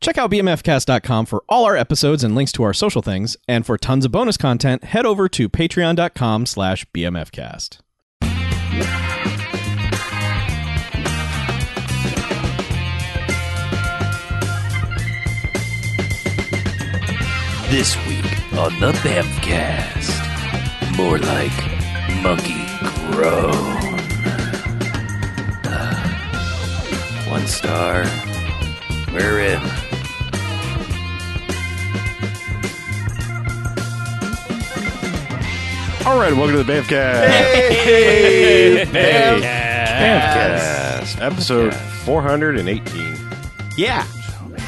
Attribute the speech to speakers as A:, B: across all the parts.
A: Check out bmfcast.com for all our episodes and links to our social things, and for tons of bonus content, head over to patreon.com slash bmfcast.
B: This week on the Bamfcast, more like monkey groan. Ah, one star. We're in.
C: All right, welcome to the Bamfcast. Bamfcast. Episode 418.
D: Yeah.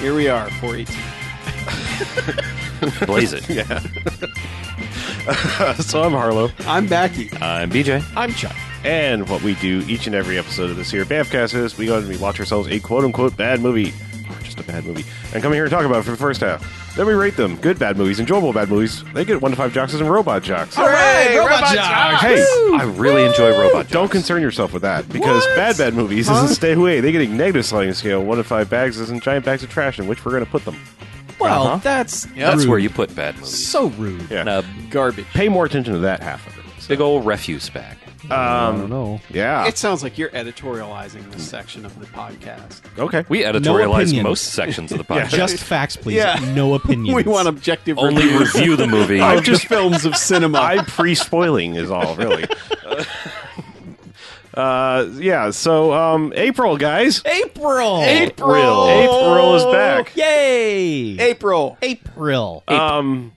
D: Here we are, 418.
B: Blaze it.
C: so I'm Harlow,
D: I'm Backy.
C: Uh,
B: I'm BJ.
D: I'm Chuck.
C: and what we do each and every episode of this here Bamfcast is we go and we watch ourselves a quote-unquote bad movie, or just a bad movie, and come here and talk about it for the first half. Then we rate them, good bad movies, enjoyable bad movies. They get one to five jocks and robot jocks.
D: All right,
A: Robot Robot Jock.
C: Hey,
B: I really enjoy robot.
C: Don't concern yourself with that because bad bad movies is a stay away. They get a negative sliding scale. One to five bags is in giant bags of trash in which we're going to put them.
A: Well, that's
B: That's
A: rude.
B: where you put bad movies.
A: so rude.
C: Yeah.
B: In a
D: Garbage.
C: Pay more attention to that half of it.
B: big old refuse bag.
C: Um,
E: No.
C: yeah.
D: It sounds like you're editorializing this section of the podcast.
C: okay.
B: We editorialize
A: opinion.
B: most sections of the podcast.
A: Just facts, please.
D: Yeah.
A: No opinions.
D: We want objective
B: only
D: reviews
B: review the movie.
D: of just films of cinema.
C: I'm pre-spoiling is all really. uh, yeah. So um, April, guys.
A: April.
D: April.
C: April is back.
A: Yay.
D: April.
A: April.
C: Um,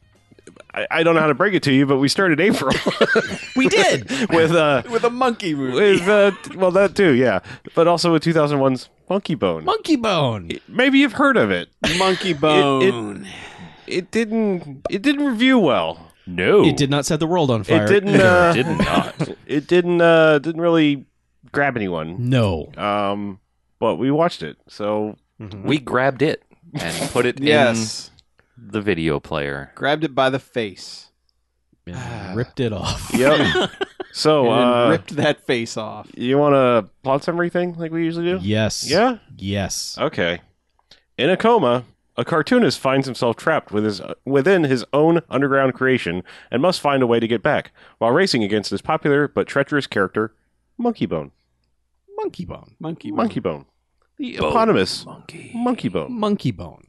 C: I, I don't know how to break it to you, but we started April
A: we did.
C: with uh,
D: With a monkey movie.
C: with uh, well that too, yeah, but also with 2001's Monkey Bone.
A: Monkey Bone.
C: Maybe you've heard of it.
D: monkey
C: Bone.
D: Bone.
C: It didn't. It didn't review well.
B: no,
A: It did not set the world on fire.
C: It didn't. Uh,
B: Did not.
C: it didn't. Uh, didn't really grab anyone.
A: No.
C: Um, but we watched it, so
B: we grabbed it and put it
D: yes.
B: in the video player.
D: Grabbed it by the face.
A: And ripped it off.
C: Yep. so
D: and then
C: uh,
D: ripped that face off.
C: you want a plot summary thing like we usually do?
A: Yes.
C: Yeah.
A: Yes.
C: Okay. In a coma, a cartoonist finds himself trapped with his, within his own underground creation and must find a way to get back while racing against his popular but treacherous character, Monkey Bone.
A: Monkey Bone.
D: Monkey Bone.
C: Monkey Bone. The
B: Bone.
C: eponymous
B: Monkey.
C: Monkey Bone.
A: Monkey Bone.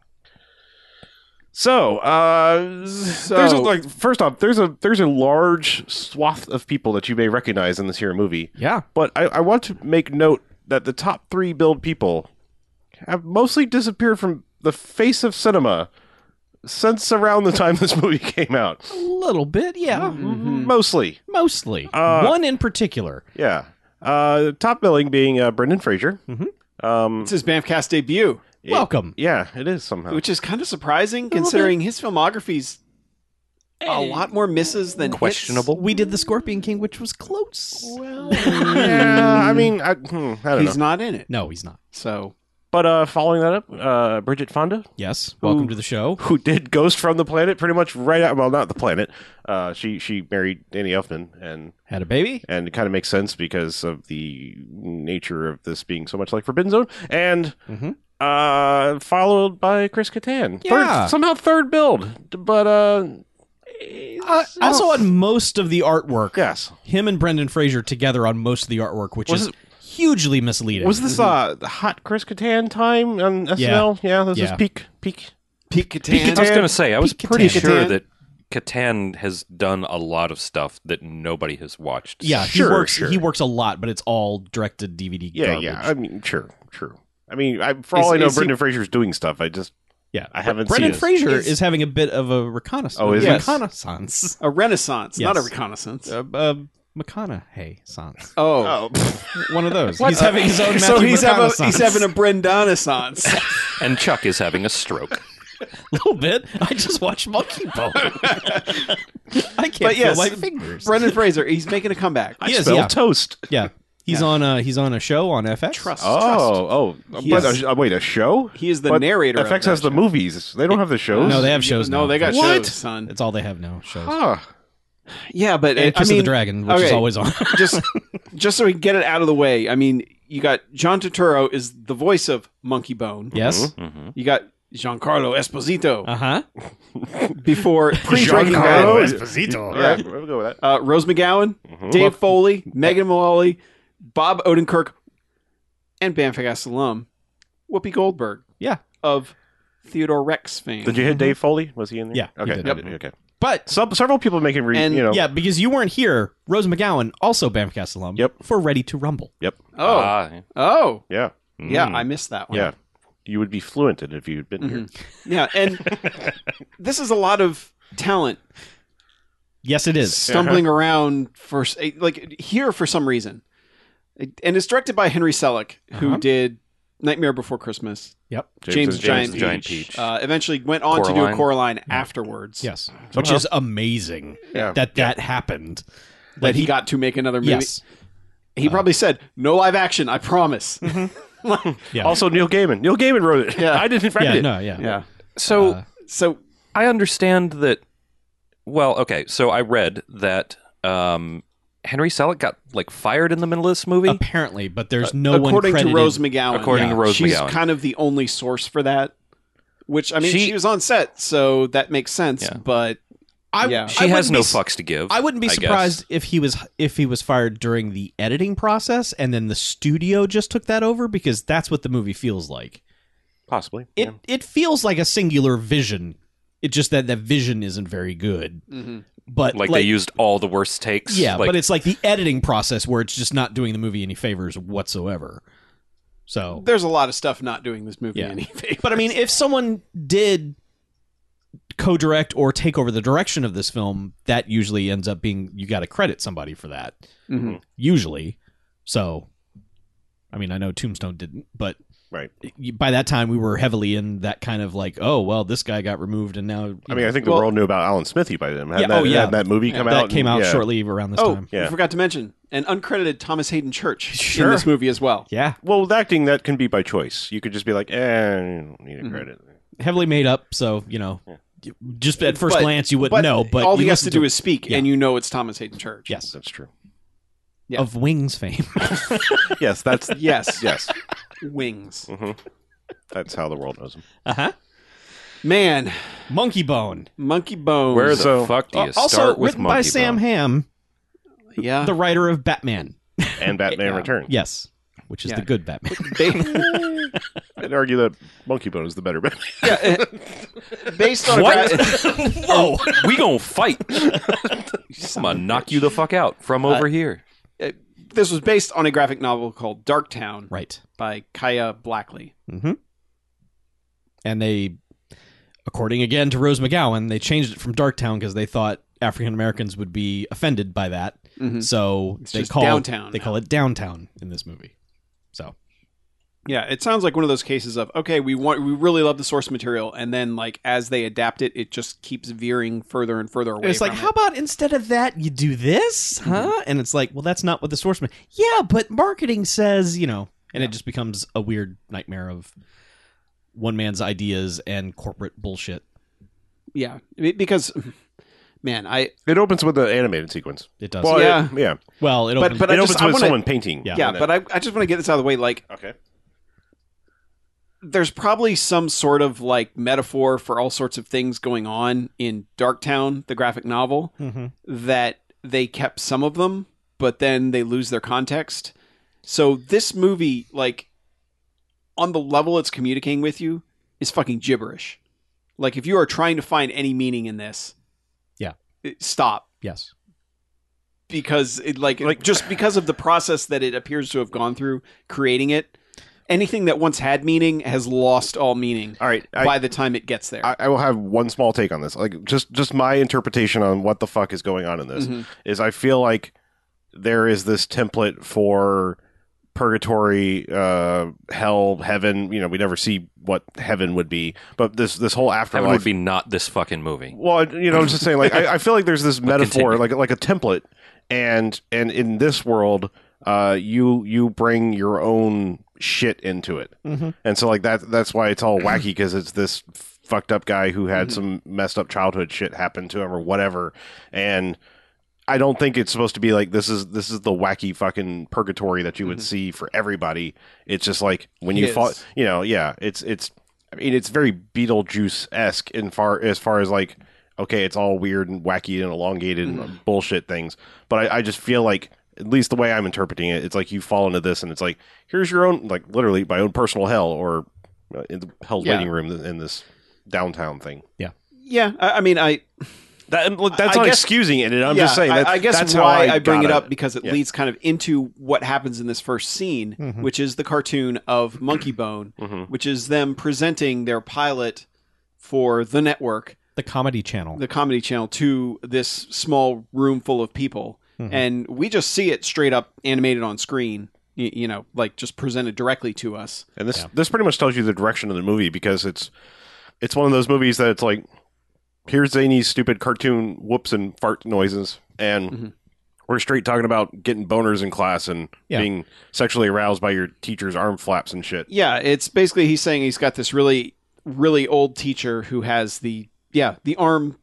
C: So, uh,
D: So-
C: there's a, like first off, there's a there's a large swath of people that you may recognize in this here movie.
A: Yeah.
C: But I, I want to make note that the top three build people have mostly disappeared from the face of cinema since around the time this movie came out.
A: A little bit. Yeah.
D: Mm-hmm.
C: Mostly,
A: Mostly.
C: Hmm. Uh,
A: One in particular.
C: yeah. Uh, top billing being uh, Brendan Fraser.
A: Mhm.
C: Um,
D: It's his Bamfcast debut,
C: it-
A: Welcome.
C: yeah, it is somehow.
D: which is kind of surprising considering his filmography's a lot more misses than hits.
B: Questionable.
A: We did the Scorpion King, which was close.
C: yeah, I mean, I, hmm, I don't
D: He's
C: know.
D: not in it.
A: No, he's not.
D: So
C: But uh, following that up, uh, Bridget Fonda,
A: Yes. Welcome to the show.
C: who did Ghost from the Planet, pretty much right out. Well, not the planet. Uh, she she married Danny Elfman, and
A: Had a baby.
C: and it kind of makes sense because of the nature of this being so much like Forbidden Zone, and
D: Mm-hmm.
A: Mhm.
C: uh, followed by Chris Kattan.
A: Yeah.
C: Third, somehow third build, but uh,
A: Uh, also on most of the artwork.
C: yes,
A: Him and Brendan Fraser together on most of the artwork, which
C: Was
A: is
C: it-
A: hugely misleading.
C: was this
D: Mm-hmm.
C: uh the hot Chris Kattan time on SNL? Yeah, this
A: Yeah.
C: is peak peak.
D: Peak
C: Peak
D: Catan.
B: I was
C: Catan.
B: going to say, I was
A: Pete
B: pretty
A: Catan.
B: sure
D: Catan.
B: that Catan has done a lot of stuff that nobody has watched.
A: yeah,
C: Sure,
A: he works.
C: sure.
A: He works a lot, but it's all directed DVD.
C: Yeah,
A: garbage.
C: yeah. I mean, sure, sure. I mean, I, for
D: Is-
C: all I know,
D: is he-
C: Brendan Fraser's doing stuff. I just
A: yeah.
C: I haven't
A: Brendan
C: seen. it.
A: Fraser
D: He's-
A: is having a bit of a reconnaissance.
C: Oh, is
D: he? Yes.
A: reconnaissance?
D: A renaissance, not a
A: Yes.
D: reconnaissance.
A: Uh, uh, McConaughey sans.
D: oh.
C: Oh,
A: One of those. he's having his own.
D: so
A: Matthew
D: he's having,
A: McConaissance.
D: he's having a Brendonaissance.
B: And Chuck is having a stroke.
A: little bit. I just watched Monkey Bone. I can't
D: But
A: feel
D: yes,
A: my fingers.
D: Brendan Fraser, he's making a comeback.
C: I
A: He is,
C: spelled
A: yeah.
C: toast.
A: yeah, he's on. A, he's on a show on FX.
D: Trust. Trust.
C: Oh, oh,
D: He
C: but
D: is-
C: a- uh, wait, a show?
D: He is the
C: But
D: narrator of
C: FX
D: that
C: has the
D: show.
C: movies. They don't have the shows.
A: No, they have shows.
D: No,
A: now.
D: they got
C: What?
D: shows, son.
A: It's all they have now. Shows.
C: Huh.
D: Yeah, but
A: and
D: it, I
A: Kiss
D: mean,
A: of the Dragon, which is
D: okay.
A: always on.
D: just just so we can get it out of the way. I mean, you got John Turturro is the voice of Monkey Bone.
A: yes.
B: hmm
D: You got Giancarlo Esposito
A: Uh huh.
D: before pre Breaking Bad.
E: Esposito.
C: All right, we'll go with that.
D: Uh, Rose McGowan,
A: Mm-hmm.
D: Dave Foley, Megan Mullally, Bob Odenkirk, and Banfagast alum, Whoopi Goldberg
A: Yeah.
D: of Theodore Rex fame.
C: Did you hit Dave Foley? Was he in there?
A: Yeah, he
C: Okay.
A: did.
C: I did, Okay.
A: But
C: Some, several people making re-
D: And-
C: you know.
A: yeah, because you weren't here, Rose McGowan, also Bamcast alum,
C: Yep.
A: for Ready to Rumble.
C: Yep.
D: oh,
E: Ah,
D: oh,
C: Yeah.
D: yeah,
E: mm.
D: I missed that one. Mm-hmm.
C: Yeah. You would be fluent in it if you'd been here.
D: yeah, and this is a lot of talent
A: Yes, it is.
D: stumbling around for s- eh, like here for some reason, and it's directed by Henry Selick, who
A: Uh-huh.
D: did Nightmare Before Christmas,
A: Yep.
D: James,
C: and
D: Giant,
E: James and Giant
D: Peach.
E: Peach.
D: Uh, eventually went on to do a
E: Coraline.
D: Coraline afterwards.
A: Yes. Which is amazing
C: Yeah.
A: that that happened.
D: that he, got to make another movie.
A: Yes. Uh-huh.
D: He probably said, "No live action, I promise." Like,
A: Yeah.
C: Also, Neil Gaiman. Neil Gaiman wrote it.
D: Yeah.
C: I didn't write
A: yeah,
C: it.
A: no, yeah.
D: yeah.
E: So
A: Uh,
D: So
E: I understand that. Well, okay. So I read that um, Henry Selick got like fired in the middle of this movie.
A: Apparently, but there's no one
D: according to
A: credited-
D: Rose McGowan,
E: According to Rose
D: she's
E: McGowan.
D: kind of the only source for that. Which I mean, she,
E: She-
D: was on set, so that makes sense.
E: Yeah.
D: But
A: I,
D: Yeah.
E: she
A: I
E: has
A: wouldn't
E: no
A: be, s-
E: fucks to give.
A: I wouldn't be
E: guess.
A: surprised if he was if he was fired during the editing process and then the studio just took that over because that's what the movie feels like.
C: Possibly.
A: It
C: yeah.
A: it feels like a singular vision. It's just that that vision isn't very good.
E: Mm-hmm.
A: But
E: Like, they used all the worst takes.
A: Yeah,
E: like,
A: but it's like the editing process where it's just not doing the movie any favors whatsoever. So,
D: there's a lot of stuff not doing this movie
A: Yeah.
D: any favors.
A: but I mean, if someone did co-direct or take over the direction of this film, that usually ends up being you got to credit somebody for that.
E: Mm-hmm.
D: Mhm.
A: Usually, so I mean, I know Tombstone didn't, but
C: Right.
A: y- by that time we were heavily in that kind of like, oh well, this guy got removed, and now
C: I mean, I think the
D: Well-
C: world knew about Alan Smithy by then. Had
A: Yeah,
C: that,
A: oh, yeah.
C: had that movie come
A: that
C: out.
A: came
C: and-
A: out
C: yeah.
A: shortly around this
D: oh,
A: time.
D: I
C: Yeah.
D: forgot to mention an uncredited Thomas Hayden Church in
A: Sure.
D: this movie as well.
A: Yeah,
C: Well, with acting, that can be by choice. You could just be like, eh, you don't need a credit.
A: heavily made up, so you know, y- just at first
D: But-
A: glance you wouldn't know. But
D: all
A: you
D: he has
A: listen
D: to do
A: it.
D: is speak,
A: Yeah.
D: and you know it's Thomas Hayden Church.
A: yes,
C: That's true.
D: Yeah.
A: of Wings fame.
C: Yes, that's
D: Yes.
C: yes.
D: Wings.
C: Mm-hmm. That's how the world knows him.
A: uh huh.
D: Man,
A: Monkey Bone.
D: Monkey Bones.
E: where the
C: So-
E: fuck do you
A: Uh, also
E: start with
A: written by
E: Monkey
A: Sam
E: Bone?
A: Hamm,
D: yeah.
A: the writer of Batman.
C: And Batman
D: Yeah.
C: Returns.
A: Yes, which is
D: Yeah.
A: the good Batman.
D: Ba-
C: I'd argue that Monkey Bone is the better Batman.
D: based on a gra-
A: Whoa!
E: Oh, we gonna fight. I'm gonna knock you the fuck out from over here.
D: uh, this was based on a graphic novel called Darktown
A: right.
D: by Kaya Blackley.
A: Mm-hmm. And they, according again to Rose McGowan, they changed it from Darktown because they thought African Americans would be offended by that.
D: Mhm.
A: So
D: It's
A: they
D: just
A: call
D: downtown
A: they
D: now.
A: call it downtown in this movie. So
D: Yeah, it sounds like one of those cases of okay, we want we really love the source material, and then like as they adapt it, it just keeps veering further and further away.
A: And it's like,
D: from Mm-hmm.
A: how about instead of that, you do this, huh? And it's like, well, that's not what the source meant. Yeah, but marketing says, you know, and it just becomes a weird nightmare of one man's ideas and corporate bullshit.
D: it. yeah, be- because man, I
C: It opens with the animated sequence.
A: It does.
C: Well,
A: Well,
C: it-
D: Yeah.
C: yeah.
A: it
D: But-
A: opens,
D: but
C: it
D: I
C: opens
D: just- I
C: with
D: wanna-
C: someone painting.
A: Yeah.
D: yeah, but I I just want to get this out of the way. Like,
C: okay.
D: there's probably some sort of like metaphor for all sorts of things going on in Darktown, the graphic novel,
A: Mhm.
D: that they kept some of them, but then they lose their context. So this movie, like on the level it's communicating with you, is fucking gibberish. Like if you are trying to find any meaning in this,
A: Yeah.
D: it- stop
A: yes,
D: because it like,
C: Like-
D: just because of the process that it appears to have gone through creating it. Anything that once had meaning has lost all meaning
C: All right. I,
D: by the time it gets there.
C: I, I will have one small take on this. Like just just my interpretation on what the fuck is going on in
E: Mm-hmm.
C: this
D: Mhm.
C: is I feel like there is this template for purgatory, uh, hell, heaven. You know, we never see what heaven would be, but this this whole afterlife
E: Heaven would be not this fucking movie.
C: Well, you know, I was just saying, like, I, I feel like there's this metaphor,
E: continue.
C: like like a template, and and in this world, uh, you you bring your own shit into it,
A: Mhm.
C: and so like that that's why it's all wacky because it's this fucked up guy who had some messed up childhood shit happen to him or whatever, and. I don't think it's supposed to be like this is this is the wacky fucking
D: Mm-hmm.
C: purgatory that you would see for everybody. It's just like when you
D: His.
C: fall, you know, yeah, it's it's I mean, it's very Beetlejuice esque in far as far as like, okay, it's all weird and wacky and elongated
D: Mm-hmm.
C: and bullshit things. But I, I just feel like, at least the way I'm interpreting it, it's like you fall into this and it's like, here's your own, like literally my own personal hell or uh, in the hell's
D: Yeah.
C: waiting room in this downtown thing.
D: Yeah, I, I mean, I
C: That, and look, that's
D: I
C: not
D: guess-
C: excusing it. and I'm
D: yeah,
C: just saying.
D: I-
C: That,
D: I, guess
C: that's how
D: why
C: I,
D: I, bring
C: got
D: it
C: at
D: up because it
C: Yeah. Mm-hmm.
D: leads kind of into what happens in this first scene,
A: Mhm.
D: which is the cartoon of Monkey Bone,
C: Mhm.
D: which is them presenting their pilot for the network,
A: The comedy channel.
D: the comedy channel, to this small room full of people,
A: Mhm.
C: Mm-hmm.
D: and we just see it straight up animated on screen. You, you know, like just presented directly to us.
C: And this
A: Yeah.
C: this pretty much tells you the direction of the movie because it's it's one of those movies that it's like here's Zany's stupid cartoon whoops and fart noises and
A: Mm-hmm.
D: Mhm.
C: we're straight talking about getting boners in class and
A: Yeah.
C: being sexually aroused by your teacher's arm flaps and shit.
D: Yeah, it's basically he's saying he's got this really, really old teacher who has the yeah the arm,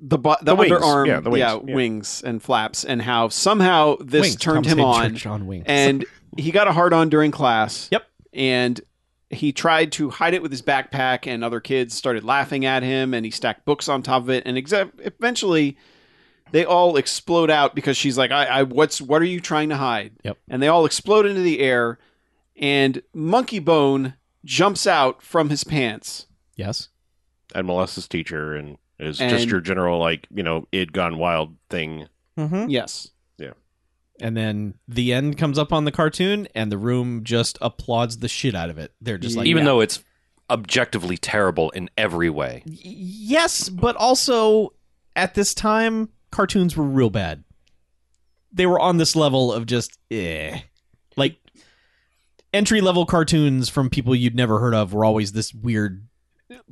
D: the bu-
C: The
D: the,
C: wings.
D: underarm
C: Yeah, the wings. Yeah.
D: wings and flaps, and how somehow this
A: Wings,
D: turned
A: Thomas
D: him
A: Hayden
D: on,
A: Church on wings.
D: and he got a hard on during class.
A: Yep.
D: and he tried to hide it with his backpack, and other kids started laughing at him, and he stacked books on top of it, and exa- eventually. They all explode out because she's like, I, "I, what's, what are you trying to hide?"
A: Yep.
D: And they all explode into the air and Monkey Bone jumps out from his pants.
A: yes.
C: And molests his teacher and is just
D: And-
C: your general like, you know, id gone wild thing.
A: Mm-hmm.
D: Yes.
A: And then the end comes up on the cartoon, and the room just applauds the shit out of it. They're just like,
E: even
A: yeah.
E: though it's objectively terrible in every way.
A: Y- yes, but also at this time, cartoons were real bad. They were on this level of just eh, like entry level cartoons from people you'd never heard of were always this weird,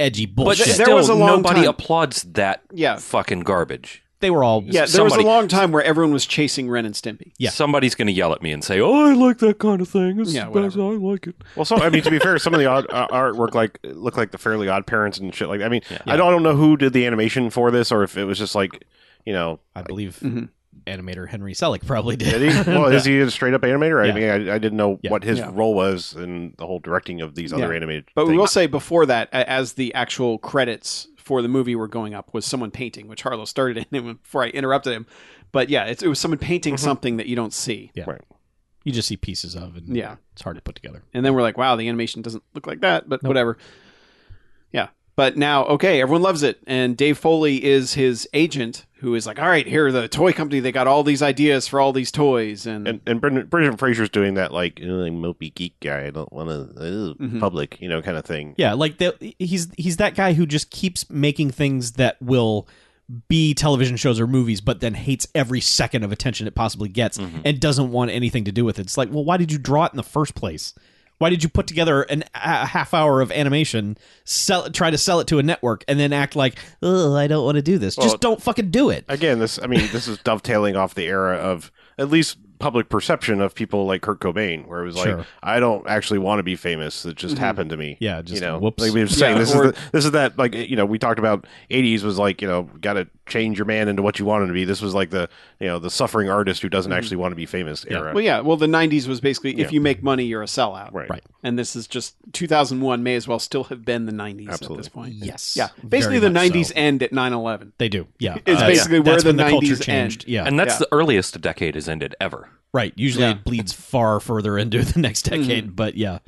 A: edgy
E: But
A: bullshit.
D: th-
E: still,
D: there was a long
E: nobody
D: time-
E: applauds that
D: Yeah.
E: fucking garbage.
A: they were all
D: Yeah, there was
E: Somebody-
D: a long time where everyone was chasing Ren and Stimpy.
A: Yeah.
E: Somebody's going to yell at me and say, "Oh, I like that kind of thing. It's
D: Yeah,
E: the best.
D: whatever.
E: I like it."
C: Well, so I mean, to be fair, some of the odd, uh, artwork like look like the Fairly Odd Parents and shit like. that. I mean, I don't I don't know who did the animation for this or if it was just like, you know,
A: I believe
D: Mhm.
A: animator Henry Selick probably did.
C: Did he? Well, is he a straight up animator? I
A: Yeah.
C: mean, I, I didn't know
A: Yeah.
C: what his
D: Yeah.
C: role was in the whole directing of these other
D: Yeah.
C: animated.
D: But we
C: things.
D: will say before that, a- as the actual credits for the movie were going up, was someone painting, which Harlow started in before I interrupted him. But yeah, it's, it was someone painting
C: Mm-hmm.
D: something that you don't see.
A: You just see pieces of, and
C: Mm-hmm.
D: Yeah.
A: it's hard to put together.
D: And then we're like, wow, the animation doesn't look like that, but
A: Nope.
D: whatever. Yeah. But now, okay, everyone loves it. And Dave Foley is his agent who is like, all right, here are the toy company. They got all these ideas for all these toys. And,
C: and and Brendan, Brendan Fraser's doing that like "Ugh, I'm mopey geek guy. I don't want to
D: Mhm.
C: public, you know, kind of thing.
A: Yeah, like the, he's he's that guy who just keeps making things that will be television shows or movies, but then hates every second of attention it possibly gets
D: Mm-hmm.
A: and doesn't want anything to do with it. It's like, well, why did you draw it in the first place? Why did you put together an, a half hour of animation, sell, try to sell it to a network, and then act like, oh, I don't want to do this?
C: Well,
A: just don't fucking do it.
C: Again, this I mean, this is dovetailing off the era of at least public perception of people like Kurt Cobain, where it was like,
A: Sure.
C: I don't actually want to be famous. It just
D: Mhm.
C: happened to me.
A: yeah, just
C: you know,
A: whoops.
C: like we were saying,
D: Yeah,
C: this
D: or-
C: is the, this is that like you know we talked about '80s was like you know got to change your man into what you want him to be. This was like the you know the suffering artist who
A: Mm-hmm.
C: doesn't actually want to be famous era.
D: well, yeah, well, the 90s was basically if
C: Yeah.
D: you make money, you're a sellout.
C: Right.
A: Right.
D: And this is just 2001 may as well still have been the 90s at
C: Absolutely.
D: this point.
A: yes.
D: Yeah. Basically, the
A: very much
D: 90s
A: so.
D: end at 9 11.
A: They do. Yeah.
D: It's
A: Uh,
D: basically
A: yeah.
D: where
A: That's
D: the
A: when the culture
D: 90s
A: changed.
D: end.
A: Yeah.
E: And that's
D: Yeah.
E: the earliest a decade has ended ever.
A: Right. Usually
D: Yeah.
A: it bleeds far further into the next decade, but yeah.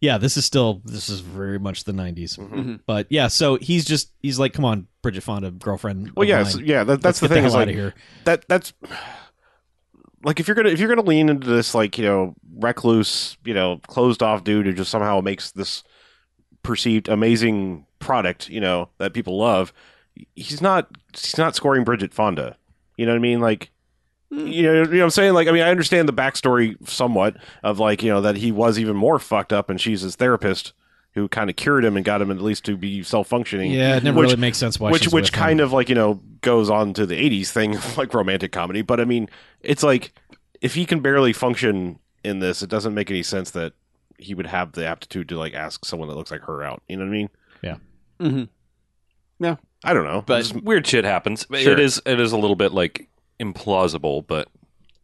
A: Yeah, this is still this is very much the 90s.
C: Mm-hmm.
A: But yeah, so he's just he's like, "Come on, Bridget Fonda, girlfriend."
C: Well,
A: of
C: yeah,
A: mine.
C: so- yeah. That,
A: Let's
C: that's the
A: get
C: thing
A: the
C: is
A: hell
C: like
A: outta here.
C: that. That's like if you're gonna if you're gonna lean into this like you know recluse you know closed off dude who just somehow makes this perceived amazing product you know that people love, he's not he's not scoring Bridget Fonda. You know what I mean? Like. You know, you know what I'm saying? Like, I mean, I understand the backstory somewhat of like, you know, that he was even more fucked up and she's his therapist who kind of cured him and got him at least to be self functioning
A: Yeah, it never
C: Which-
A: really makes sense why
C: which
A: she's with
C: which kind
A: him.
C: of like you know goes on to the 80s thing of, like romantic comedy but i mean it's like if he can barely function in this it doesn't make any sense that he would have the aptitude to like ask someone that looks like her out you know what i mean
A: Mm-hmm.
D: hmm
C: i don't know
D: But
C: Just-
E: Weird shit happens.
C: Sure.
E: It is it is a little bit like implausible, but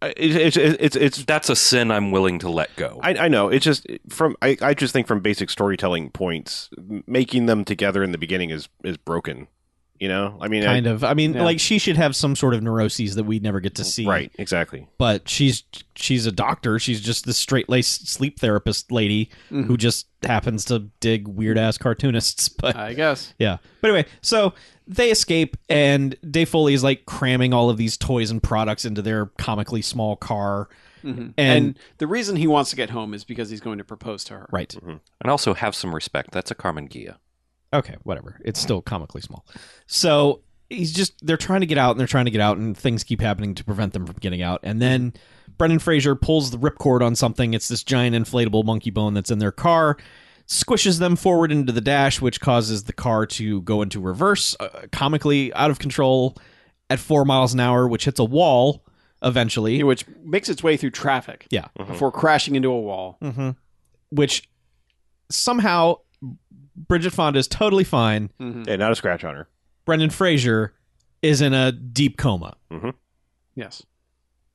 C: I- It's it's it's, it's
E: That's a sin I'm willing to let go.
C: I, I know. It's just from I, I just think from basic storytelling points, m- making them together in the beginning is is broken. You know, I mean, I-
A: kind of. I mean,
D: Yeah.
A: like she should have some sort of neuroses that we never get to see.
C: right? Exactly.
A: But she's she's a doctor. She's just this straight laced sleep therapist lady who just happens to dig weird ass cartoonists. But
D: I guess.
A: yeah. But anyway, so they escape, and Dave Foley is like cramming all of these toys and products into their comically small car.
D: And,
A: And,
D: the reason he wants to get home is because he's going to propose to her.
A: right,
E: and also have some respect. That's a Carmen Gia.
A: okay, whatever. It's still comically small. So he's just they're trying to get out and they're trying to get out, and things keep happening to prevent them from getting out. And then Brendan Fraser pulls the ripcord on something. It's this giant inflatable monkey bone that's in their car. Squishes them forward into the dash, which causes the car to go into reverse, uh, comically out of control at four miles an hour, which hits a wall eventually.
D: Which makes its way through traffic
A: Yeah.
D: before crashing into a wall.
A: Mm-hmm. Which somehow Bridget Fonda is totally fine.
D: Mhm.
C: Yeah, not a scratch on her.
A: Brendan Fraser is in a deep coma.
D: Yes.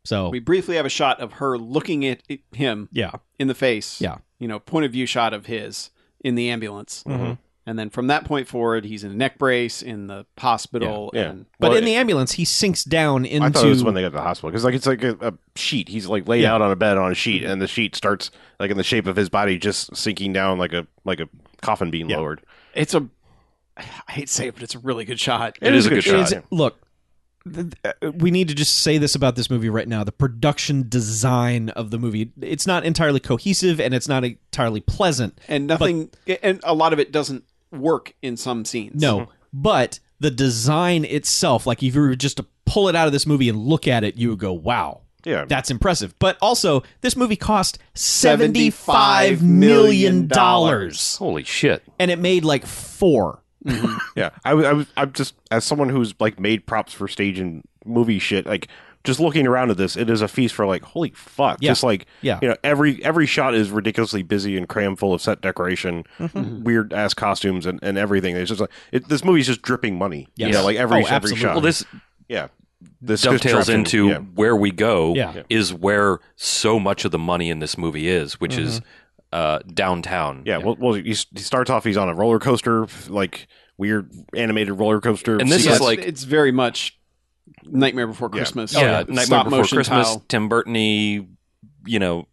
A: So
D: We briefly have a shot of her looking at it- him
A: yeah,
D: in the face.
A: Yeah.
D: You know, point of view shot of his in the ambulance.
A: Mhm.
D: And then from that point forward, he's in a neck brace in the hospital.
C: Yeah, yeah.
D: And
A: but
C: Well,
A: in the ambulance he sinks down into
C: I thought it was when they got to the hospital because like it's like a, a sheet. He's like laid
A: Yeah.
C: out on a bed on a sheet, and the sheet starts like in the shape of his body just sinking down like a like a coffin being
A: Yeah.
C: lowered.
D: it's a, I hate to say it, but it's a really good shot.
E: It is a good
A: It is-
E: shot.
A: look. th- th- We need to just say this about this movie right now. The production design of the movie, it's not entirely cohesive and it's not entirely pleasant.
D: and nothing, and a lot of it doesn't work in some scenes.
A: No,
C: Mm-hmm.
A: but the design itself, like if you were just to pull it out of this movie and look at it, you would go, wow.
C: Yeah.
A: That's impressive. But also, this movie cost
D: $75
A: $75
D: million.
A: million. dollars,
E: Holy shit!
A: And it made like four.
C: Yeah, I was, I was, I'm just as someone who's like made props for stage and movie shit, like just looking around at this, it is a feast for like holy fuck,
A: Yeah.
C: just like
A: Yeah.
C: you know every every shot is ridiculously busy and crammed full of set decoration, weird ass costumes and, and everything. It's just like it, this movie's just dripping money. Yeah,
A: Yes.
C: like every
A: Oh,
C: every
A: absolutely.
C: shot.
E: Well, this
C: yeah, this
E: dovetails
C: construction-
E: into
C: yeah.
E: where we go.
A: Yeah. Yeah.
E: Is where so much of the money in this movie is, which is uh, downtown.
C: Yeah, Well, well, he, s- he starts off. He's on a roller coaster, like weird animated roller coaster.
E: And this
D: Yeah,
E: is
D: it's,
E: like-
D: it's very much Nightmare Before
C: Yeah.
D: Christmas.
E: yeah, Nightmare
D: Oh, Stop
E: Before
D: motion
E: Christmas,
D: tile.
E: Tim Burtony. You know,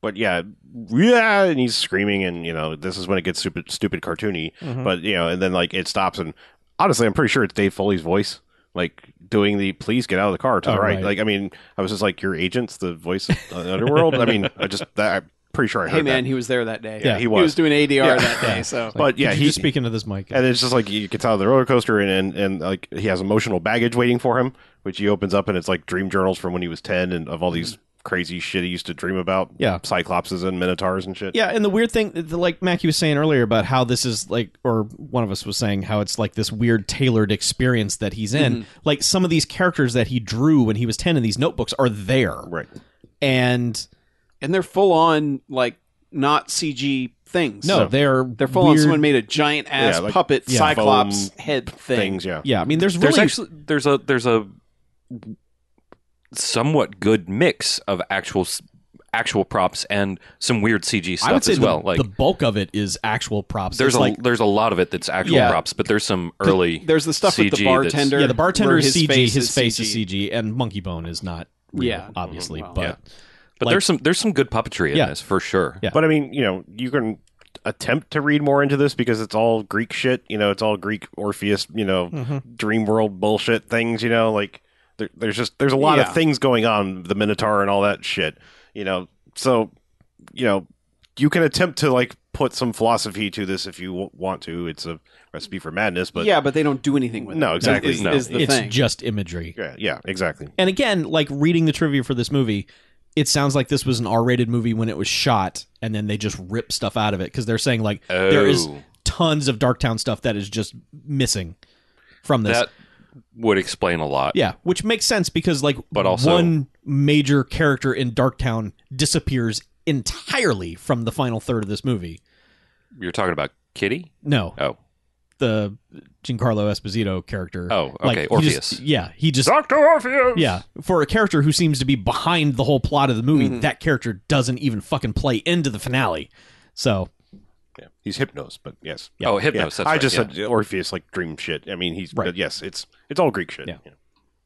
C: but yeah, yeah, and he's screaming, and you know, this is when it gets stupid, stupid cartoony. But you know, and then like it stops, and honestly, I'm pretty sure it's Dave Foley's voice, like doing the "please get out of the car" to
A: Oh,
C: the right.
A: right.
C: Like, I mean, I was just like, your agent's the voice of the underworld. I mean, I just that, I'm pretty sure I heard
D: Hey man,
C: that.
D: he was there that day.
C: Yeah, he was.
D: doing ADR
C: Yeah.
D: that day. So
A: Like,
C: But yeah,
A: could you
C: he-
A: just speak into this mic.
C: And it's just like he gets out of the roller coaster, and, and and like he has emotional baggage waiting for him, which he opens up, and it's like dream journals from when he was ten, and of all these crazy shit he used to dream about.
A: Mm-hmm. Yeah.
C: cyclopses and minotaurs and shit.
A: Yeah, and the weird thing, the- like Mackie was saying earlier about how this is like, or one of us was saying how it's like this weird tailored experience that he's in. Like some of these characters that he drew when he was ten in these notebooks are there,
C: right.
A: and
D: and they're full on like not CG things.
A: no, they're
D: they're full on.
A: weird-
D: Someone made a giant ass
C: Yeah, like
D: puppet
A: yeah,
D: cyclops
C: foam
D: head thing.
C: Things, yeah.
A: Yeah, I mean, there's really
E: there's actually there's a there's a somewhat good mix of actual s- actual props and some weird CG stuff
A: I would say
E: as
A: the,
E: well. like
A: the bulk of it is actual props.
E: there's
A: It's
E: a
A: like
E: there's a lot of it that's actual
A: Yeah.
E: props, but there's some early
D: There's the stuff with the
E: CG that's-
D: bartender.
A: yeah, the bartender
D: where
A: is CG,
D: face
A: his face is CG, and Monkey Bone is not. Real,
D: Yeah.
A: obviously,
D: Well,
A: but
E: yeah. But
A: like-
E: there's some there's some good puppetry in
A: Yeah.
E: this for sure.
A: Yeah.
C: But I mean, you know, you can attempt to read more into this because it's all Greek shit. You know, it's all Greek Orpheus. You know, dream world bullshit things. You know, like there, there's just there's a lot
D: Yeah.
C: of things going on the Minotaur and all that shit. You know, so you know you can attempt to like put some philosophy to this if you w- want to. It's a recipe for madness, but
D: yeah, but they don't do anything with
C: no,
D: it.
C: exactly.
D: Is,
E: No.
D: is the
A: it's
D: thing.
A: just imagery.
C: Yeah, yeah, exactly.
A: And again, like reading the trivia for this movie, it sounds like this was an R-rated movie when it was shot, and then they just rip stuff out of it because they're saying like there is
E: Oh.
A: tons of Darktown stuff that is just missing from this.
E: That would explain a lot.
A: yeah, which makes sense because like
E: But also-
A: one major character in Darktown disappears entirely from the final third of this movie.
E: You're talking about Kitty?
A: No,
E: Oh.
A: the Giancarlo Esposito character.
E: Oh, okay,
A: Like, he just-
E: Orpheus.
A: yeah, he just
E: Doctor Orpheus.
A: yeah for a character who seems to be behind the whole plot of the movie.
E: Mm-hmm.
A: That character doesn't even fucking play into the finale. So
C: Yeah. He's hypnos, but yes.
A: Yeah.
E: Oh, Hypnos.
C: Yeah.
E: That's
C: I
E: right,
C: just
E: yeah.
C: said Orpheus like dream shit. I mean, he's
A: Right.
C: but yes, it's it's all Greek shit.
A: Yeah.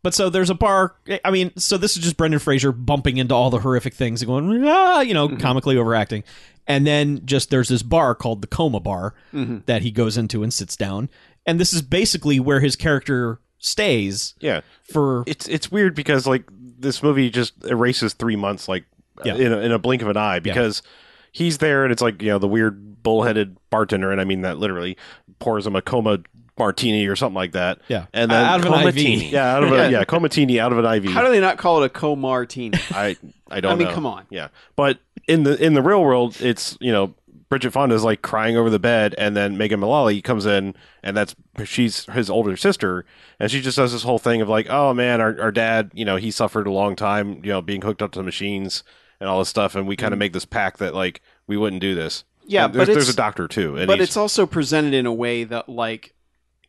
A: But so there's a bar. I mean, so this is just Brendan Fraser bumping into all the horrific things and going, ah, you
E: Mm-hmm.
A: know, comically overacting. And then just there's this bar called the Coma Bar
E: Mm-hmm.
A: that he goes into and sits down. And this is basically where his character stays
C: Yeah.
A: for.
C: It's it's weird because like this movie just erases three months like
A: Yeah.
C: in a, in a blink of an eye because he's there and it's like you know the weird bullheaded bartender and I mean that literally pours him a coma martini or something like that.
A: Yeah.
C: And then
A: Out of an IV.
C: comatini. Yeah, out of a, yeah, comatini out of an IV.
D: How do they not call it a co-martini?
C: I I don't.
D: I mean,
C: know.
D: come on.
C: Yeah, but in the in the real world, it's you know Bridget Fonda's like crying over the bed, and then Megan Mullally comes in, and that's she's his older sister, and she just does this whole thing of like, oh man, our our dad, you know, he suffered a long time, you know, being hooked up to the machines and all this stuff, and we kind of make this pact that like we wouldn't do this.
D: Mm-hmm. Yeah,
C: And there's,
D: but
C: there's
D: it's-
C: a doctor too, and
D: but
C: he's-
D: it's also presented in a way that like,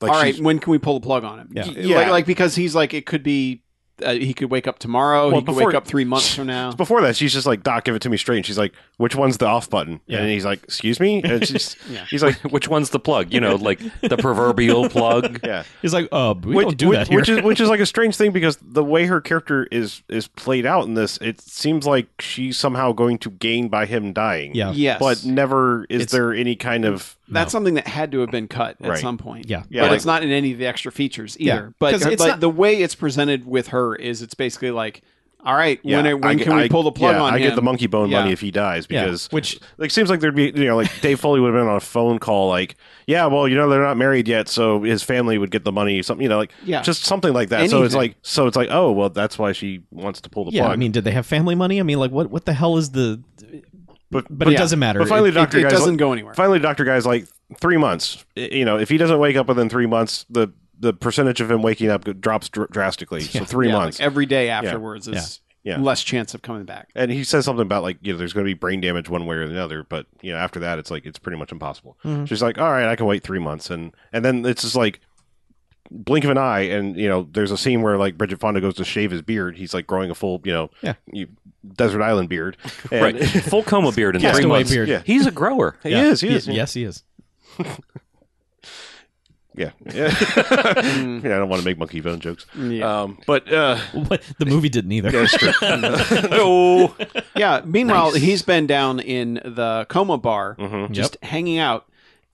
C: like,
D: all right
C: she's-
D: when can we pull the plug on him
A: Yeah.
D: Y-
C: Yeah.
D: Like, like because he's like it could be uh, he could wake up tomorrow
C: Well,
D: he could
C: before-
D: wake up three months from now
C: Before that, she's just like, "Doc, give it to me straight." And she's like, "Which one's the off button?"
A: Yeah.
C: And he's like, "Excuse me." And she's, he's like,
E: Which one's the plug? You know, like the proverbial plug.
C: "Yeah."
A: He's like, uh, we
C: which,
A: don't do
C: which-
A: that here.
C: which is which is like a strange thing because the way her character is is played out in this, it seems like she's somehow going to gain by him dying.
A: yeah.
D: yes
C: But never is
A: It's-
C: there any kind of
D: that's something that had to have been cut at
C: Right.
D: some point
A: Yeah.
C: Yeah,
D: but
C: like-
D: it's not in any of the extra features
A: Yeah.
D: either but
A: 'Cause
D: her-
A: it's
D: like
A: not-
D: the way it's presented with her is it's basically like all right
C: yeah,
D: when, when
C: I get-
D: can we
C: I-
D: pull the plug
C: yeah,
D: on
C: I
D: him
C: get the monkey bone
D: Yeah.
C: money if he dies
A: Yeah.
C: because
A: Which,
C: like seems like there'd be you know like Dave Foley would have been on a phone call like yeah well you know they're not married yet so his family would get the money something you know like
D: Yeah.
C: just something like that so it's
D: Anything.
C: like so it's like oh well that's why she wants to pull the
A: yeah,
C: plug
A: I mean, did they have family money? I mean, like, what, what the hell is the.
C: but
A: But it
D: Yeah.
A: doesn't matter.
C: but finally
A: It-
C: the doctor
D: it, it
C: guys
D: doesn't go anywhere
C: Finally, Doctor Guy's like three months. I- You know, if he doesn't wake up within three monmonths, the the percentage of him waking up drops dr- drastically. So three
D: Yeah, like,
C: months,
D: every day afterwards is
C: Yeah.
D: less chance of coming back
C: and he says something about like you know, there's going to be brain damage one way or the other. But you know, after that, it's like it's pretty much impossible.
A: Mm-hmm.
C: She's like, all right, I can wait three months, and and then it's just like blink of an eye, and you know, there's a scene where like Bridget Fonda goes to shave his beard. He's like growing a full, you know,
A: Yeah.
C: you, desert island beard. And-
E: Right. Full coma beard in
A: Castaway
E: three months.
A: beard.
C: Yeah.
E: He's a grower.
C: He
A: yeah,
C: is. He is.
A: Yes, he is.
C: Yeah. Yeah. yeah. I don't want to make monkey bone jokes.
D: Yeah.
C: Um, but uh,
A: What? The movie didn't either.
E: No.
D: yeah meanwhile he's been down in the coma bar
C: mhm.
D: just hanging out.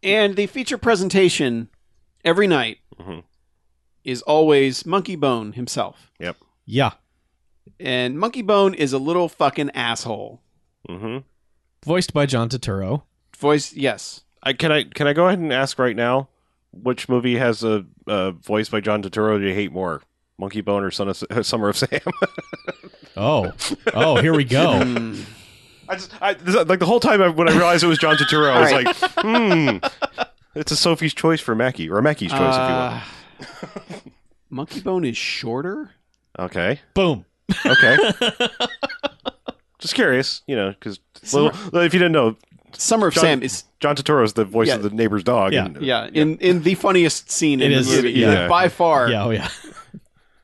D: And the feature presentation every night
C: Mhm.
D: is always Monkey Bone himself.
A: yeah.
D: And Monkey Bone is a little fucking asshole.
C: Mm-hmm.
A: Voiced by John Turturro.
D: Voice, yes.
C: I, can I can I go ahead and ask right now which movie has a, a voice by John Turturro do you hate more, Monkey Bone or Son of, Summer of Sam?
A: Oh. Oh, here we go.
D: Mm.
C: I just I, this, like the whole time I, when I realized it was John Turturro, I was
D: All
C: like, hmm, it's a Sophie's choice for Mackie or Mackie's choice
D: Uh, Monkey Bone is shorter?
C: if you will. Okay,
A: Boom.
C: okay. just curious, you know, because if you didn't know,
D: Summer of
C: John-
D: Sam is
C: John Turturro is the voice
D: Yeah.
C: of the neighbor's dog.
A: Yeah.
C: and-
D: yeah, in in the funniest scene in
A: It
D: the
A: is,
D: movie.
C: yeah.
D: By far
A: Yeah, oh yeah.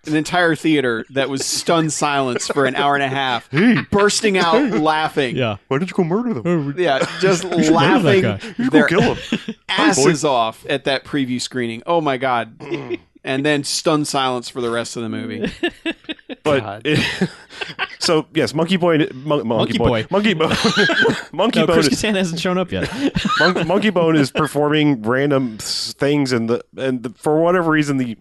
D: an entire theater that was stunned silence for an hour and a half, bursting out laughing.
A: Yeah.
C: Why don't you go murder them?
D: Yeah, just laughing
A: murder that
D: their
C: Kill them.
D: asses off at that preview screening. Oh my god! and then stunned silence for the rest of the movie.
C: But it- so yes, Monkey Boy, mon-
A: Monkey
C: Monkey, Boy,
A: Boy.
C: Monkey Bone, Monkey
A: No,
C: Bone,
A: Chris Kattan hasn't shown up yet.
C: Mon- Monkey Bone is performing random s- things, and the and the, for whatever reason the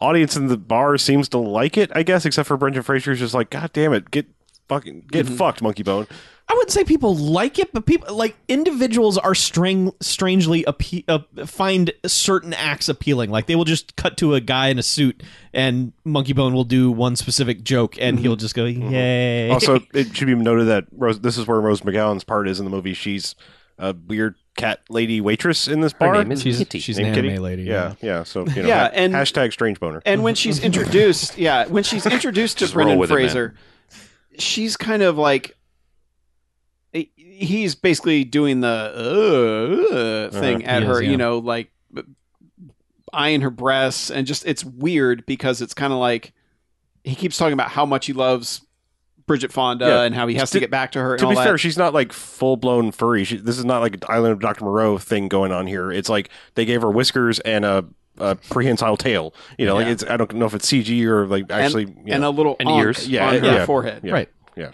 C: audience in the bar seems to like it. I guess, except for Brendan Fraser, who's just like, God damn it, get fucking get fucked, Monkey Bone.
A: I wouldn't say people like it, but people like individuals are strang- strangely appe- uh, find certain acts appealing. Like they will just cut to a guy in a suit, and Monkey Bone will do one specific joke, and
C: Mm-hmm.
A: he'll just go, "Yay!"
C: Also, it should be noted that Rose, this is where Rose McGowan's part is in the movie. She's a weird cat lady waitress in this bar.
E: name is-
A: she's
E: Kitty.
A: she's an
C: Named
A: anime
C: Kitty?
A: lady.
C: Yeah, yeah. So you know,
D: Yeah,
C: ha-
D: and-
C: hashtag strange boner.
D: And when she's introduced, yeah, when she's introduced to
E: Just roll
D: Brendan
E: with it, man.
D: Fraser, she's kind of like he's basically doing the uh, uh, thing
A: Uh,
D: at
A: he
D: her,
A: is, yeah.
D: you know, like eyeing her breasts and just it's weird because it's kind of like he keeps talking about how much he loves Bridget Fonda
C: Yeah.
D: and how he has to,
C: To-
D: get back to her. and
C: to be
D: all that.
C: fair, she's not like full blown furry. She, this is not like an Island of Dr. Moreau thing going on here. It's like they gave her whiskers and a, a prehensile tail. You know, like
D: Yeah.
C: it's I don't know if it's CG or like
D: and,
C: actually. you
D: and
C: know.
D: a little
E: And
D: onk
E: ears.
C: Yeah,
D: on her
C: yeah.
D: forehead.
C: Yeah.
A: Right.
C: Yeah.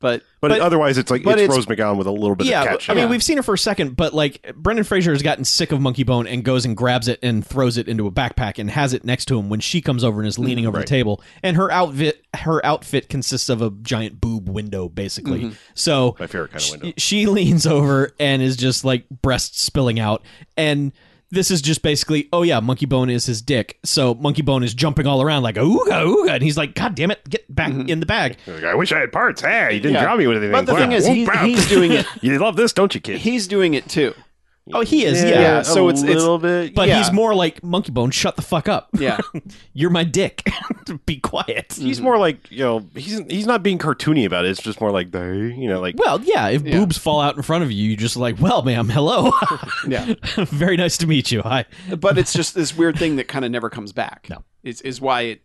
D: But
C: But,
D: but
C: otherwise, it's like
D: but
C: it's,
D: it's-
C: Rose McGowan with a little bit
A: yeah,
C: of catch.
A: I
C: in it.
A: mean, we've seen it for a second, but like Brendan Fraser has gotten sick of Monkey Bone and goes and grabs it and throws it into a backpack and has it next to him when she comes over and is leaning over the table. And her outfit, her outfit consists of a giant boob window, basically. So
C: my favorite kind of window.
A: she, she leans over and is just like breasts spilling out and this is just basically oh yeah monkey bone is his dick so monkey bone is jumping all around like ooga ooga and he's like god damn it get back in the bag
C: Like, I wish I had parts. Hey, you didn't
D: Yeah.
C: draw me with anything.
D: But the
C: Wow.
D: thing is, he-
C: Whoop, wow.
D: he's doing it.
C: you love this, don't you, kid?
D: he's doing it too.
A: oh he is yeah,
D: yeah, so it's- it's-
C: bit.
A: but
D: yeah.
A: he's more like monkey bone shut the fuck up
D: Yeah.
A: you're my dick be quiet
C: he's more like you know he's he's not being cartoony about it. It's just more like they you know like
A: well yeah if
D: Yeah.
A: boobs fall out in front of you you're just like well ma'am hello
D: Yeah.
A: very nice to meet you hi
D: but it's just this weird thing that kind of never comes back.
A: No.
D: is is why it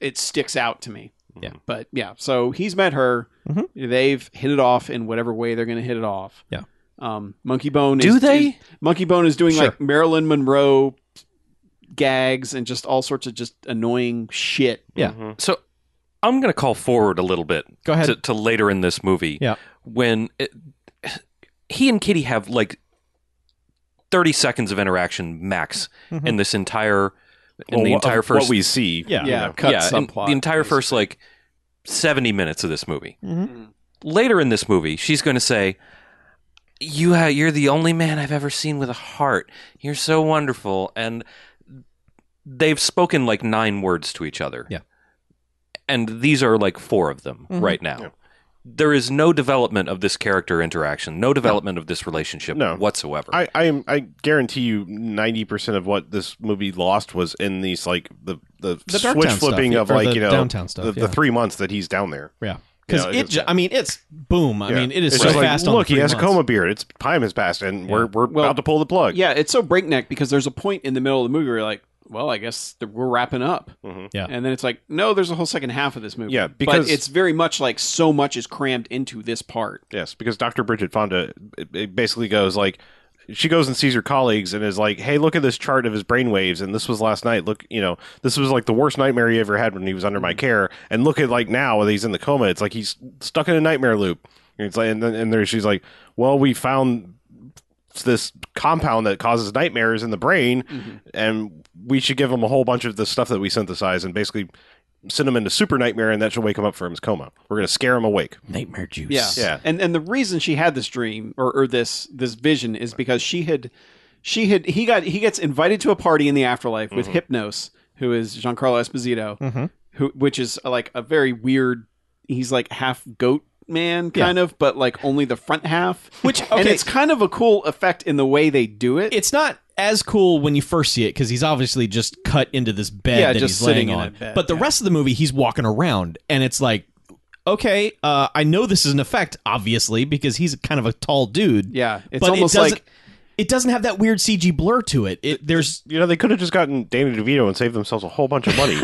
D: it sticks out to me.
A: Yeah.
D: but yeah. So he's met her.
A: Mhm.
D: They've hit it off in whatever way they're going to hit it off.
A: Yeah.
D: Um, Monkey Bone.
E: Do
D: is,
E: they?
D: is- Monkey Bone is doing
A: Sure.
D: like Marilyn Monroe gags and just all sorts of just annoying shit.
A: yeah.
E: So I'm going to call forward a little bit
A: Go ahead.
E: to, to later in this movie.
A: Yeah.
E: When it, he and Kitty have like 30 seconds of interaction max
A: Mhm.
E: in this entire in
C: well,
E: the
C: oh, what-
E: entire
C: of
E: first
C: what we see.
A: Yeah.
D: Yeah,
C: you know.
D: cut
E: yeah, in
D: subplot.
E: the entire
D: basically.
E: first like 70 minutes of this movie.
C: Mm-hmm.
A: Mhm.
E: Later in this movie, she's going to say you ha- you're the only man I've ever seen with a heart. You're so wonderful and they've spoken like nine words to each other.
A: Yeah.
E: And these are like four of them
A: Mhm.
E: right now.
C: Yeah.
E: There is no development of this character interaction, no development of this relationship
C: No.
E: whatsoever.
C: I I, am, I guarantee you ninety percent of what this movie lost was in these like the the,
A: the dark
C: switch
A: town stuff,
C: flipping
A: yeah,
C: of
A: or
C: like
A: the
C: you know
A: downtown stuff
C: the,
A: yeah.
C: the three months that he's down there.
A: Yeah. Because
C: Yeah, I
A: it,
C: guess
A: ju-
C: so.
A: I mean, it's boom. I
C: Yeah.
A: mean, it is
C: It's
A: so
C: just like,
A: fast on the
C: look, he
A: three
C: has
A: months.
C: a coma beard. It's time has passed, and we're we're
D: Well-
C: about to pull the plug.
D: Yeah, it's so breakneck because there's a point in the middle of the movie where you're like, well, I guess that we're wrapping up.
E: Mm-hmm.
C: Mhm.
A: Yeah.
D: And then it's like, no, there's a whole second half of this movie.
C: Yeah, because-
D: but it's very much like so much is crammed into this part.
C: Yes, because Dr. Bridget Fonda it, it basically goes like she goes and sees her colleagues and is like, "Hey, look at this chart of his brainwaves and this was last night. Look, you know, this was like the worst nightmare he ever had when he was under my care. And look at like now that he's in the coma, it's like he's stuck in a nightmare loop." And it's like and then and there she's like, "Well, we found this compound that causes nightmares in the brain and we should give him a whole bunch of the stuff that we synthesize and basically send him into super nightmare and that should wake him up from his coma. We're going to scare him awake."
A: Nightmare juice.
D: Yeah.
C: Yeah.
D: And and the reason she had this dream or, or this this vision is because she had she had he got he gets invited to a party in the afterlife with Hypnos, who is Giancarlo Esposito, who which is like a very weird he's like half goat man kind of, but like only the front half.
A: Which,
D: And
A: okay.
D: it's kind of a cool effect in the way they do it.
A: It's not as cool when you first see it because he's obviously just cut into this bed
D: Yeah,
A: that
D: just
A: he's laying
D: sitting in
A: on.
D: a bed,
A: but the
D: yeah.
A: rest of the movie, he's walking around, and it's like, okay, uh, I know this is an effect, obviously, because he's kind of a tall dude.
D: yeah. It's
A: but
D: almost
A: it doesn't,
D: like
A: it doesn't have that weird CG blur to it. It there's
C: you know, they could have just gotten Danny DeVito and saved themselves a whole bunch of money.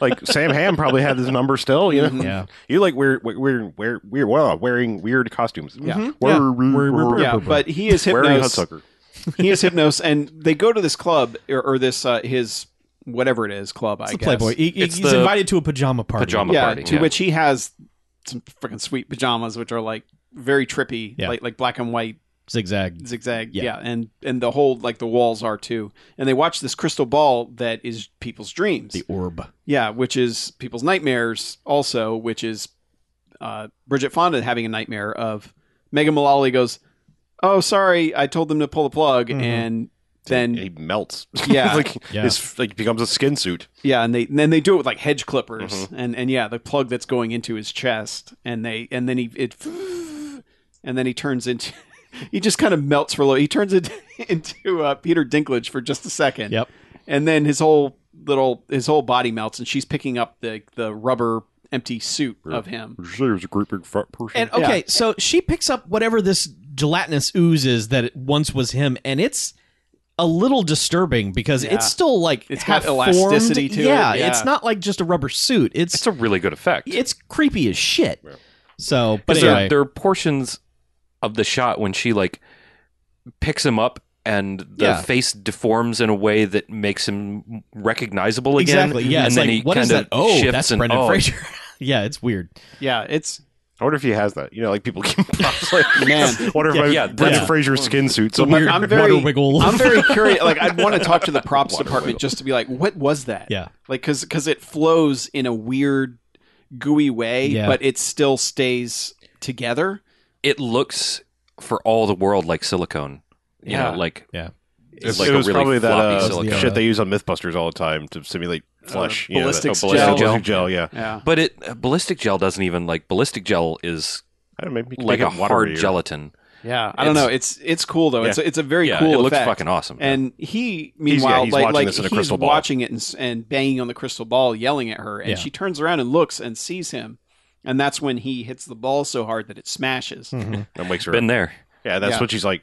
C: like Sam Ham probably had his number still. You know,
A: Mm-hmm. Yeah.
C: You like weird, weird, weird, weird, well, wearing weird costumes.
D: Mm-hmm. Yeah.
A: Yeah.
D: yeah, but he is
C: wearing
D: hypnos.
C: Hudsucker.
D: he is hypnos, and they go to this club or, or this uh, his whatever it is club. I
A: it's a
D: guess
A: Playboy. He- he-
E: It's
A: he's
E: the
A: invited to a pajama party.
E: Pajama
D: yeah,
E: party.
D: to
E: yeah.
D: which he has some freaking sweet pajamas, which are like very trippy,
A: Yeah.
D: like like black and white
A: zigzag.
D: zigzag.
A: Yeah.
D: Yeah. and and the whole like the walls are too, and they watch this crystal ball that is people's dreams.
A: The orb.
D: yeah, which is people's nightmares. Also, which is uh, Bridget Fonda having a nightmare of Megan Mullally goes, "Oh, sorry, I told them to pull the plug,"
A: Mhm.
D: and then
C: he melts.
D: Yeah.
C: like
A: Yeah.
C: it's like becomes a skin suit.
D: Yeah, and they and then they do it with like hedge clippers, and and yeah, the plug that's going into his chest, and they and then he it, and then he turns into, he just kind of melts for a little. He turns it into uh, Peter Dinklage for just a second.
A: Yep.
D: And then his whole little his whole body melts, and she's picking up the the rubber empty suit of him.
C: There's a great big fat person.
A: And okay, so she picks up whatever this gelatinous ooze is that it once was him, and it's a little disturbing because
D: Yeah.
A: it's still like
D: It's
A: half
D: got elasticity
A: formed.
D: to it,
A: yeah,
D: yeah.
A: it's not like just a rubber suit. It's
E: It's a really good effect.
A: it's creepy as shit.
C: Yeah.
A: So, but
E: 'Cause there-
A: anyway,
E: there, are portions of the shot when she like picks him up and the
A: Yeah.
E: face deforms in a way that makes him recognizable again.
A: exactly. Yeah,
E: and
A: it's
E: then
A: like
E: he
A: what is
E: kinda
A: that? Oh,
E: shifts
A: that's
E: and,
A: Brendan
E: oh,
A: Fraser. yeah, it's weird.
D: Yeah, it's
C: I wonder if he has that. You know, like people keep like,
D: Man.
C: wonder if
A: Yeah,
C: my
E: yeah,
C: Brendan
A: yeah.
C: Fraser skin suit. So
A: The weird
C: I'm,
D: I'm very-
A: water wiggle.
D: I'm very curious. Like, I'd want to talk to the props department just to be like, what was that?
A: yeah,
D: Like, cause, 'cause it flows in a weird, gooey way,
A: Yeah.
D: but it still stays together.
E: It looks for all the world like silicone. You
D: Yeah.
E: know, like
A: Yeah.
E: It's
C: it's
E: like
C: it
E: a
C: was
E: really
C: probably that
E: floppy
C: uh,
E: silicone.
C: shit they use on MythBusters all the time to simulate flesh. you know, that-
D: ballistics
C: oh, ballistic
D: gel.
C: ballistic gel. Yeah,
D: Yeah.
E: But it uh, ballistic gel doesn't even like ballistic gel is
C: I don't know, maybe you can
E: like
C: make
E: a
C: it
E: hard
C: watery or-
E: gelatin.
D: Yeah. I don't know. It's, it's cool though. It's, it's a very
E: yeah,
D: cool
E: it looks
D: effect.
E: fucking awesome.
D: And he, meanwhile,
C: he's
D: like,
C: watching
D: like
C: this in a
D: he's
C: crystal ball.
D: watching it and, s- and banging on the crystal ball, yelling at her. And
A: Yeah.
D: she turns around and looks and sees him. And that's when he hits the ball so hard that it smashes.
C: That wakes her up.
E: been there.
C: Yeah, that's
D: Yeah.
C: what she's like.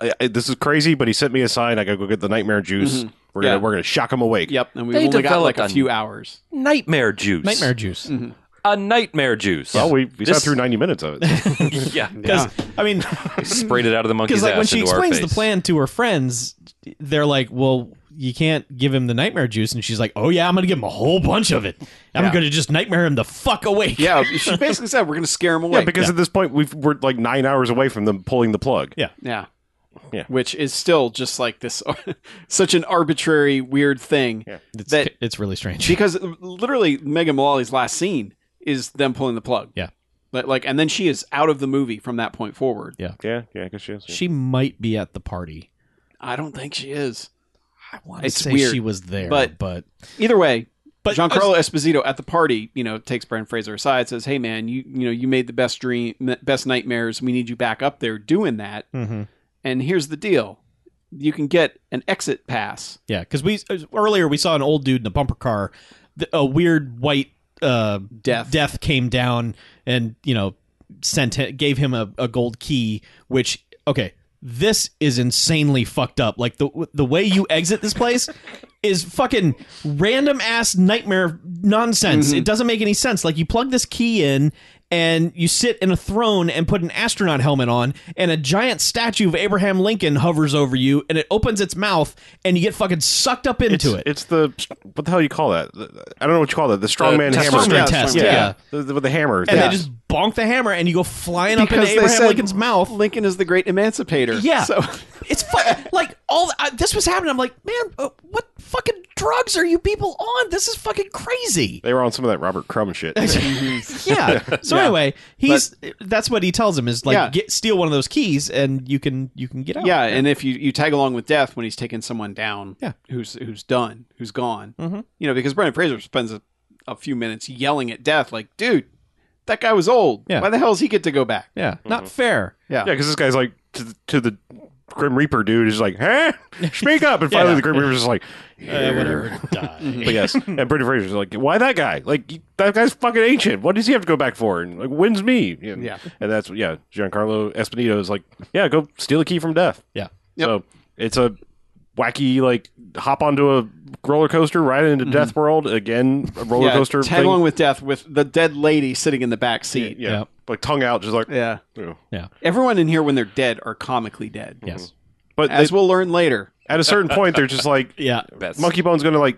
C: I, I, this is crazy, but he sent me a sign. I gotta go get the nightmare juice. We're gonna
D: Yeah.
C: we're gonna shock him awake.
D: Yep. And we've
E: They
D: only got like
E: developed
D: a
E: a-
D: few hours.
E: Nightmare juice.
A: nightmare juice.
E: A nightmare juice.
C: Well, we, we
E: This-
C: sat through ninety minutes of it.
E: yeah.
A: Because I mean,
E: Sprayed it out of the monkey's
A: because like
E: ass
A: when she
E: into our
A: explains the
E: face.
A: plan to her friends, they're like, "Well, you can't give him the nightmare juice," and she's like, "Oh yeah, I'm gonna give him a whole bunch of it. I'm
D: Yeah.
A: gonna just nightmare him the fuck awake."
D: Yeah. She basically said, we're going to scare him away.
C: yeah, because at this point we've, we're like nine hours away from them pulling the plug.
A: Yeah.
D: Yeah.
C: Yeah.
D: Which is still just like this, such an arbitrary, weird thing.
C: Yeah.
A: it's,
D: that-
A: it's really strange.
D: Because literally, Megan Mullally's last scene is them pulling the plug.
A: Yeah.
D: But like, and then she is out of the movie from that point forward.
C: yeah, yeah. I guess she is.
A: she might be at the party.
D: I don't think she is.
A: I want to
D: It's
A: say
D: weird,
A: she was there,
D: but-
A: but but,
D: Either way,
A: but
D: Giancarlo Esposito at the party, you know, takes Brent Fraser aside, says, "Hey, man, you you know, you made the best dream, best nightmares. We need you back up there doing that.
A: Mhm.
D: And here's the deal: you can get an exit pass.
A: Yeah, because we uh, earlier we saw an old dude in a bumper car. Th- A weird white uh,
D: Death.
A: death came down and you know sent it, gave him a, a gold key. Which okay, this is insanely fucked up. Like the the way you exit this place is fucking random ass nightmare nonsense. It doesn't make any sense. Like you plug this key in. And you sit in a throne and put an astronaut helmet on, and a giant statue of Abraham Lincoln hovers over you, and it opens its mouth, and you get fucking sucked up into
C: it's,
A: it.
C: It's the what the hell you call that? The- I don't know what you call that. The strongman
E: The
C: hammer.
E: test.
A: Strongman Uh, test, yeah.
C: The, the- with the hammer.
A: and
C: yeah.
A: they just bonk the hammer, and you go flying up
D: Because
A: into
D: they
A: Abraham
D: said-
A: Lincoln's mouth.
D: Lincoln is the great emancipator.
A: Yeah.
D: So
A: It's fu- like all the, I, this was happening. I'm like, man, uh, what fucking drugs are you people on? This is fucking crazy.
C: they were on some of that Robert Crumb shit.
A: Yeah. So anyway, he's that's what he tells him is like
D: Yeah.
A: get steal one of those keys and you can you can get out.
D: yeah, and if you you tag along with death when he's taking someone down,
A: Yeah. Mm-hmm.
D: who's who's done, who's gone. You know, because Brent Fraser spends a, a few minutes yelling at death, like, dude, that guy was old.
A: Yeah.
D: Why the hell does he get to go back?
A: Yeah.
C: Mm-hmm.
A: Not fair.
D: Yeah.
C: Yeah, because this guy's like to, the- to the Grim Reaper dude is like, huh? Speak up! And finally, the Grim Reaper's just like,
A: whatever. Die.
C: but yes. And Brendan Fraser's like, why that guy? Like he- that guy's fucking ancient. What does he have to go back for? And like, wins me. And,
D: Yeah.
C: And that's yeah. Giancarlo Esposito is like, yeah, go steal a key from death.
A: yeah.
D: Yep.
C: So it's a wacky like hop onto a roller coaster right into death world again. A roller
D: Mm-hmm. yeah,
C: coaster
D: tag
C: thing.
D: along with death with the dead lady sitting in the back seat.
C: yeah.
A: Yep.
C: Like tongue out, just like.
D: Yeah.
C: "Ew."
A: Yeah.
D: Everyone in here when they're dead are comically dead.
A: Yes.
E: Mm-hmm.
C: But
D: As
C: they-
D: we'll learn later.
C: at a certain point, they're just like,
A: Yeah.
E: That's-
C: Monkey Bone's gonna like,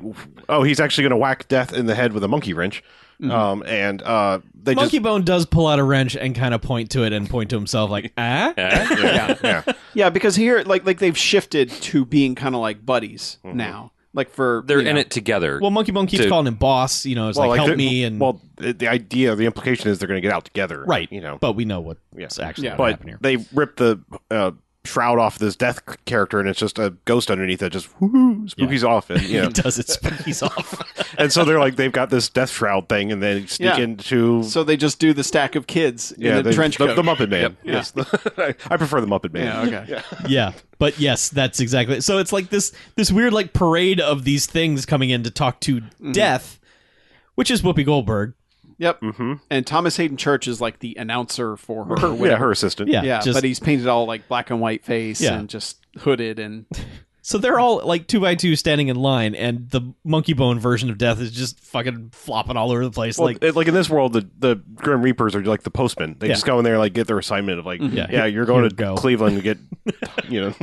C: oh, he's actually gonna whack Death in the head with a monkey wrench,
D: Mm-hmm.
C: um, and uh, they
A: Monkey Bone does pull out a wrench and kind of point to it and point to himself like, ah,
E: Yeah.
C: just, yeah, yeah.
D: Yeah, because here like like they've shifted to being kind of like buddies now. Like for
E: Mm-hmm. They're
D: you know,
E: in it together.
A: Well, Monkey Bone keeps
E: Dude.
A: calling him boss. You know, it's like, help
C: the-
A: me and
C: well, the, the idea, the implication is they're gonna get out together,
A: right.
C: You know,
A: but we know what's
C: Yes.
A: actually
D: Yeah.
A: gonna
C: but
A: happen here.
C: they rip the uh, shroud off this Death c- character, and it's just a ghost underneath it, just woo, spookies off, and you know,
A: does it spookies off.
C: and so they're like, they've got this Death shroud thing, and they sneak
D: Yeah.
C: into.
D: so they just do the stack of kids in the
C: they-
D: trench
C: the,
D: coat.
C: the Muppet Man. Yes, I prefer the Muppet Man.
D: yeah, okay.
A: yeah, but yes, that's exactly. So it's like this this weird like parade of these things coming in to talk to
C: Mm-hmm.
A: death, which is Whoopi Goldberg.
D: Yep. Mm-hmm. And Thomas Hayden Church is like the announcer for her. or
C: Mm. yeah,
D: whatever.
C: her assistant.
A: Yeah,
D: Yeah,
A: just-
D: but he's painted all like black and white face
A: Yeah.
D: and just hooded and
A: So they're all like two by two standing in line, and the monkey bone version of death is just fucking flopping all over the place.
C: Well,
A: like,
C: it- like in this world, the, the Grim Reapers are like the postmen. They
A: Yeah.
C: just go in there like get their assignment of like,
A: Yeah.
C: yeah, you're going
A: Here
C: to
A: we go.
C: Cleveland to get, you know,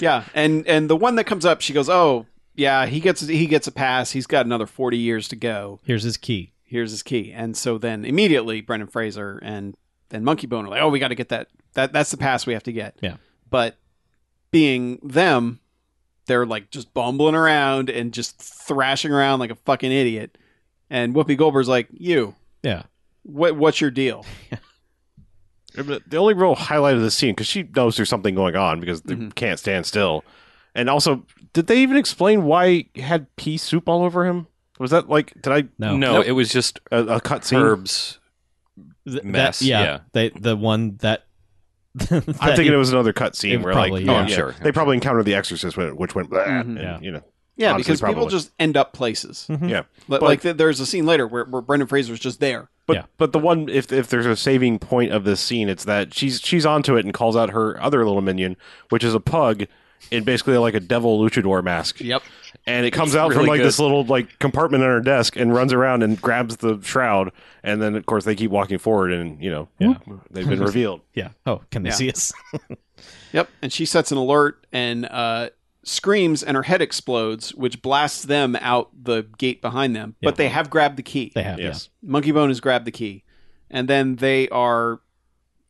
D: yeah, and and the one that comes up, she goes, "Oh, yeah, he gets he gets a pass. He's got another forty years to go.
A: here's his key.
D: Here's his key." And so then immediately Brendan Fraser and then Monkey Bone are like, "Oh, we got to get that that that's the pass we have to get."
A: Yeah.
D: but being them, they're like just bumbling around and just thrashing around like a fucking idiot. And Whoopi Goldberg's like, "You,
A: Yeah.
D: what what's your deal?"
C: the only real highlight of the scene because she knows there's something going on because they
D: Mhm.
C: can't stand still. And also, did they even explain why he had pea soup all over him? Was that like did I
A: No.
E: no,
C: Nope.
E: it was just
C: a, a cut scene?
E: herbs.
A: Th-
E: Mess,
A: That, yeah,
E: yeah.
A: They, the one that.
C: I'm thinking it was another cut
A: it
C: scene where
A: probably-
C: like
A: yeah.
C: oh,
E: I'm
C: yeah.
E: sure.
C: they probably encountered the Exorcist when it, which went blah, and,
A: Yeah.
C: you know
D: Yeah,
C: Honestly,
D: because people
C: probably.
D: just end up places.
A: Mhm.
C: yeah.
D: But,
C: But-
D: like, th- there's a scene later where, where Brendan Fraser's just there.
C: But
A: Yeah.
C: but the one if if there's a saving point of this scene, it's that she's she's onto it and calls out her other little minion, which is a pug in basically like a devil luchador mask.
D: Yep.
C: And it comes out from
E: really
C: like
E: good.
C: this little like compartment on her desk and runs around and grabs the shroud and then of course they keep walking forward and you know
A: Yeah.
C: whoop, they've been revealed.
A: Yeah. Oh, can they
D: Yeah.
A: see us?
D: Yep. And she sets an alert and uh, screams, and her head explodes, which blasts them out the gate behind them.
A: Yeah.
D: But they have grabbed the key.
A: They have.
C: Yes.
D: Monkey Bone has grabbed the key. And then they are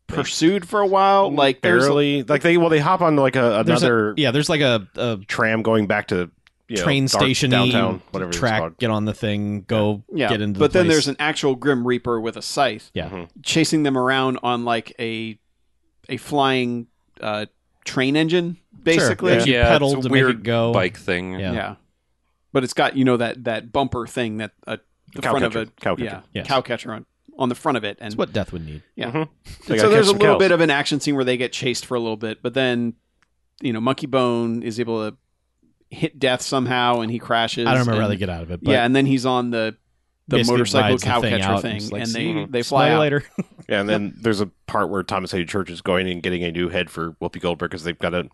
D: pursued for a while. Oh, Like, there's. a-
C: Barely like they well they hop on like a,
A: Yeah. There's a-
C: another
A: yeah. There's like a, a
C: tram going back to you know,
A: train
C: dark
A: station
C: downtown whatever it's
A: track.
C: called.
A: Get on the thing. Go
D: Yeah.
A: get into.
D: but
A: the
D: then
A: place.
D: there's an actual Grim Reaper with a scythe
A: Yeah.
C: Mm-hmm.
D: chasing them around on, like, a, a flying uh, train engine, basically.
A: Sure. Yeah. You
E: Yeah,
A: pedal
E: it's a
A: to make it
E: weird
A: go.
E: bike thing.
A: Oh. Yeah.
D: Yeah. But it's got, you know, that that bumper thing that uh, the
C: Cow
D: front of
C: catcher.
D: a
C: Cow catcher.
D: yeah,
A: Yes.
D: cow catcher on on the front of it and
A: That's what death would need.
D: yeah.
C: Mhm. They
D: And
C: gotta
D: so
C: catch
D: there's a
C: some
D: little
C: cows.
D: bit of an action scene where they get chased for a little bit, but then you know, Monkey Bone is able to hit death somehow and he crashes.
A: I don't remember
D: and,
A: how they get out of it. But
D: Yeah, and then he's on the the
A: basically
D: motorcycle
A: rides the
D: cow
A: thing
D: catcher
A: out
D: thing
A: and it's
D: and,
A: like,
D: they
A: "See you
D: they
A: smile
D: fly out.
A: later.
C: Yeah, and then there's a part where Thomas Hayden Church is going and getting a new head for Whoopi Goldberg because they've got a,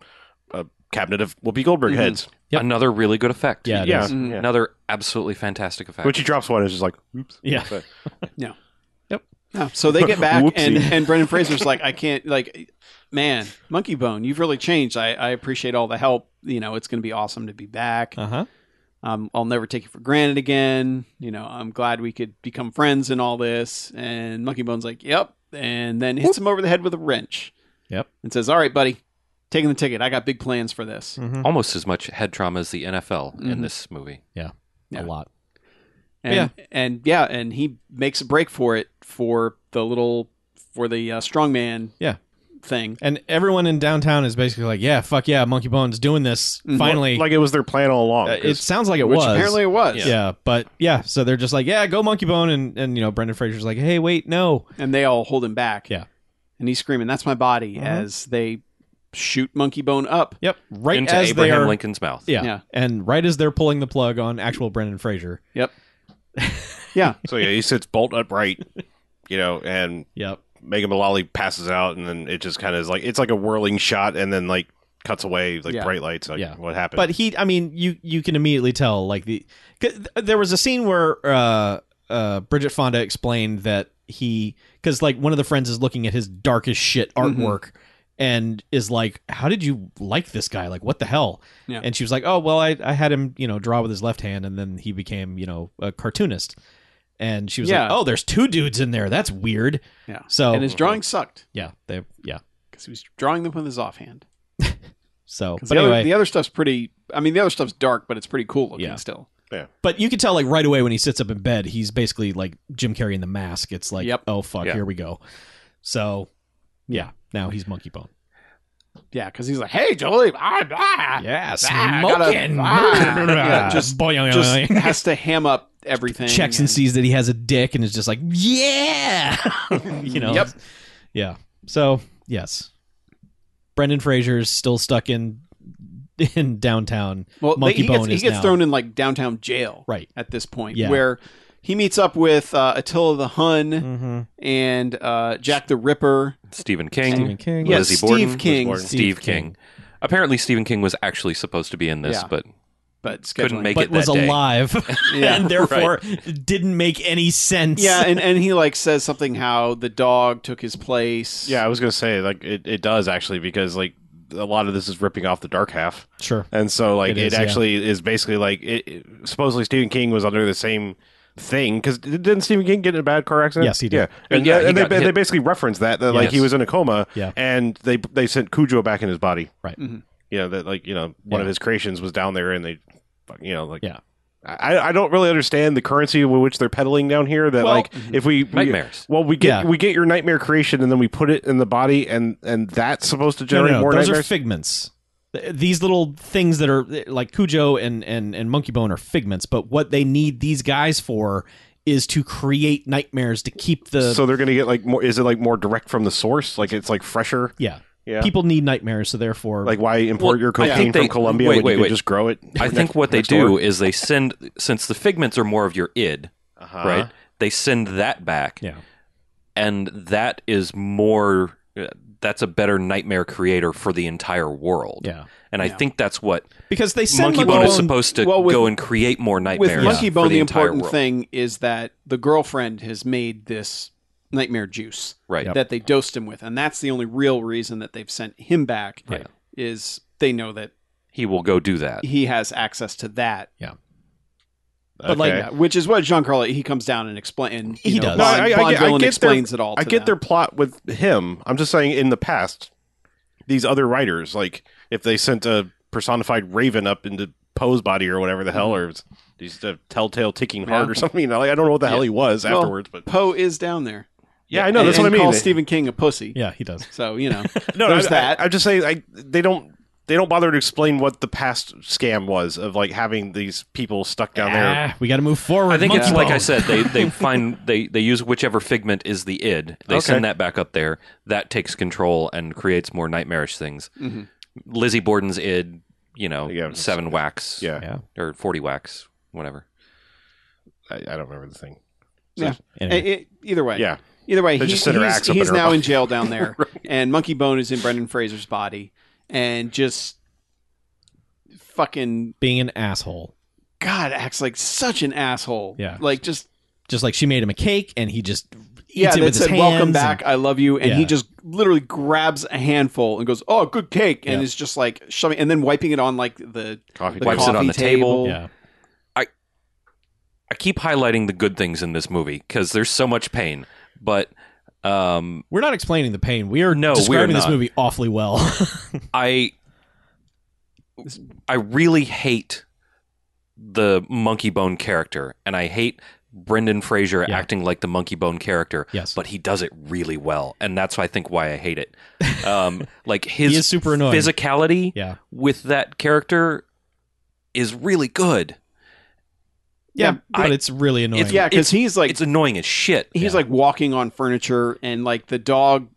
C: a cabinet of Whoopi Goldberg
D: Mhm.
C: heads.
A: Yep.
E: Another really good effect.
A: Yeah. it
C: Yeah,
A: is.
D: Mhm.
C: yeah.
E: Another absolutely fantastic effect.
C: Which he drops one and is just like, oops.
A: Yeah.
C: But-
D: Yeah, so they get back and
C: Whoopsie.
D: and Brendan Fraser's like, I can't like man, Monkey Bone, you've really changed. I, I appreciate all the help. You know, it's gonna be awesome to be back.
A: Uh huh.
D: um, I'll never take you for granted again. You know, I'm glad we could become friends and all this. And Monkey Bone's like, yep. And then hits him over the head with a wrench.
A: Yep.
D: And says, all right, buddy, taking the ticket. I got big plans for this.
A: Mm. Mm-hmm.
E: Almost as much head trauma as the NFL
D: Mhm.
E: in this movie.
D: Yeah.
A: A lot.
D: And,
A: Yeah.
D: And yeah, and he makes a break for it for the little, for the uh, strongman
A: Yeah.
D: thing.
A: And everyone in downtown is basically like, yeah, fuck yeah, Monkey Bone's doing this.
D: Mhm.
A: Finally.
C: like it was their plan all along.
A: Uh, it
C: 'cause-
A: sounds like it
D: which
A: was.
D: apparently it was.
A: yeah. but yeah, so they're just like, yeah, go Monkey Bone, and and you know Brendan Fraser's like, hey, wait, no,
D: And they all hold him back.
A: Yeah.
D: And he's screaming, that's my body
A: Mhm.
D: as they shoot Monkey Bone up.
A: yep, right
E: Into
A: as
E: Abraham
A: they are,
E: Lincoln's mouth.
A: yeah.
D: Yeah.
A: and right as they're pulling the plug on actual Brendan Fraser,
C: so yeah, he sits bolt upright, you know, and
A: yep,
C: Megan Mullally passes out, and then it just kind of is like, it's like a whirling shot and then like cuts away, like
D: Yeah.
C: bright lights. Like,
A: Yeah.
C: what happened?
A: but he, I mean, you you can immediately tell like the 'cause there was a scene where uh uh Bridget Fonda explained that he because like one of the friends is looking at his darkest shit
D: Mhm.
A: artwork. And is like, how did you like this guy? Like, what the hell?
D: Yeah.
A: And she was like, oh well, I, I had him, you know, draw with his left hand, and then he became, you know, a cartoonist. And she was
D: Yeah.
A: like, oh, there's two dudes in there. That's weird.
D: Yeah.
A: So
D: And his drawing sucked
A: yeah, they yeah.
D: because he was drawing them with his offhand.
A: So,
D: 'Cause
A: but
D: the,
A: anyway,
D: other, the other stuff's pretty. I mean, the other stuff's dark, but it's pretty cool looking
A: Yeah.
D: still.
A: but you can tell like right away when he sits up in bed, he's basically like Jim Carrey in the mask. It's like,
D: Yep.
A: oh fuck,
E: Yeah.
A: here we go. So, yeah, now he's Monkey Bone.
D: Yeah, because he's like, "Hey, Jolie, ah, ah."
A: Yeah,
D: I gotta-
A: smoking.
D: ah. Yeah, just-
A: boing,
D: just
A: boing.
D: has to ham up everything.
A: checks and sees that he has a dick and is just like, yeah, you know.
D: Yep.
A: Yeah. So yes, Brendan Fraser's still stuck in in downtown.
D: Well, they-
A: Monkey
D: he gets,
A: Bone
D: he
A: is
D: gets
A: now-
D: thrown in like downtown jail
A: Right.
D: at this point,
A: Yeah.
D: where he meets up with uh, Attila the Hun
A: Mm-hmm.
D: and uh, Jack the Ripper.
E: Stephen King.
A: Stephen King.
E: Lizzie
D: Steve
E: Borden.
D: King.
E: Steve King. Apparently, Stephen King was actually supposed to be in this,
D: Yeah.
E: but
D: but
E: couldn't
D: scheduling-
E: make
A: but
E: it that
A: was
E: day.
A: alive
D: Yeah,
A: and therefore didn't make any sense.
D: Yeah, and, and he like says something how the dog took his place.
C: Yeah, I was gonna say like it, it does actually because like a lot of this is ripping off the dark half,
A: sure.
C: and so like it,
A: It is, yeah.
C: actually is basically like it, it- supposedly Stephen King was under the same thing because didn't Stephen King get in a bad car accident?
A: Yes, he did.
C: Yeah, and,
E: Yeah, he
C: and they,
E: got hit.
C: they basically referenced that that like he
E: Yes.
C: was in a coma.
A: Yeah.
C: and they they sent Cujo back in his body.
A: Right.
E: Mm-hmm.
D: Mhm.
C: You know that like you know one of
A: Yeah.
C: his creations was down there, and they fuck- you know like
A: Yeah.
C: I, I don't really understand the currency with which they're peddling down here. That
A: Well-
C: like if we, we
E: mm-hmm. Nightmares.
C: well, we get
A: Yeah.
C: we get your nightmare creation, and then we put it in the body, and and that's supposed to
A: No, no,
C: generate
A: no,
C: more
A: those are
C: nightmares.
A: figments. Th- These little things that are eh, like Cujo and, and, and Monkey Bone are figments, but what they need these guys for is to create nightmares to keep the
C: so they're gonna get like more. Is it like more direct from the source? Like it's like fresher.
A: yeah.
C: Yeah.
A: People need nightmares, so therefore
C: Like why import
E: Well,
C: your
E: I
C: cocaine
E: think
C: from
E: they-
C: Colombia
E: wait,
C: when
E: wait,
C: you could
E: wait.
C: just grow it?
E: I think what they
C: next
E: do
C: door?
E: is they send since the figments are more of your id,
C: Uh-huh.
E: right? They send that back,
A: Yeah.
E: and that is more. uh, That's a better nightmare creator for the entire world.
A: yeah.
E: and I
D: Yeah.
E: think that's what
A: Because they send
E: Monkey
A: Monkey
E: Bone is
A: Bone-
E: supposed to
D: well, with-
E: go and create more
D: With
E: nightmares.
D: Monkey
E: for
D: Bone, the,
E: entire
D: important
E: world.
D: thing is that the girlfriend has made this nightmare juice
E: right?
A: Yep.
D: that they dosed him with, and that's the only real reason that they've sent him back.
E: Right.
D: Is they know that
E: He will go do that.
D: he has access to that,
A: but, like,
C: Okay.
D: yeah, which is what Giancarlo he comes down and explain. and, you
A: He
D: know,
A: does.
D: Bond,
C: No, I- I-
D: Bond
C: I get- I
D: villain
C: get their-
D: explains it all.
C: I
D: to
C: get their
D: them.
C: plot with him. I'm just saying in the past, these other writers, like if they sent a personified raven up into Poe's body or whatever the hell, or it's- these uh, telltale ticking heart or something. You know, like, I don't know what the hell he was
D: Well,
C: afterwards, but
D: Poe is down there.
C: yeah, I know that's
D: and,
C: what I
D: and
C: mean.
D: Calls
C: They-
D: Stephen King a pussy.
A: Yeah, he does.
D: So you know,
C: no,
D: there's
C: I,
D: that.
C: I, am just saying, I they don't they don't bother to explain what the past scam was of like having these people stuck down there.
A: Ah, we got to move forward.
E: I think it's
A: Monkey
E: like I
A: Bone.
E: said. They they find they they use whichever figment is the id. They send that back up there. That takes control and creates more nightmarish things.
D: Mhm.
E: Lizzie Borden's id, you know,
C: Yeah, it's-
E: seven wax,
C: Yeah,
A: Yeah.
E: or forty wax, whatever.
C: I, I don't remember the thing.
A: Anyway.
D: it, it- either way,
C: Yeah,
D: Either way,
C: They
D: he-
C: just sent her
D: he's,
C: axe up
D: he's
C: in her
D: now
C: body.
D: in jail down there, and Monkey Bone is in Brendan Fraser's body, and just fucking
A: being an asshole.
D: God acts like such an asshole.
A: Yeah.
D: like just
A: Just like she made him a cake and he just eats
D: yeah,
A: it
D: that
A: with his
D: said,
A: hands.
D: "Welcome
A: and-
D: back, I love you," and he
A: Yeah.
D: just literally grabs a handful and goes, "Oh, good cake," and
A: Yeah.
D: is just like shoving, and then wiping it on like the,
C: coffee.
D: the
E: Wipes
C: table.
E: it on
D: coffee
E: the table.
A: yeah.
E: I keep highlighting the good things in this movie because there's so much pain, but um,
A: We're not explaining the pain. We are
E: No, we are
A: describing this
E: not.
A: movie awfully well.
E: I I really hate the monkey bone character, and I hate Brendan Fraser
A: Yeah.
E: acting like the monkey bone character.
A: Yes.
E: but he does it really well, and that's I think why I hate it. Um, like his
A: He is super annoying.
E: physicality
A: yeah.
E: with that character is really good.
A: Yeah,
D: Yeah,
A: but
E: I-
A: it's really annoying.
E: It's-
D: yeah, because he's like
E: It's annoying as shit.
D: he's like walking on furniture and like the dog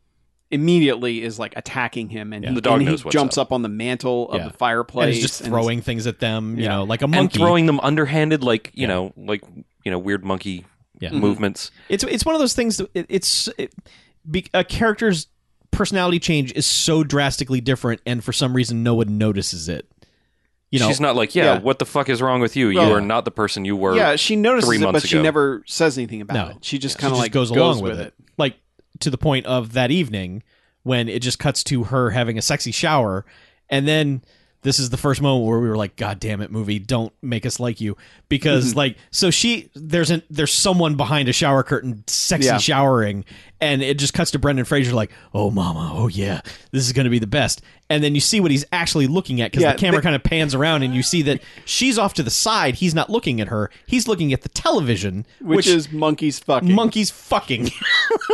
D: immediately is like attacking him and
A: Yeah.
D: he,
E: The dog
D: and he
E: knows what's
D: jumps up. on the mantle of
A: Yeah.
D: the fireplace
A: and he's just
D: and-
A: throwing things at them, you
D: Yeah.
A: know, like a
E: and
A: monkey.
E: throwing them underhanded, like you
A: Yeah.
E: know, like you know, weird monkey
A: Yeah.
D: Mhm.
E: movements.
A: it's it's one of those things that it, it's it, be, a character's personality change is so drastically different and for some reason no one notices it. You know.
E: She's not like, yeah,
D: Yeah.
E: what the fuck is wrong with you?
D: Well-
E: you are not the person you were.
D: yeah, she notices
E: three
D: it,
E: months
D: but she
E: ago.
D: never says anything about
A: No.
D: it. She just
A: She
D: kind of
A: just
D: like
A: goes along with
D: it.
A: it. like to the point of that evening when it just cuts to her having a sexy shower and then this is the first moment where we were like god damn it movie don't make us like you because
D: Mm-hmm.
A: like so she there's an there's someone behind a shower curtain sexy
D: Yeah.
A: showering and it just cuts to Brendan Fraser like oh mama oh yeah this is going to be the best and then you see what he's actually looking at cuz
D: Yeah,
A: the camera
D: the-
A: kind of pans around and you see that she's off to the side he's not looking at her he's looking at the television
D: Which, is monkeys fucking.
A: monkeys fucking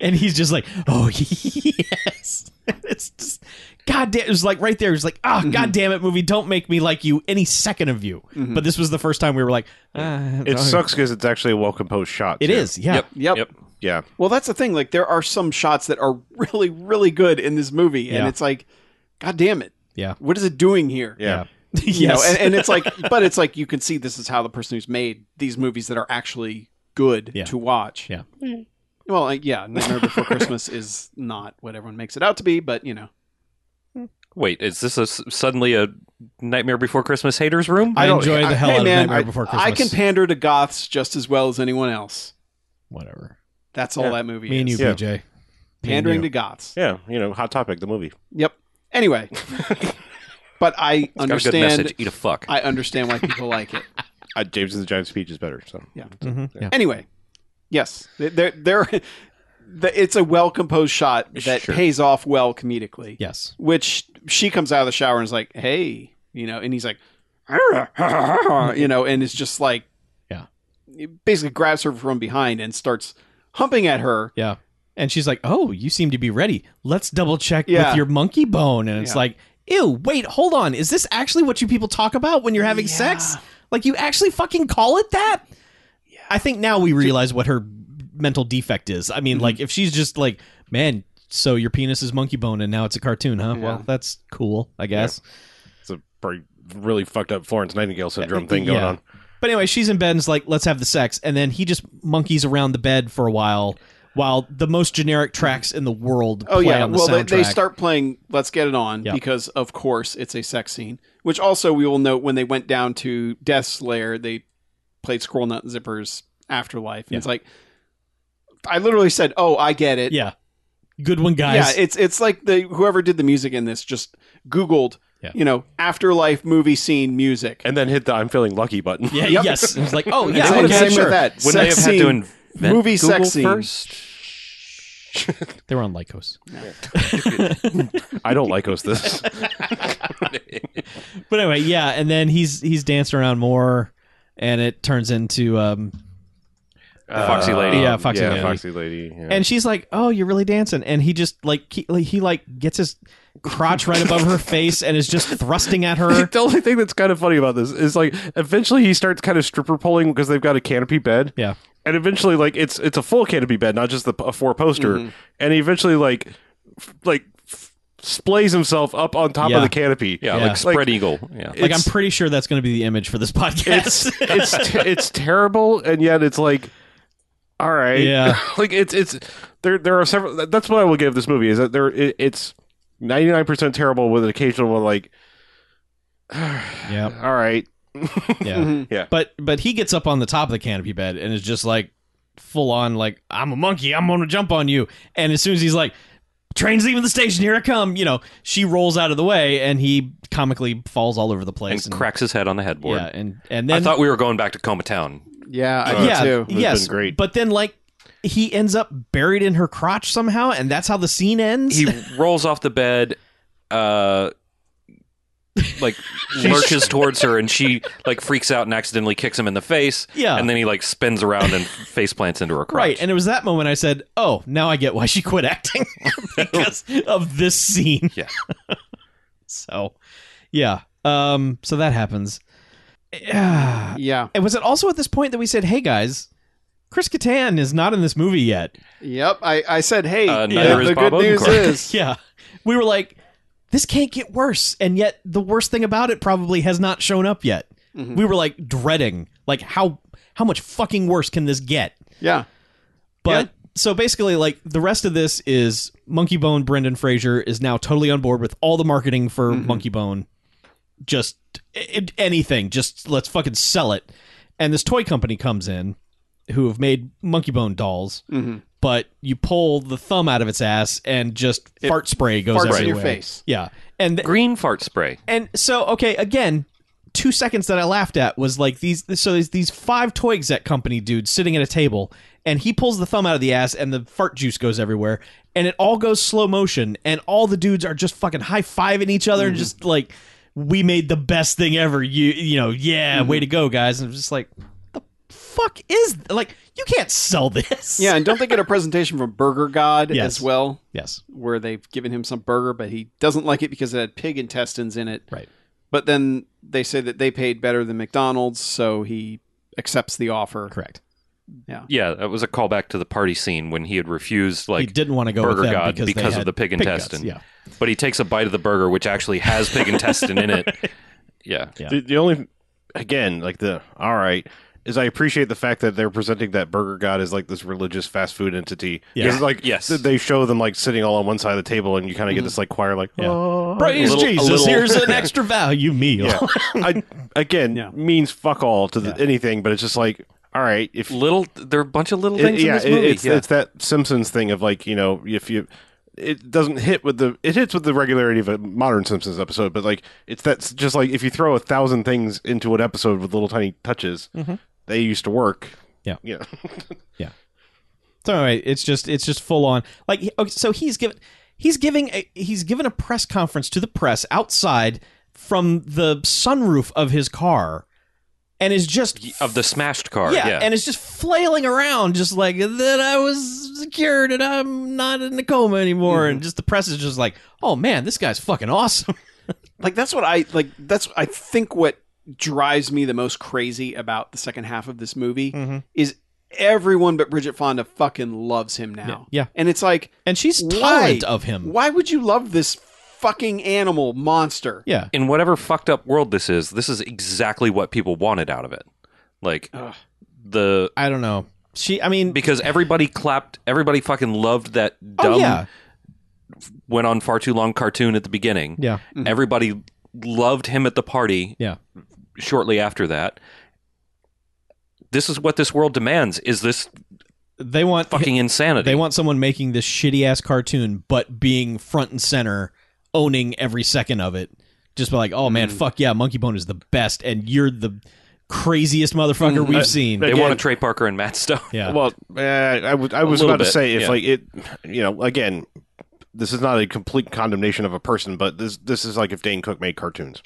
A: and he's just like oh yes it's just god damn it was like right there it was like
D: Mm-hmm.
A: oh god damn it movie don't make me like you any second of you
D: Mm-hmm.
A: but this was the first time we were like ah,
C: It sucks because it's actually a well composed shot.
A: it
C: too.
A: is yeah
E: Yep.
D: Yep.
E: Yep.
C: Yeah.
D: Well, that's the thing. Like, there are some shots that are really, really good in this movie, and
A: Yeah.
D: it's like, God damn it,
A: yeah
D: what is it doing here?
C: Yeah.
D: You know, and, and it's like, but it's like you can see this is how the person who's made these movies that are actually good
A: Yeah.
D: to watch.
A: Yeah.
D: Well, like, yeah, Nightmare Before Christmas is not what everyone makes it out to be, but you know,
E: Wait, is this a, s- suddenly a Nightmare Before Christmas haters room?
A: I
C: don't-
A: enjoy
C: I-
A: the hell
D: hey,
A: out
D: man,
A: of Nightmare
D: I-
A: Before Christmas.
D: I can pander to goths just as well as anyone else.
A: Whatever.
D: That's all
C: Yeah.
D: that movie
A: Me and you,
D: is.
C: Yeah.
A: PJ. Me and
D: Pandering
A: you.
D: to goths.
C: Yeah, you know, Hot Topic, the movie.
D: Yep. Anyway, but I
E: Got a good
D: understand.
E: message. Eat a fuck.
D: I understand why people like it.
C: Uh, James and the Giant speech is better. So
A: Mhm, yeah.
D: Anyway, yes, there, there, the- it's a well composed shot that
C: Sure.
D: pays off well comedically.
A: Yes.
D: Which she comes out of the shower and is like, "Hey," you know, and he's like, you know, and it's just like,
A: Yeah.
D: basically grabs her from behind and starts humping at her.
A: Yeah. And she's like, "Oh, you seem to be ready. Let's double check
D: Yeah.
A: with your monkey bone." And it's
D: Yeah.
A: like, "Ew, wait, hold on. Is this actually what you people talk about when you're having sex?
D: Yeah.
A: Like you actually fucking call it that?" I think now we realize what her mental defect is. I mean,
D: Mm-hmm.
A: like if she's just like, "Man, so your penis is monkey bone and now it's a cartoon, huh?" Well, that's cool, I guess.
C: it's a pretty, really fucked up Florence Nightingale syndrome thing going
A: Uh, Yeah.
C: on.
A: But anyway, she's in bed and is like, let's have the sex. And then he just monkeys around the bed for a while while the most generic tracks in the world
D: Oh
A: play
D: yeah,
A: on the
D: well they, they
A: soundtrack.
D: start playing "Let's Get It On"
A: Yeah.
D: because of course it's a sex scene. Which also we will note when they went down to Death's Lair, they played Scroll Nut Zippers Afterlife, and it's like I literally said, "Oh, I get it."
A: Yeah. Good one,
D: yeah.
A: guys.
D: It's it's like the whoever did the music in this just Googled,
A: Yeah.
D: you know, Afterlife movie scene music.
C: And then hit the I'm feeling lucky button.
A: yeah,
D: Yep.
A: yes. It's like, oh, yeah,
D: It's
A: okay,
D: like, same
A: sure.
D: with that.
E: Wouldn't
D: sex
E: they have had to
D: scene.
E: invent
D: movie
E: Google
D: sex scene.
E: first?
A: They were on Lycos.
C: I don't like host this.
A: But anyway, yeah, and then he's he's dancing around more and it turns into um
E: Foxy Lady.
A: Yeah, Foxy
C: yeah,
A: Lady.
C: Foxy Lady. yeah.
A: and she's like, "Oh, you're really dancing." And he just like he, he like gets his crotch right above her face and is just thrusting at her.
C: the only thing that's kind of funny about this is like eventually he starts kind of stripper pulling because they've got a canopy bed.
A: Yeah.
C: And eventually, like it's it's a full canopy bed, not just the, a four poster.
A: Mm-hmm.
C: And he eventually, like, f- like f- splays himself up on top
A: Yeah.
C: of the canopy.
E: Yeah,
A: Yeah.
E: like spread eagle. Yeah.
A: Like
C: It's-
A: I'm pretty sure that's going to be the image for this podcast.
C: it's t- it's terrible, and yet it's like, all right,
A: Yeah.
C: like it's it's there there are several. that- That's what I will give this movie is that there it, it's ninety nine percent terrible with an occasional one like,
A: yeah,
C: all right,
A: yeah.
D: Mhm.
A: But but he gets up on the top of the canopy bed and is just like full on like I'm a monkey. I'm going to jump on you. And as soon as he's like train's leaving the station, here I come. You know, she rolls out of the way and he comically falls all over the place
E: And cracks his head on the headboard.
A: Yeah, and and then
E: I thought we were going back to Coma Town.
D: Yeah, I do
A: Uh, yeah,
D: too.
C: been
A: yes,
C: great.
A: But then like he ends up buried in her crotch somehow, and that's how the scene ends.
E: He rolls off the bed, uh, like lurches towards her, and she like freaks out and accidentally kicks him in the face.
A: Yeah.
E: and then he like spins around and face plants into her crotch.
A: Right, and it was that moment I said, "Oh, now I get why she quit acting because of this scene."
E: Yeah.
A: so, yeah. Um. So that happens. Yeah.
D: Yeah.
A: And was it also at this point that we said, "Hey guys, Chris Kattan is not in this movie yet"?
D: Yep. I, I said, hey,
E: Uh,
D: the-
E: neither
D: the,
E: is
D: good
E: Bob
D: news
E: Odenkirk.
D: is,
A: Yeah. We were like, "This can't get worse," and yet the worst thing about it probably has not shown up yet.
D: Mhm.
A: We were like dreading, like how how much fucking worse can this get?
D: yeah,
A: But so basically, like the rest of this is Monkey Bone. Brendan Fraser is now totally on board with all the marketing for
D: Mm-hmm.
A: Monkey Bone. Just i i- anything, just let's fucking sell it. And this toy company comes in, who have made Monkey Bone dolls,
D: Mhm.
A: but you pull the thumb out of its ass and just
D: It
A: fart spray goes
D: farts in
A: everywhere.
D: your face.
A: Yeah, and th-
E: Green fart spray.
A: and so okay, again, two seconds that I laughed at was like these. So there's these five toy exec company dudes sitting at a table, and he pulls the thumb out of the ass, and the fart juice goes everywhere, and it all goes slow motion, and all the dudes are just fucking high fiving each other,
E: Mm-hmm.
A: and just like, we made the best thing ever. You you know, yeah,
E: Mm-hmm.
A: way to go, guys. And I'm just like, the fuck is like you can't sell this.
D: Yeah, and don't they get a presentation from Burger God
A: Yes.
D: as well,
A: Yes.
D: where they've given him some burger, but he doesn't like it because it had pig intestines in it.
A: Right.
D: But then they say that they paid better than McDonald's, so he accepts the offer.
A: Correct.
E: Yeah, that was a callback to the party scene when he had refused like
A: he didn't want to go
E: Burger
A: with them
E: God
A: because, they
E: because of
A: had
E: the pig
A: guts.
E: intestine.
A: Yeah.
E: But he takes a bite of the burger, which actually has pig intestine in it. Yeah.
A: Yeah.
C: The, the only again like the all right is I appreciate the fact that they're presenting that Burger God as like this religious fast food entity.
A: Yeah.
C: 'Cause, like
E: Yes.
C: th- they show them like sitting all on one side of the table, and you kind of get this like choir like
A: Mm-hmm. Yeah.
C: "Oh."
A: Praise
E: little- a
A: Jesus!
E: little-
A: Here's an extra value meal.
C: Yeah. I, again
D: Yeah.
C: means fuck all to the,
A: Yeah.
C: anything, but it's just like all right if
E: Little, there are a bunch of little
C: It-
E: things in this
C: it-
E: movie.
C: it's
E: yeah.
C: it's that Simpsons thing of like you know if you it doesn't hit with the it hits with the regularity of a modern Simpsons episode, but like it's that's just like if you throw a thousand things into an episode with little tiny touches,
E: Mm-hmm.
C: they used to work.
A: Yeah.
C: yeah.
A: So anyway, it's just it's just full on. Like he- okay, so he's given he's giving a, he's given a press conference to the press outside from the sunroof of his car, and is just
E: of the smashed car.
A: yeah,
E: Yeah,
A: and it's just flailing around, just like that. I was secured and I'm not in a coma anymore,
E: Mm-hmm.
A: and just the press is just like, oh man, this guy's fucking awesome.
D: like that's what I like. That's I think what drives me the most crazy about the second half of this movie
A: Mhm.
D: is everyone but Bridget Fonda fucking loves him now.
A: Yeah, yeah.
D: and it's like,
A: And she's
D: Why?
A: tolerant of him.
D: why would you love this fucking animal monster?
A: Yeah,
E: in whatever fucked up world this is, this is exactly what people wanted out of it. Like
D: Ugh.
E: the
A: I don't know. She, I mean,
E: because everybody clapped, everybody fucking loved that dumb
A: oh yeah,
E: went on far too long cartoon at the beginning.
A: yeah,
E: Everybody loved him at the party.
A: Yeah.
E: Shortly after that, this is what this world demands: is this
A: they want
E: fucking insanity?
A: They want someone making this shitty ass cartoon, but being front and center, owning every second of it. Just be like, oh man, fuck yeah, Monkey Bone is the best, and you're the craziest motherfucker
E: Mm,
A: we've
E: uh,
A: seen.
E: They
C: Again-
E: want a Trey Parker and Matt Stone.
A: yeah,
C: Well, uh, I was I was
E: little
C: about to
E: bit,
C: say if
E: yeah.
C: like it, you know, again, this is not a complete condemnation of a person, but this this is like if Dane Cook made cartoons.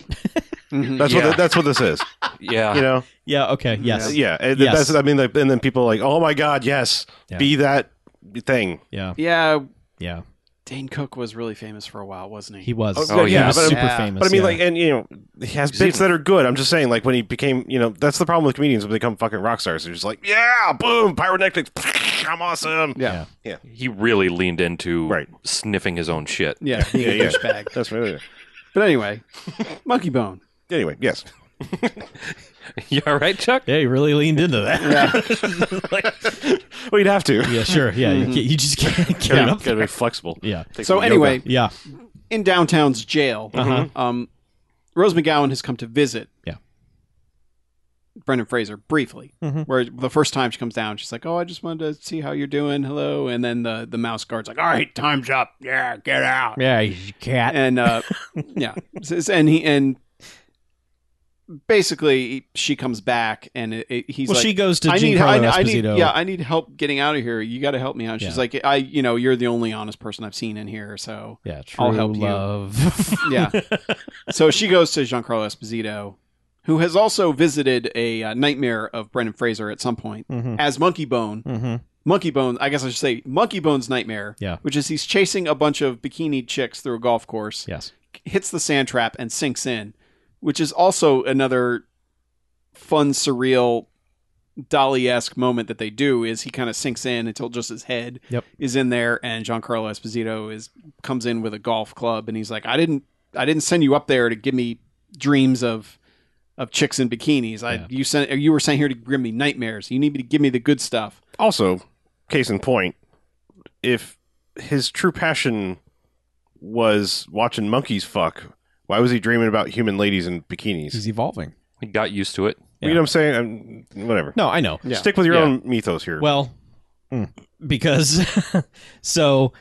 D: Mhm.
C: That's
E: Yeah.
C: what the, that's what this is.
E: yeah.
C: You know,
A: yeah, okay, yes, yeah,
C: yeah. and
A: Yes.
C: That's I mean, like, and then people are like, oh my god, yes,
A: Yeah.
C: be that thing.
A: yeah,
D: yeah.
A: yeah.
D: Dane Cook was really famous for a while, wasn't he?
A: He was,
C: Oh,
A: he
C: yeah,
A: was
C: but I'm-
A: super
D: yeah,
A: famous.
C: But I mean,
A: yeah.
C: like, and you know, he has bits that are good. I'm just saying, like, when he became, you know, that's the problem with comedians when they become fucking rock stars. They're just like, yeah, boom, pyrotechnics, I'm awesome.
D: yeah.
A: Yeah.
E: He really leaned into
C: Right.
E: sniffing his own shit.
D: Yeah, being
C: Yeah,
D: a
C: yeah.
D: douchebag.
C: That's really.
D: But anyway, Monkey Bone.
C: Anyway, yes.
E: you all right, Chuck?
A: yeah, he really leaned into that.
C: Well, you'd have to.
A: yeah, sure, yeah, you, can't- you just can't get it
C: Gotta,
A: up.
C: gotta be flexible.
A: Yeah,
C: Take
D: So
C: some yoga.
D: anyway,
A: yeah,
D: in downtown's jail, um, Rose McGowan has come to visit.
A: Uh-huh. Yeah.
D: Brendan Fraser briefly,
A: Mm-hmm.
D: where the first time she comes down, she's like, "Oh, I just wanted to see how you're doing. Hello." And then the the mouse guard's like, "All right, time's up. Yeah, get out."
A: yeah, you cat.
D: And uh, yeah, S- s- and he and basically she comes back and it, it- he's
A: Well,
D: like,
A: she goes to
D: I need, I,
A: Giancarlo
D: I need,
A: Esposito.
D: yeah, I need help getting out of here. You got to help me out. She's
A: Yeah.
D: like, I, you know, you're the only honest person I've seen in here. So
A: yeah,
D: I'll
A: true
D: help you.
A: love.
D: yeah. so she goes to Giancarlo Esposito, who has also visited a uh, nightmare of Brendan Fraser at some point
A: Mhm.
D: as Monkey Bone.
A: mm-hmm.
D: Monkey Bone, I guess I should say Monkey Bone's nightmare.
A: Yeah.
D: Which is he's chasing a bunch of bikini chicks through a golf course,
A: Yes,
D: hits the sand trap, and sinks in, which is also another fun, surreal. Dolly esque moment that they do is he kind of sinks in until just his head
A: Yep.
D: is in there, and Giancarlo Esposito is comes in with a golf club, and he's like, "I didn't, I didn't send you up there to give me dreams of of chicks in bikinis. I
A: Yeah.
D: you sent you were sent here to give me nightmares. You need me to give me the good stuff."
C: also, case in point, if his true passion was watching monkeys fuck, why was he dreaming about human ladies in bikinis?
A: he's evolving.
E: He got used to it.
C: You know what I'm saying? i whatever.
A: No, I know.
D: Yeah.
C: Stick with your
E: Yeah.
C: own mythos here.
A: Well, because so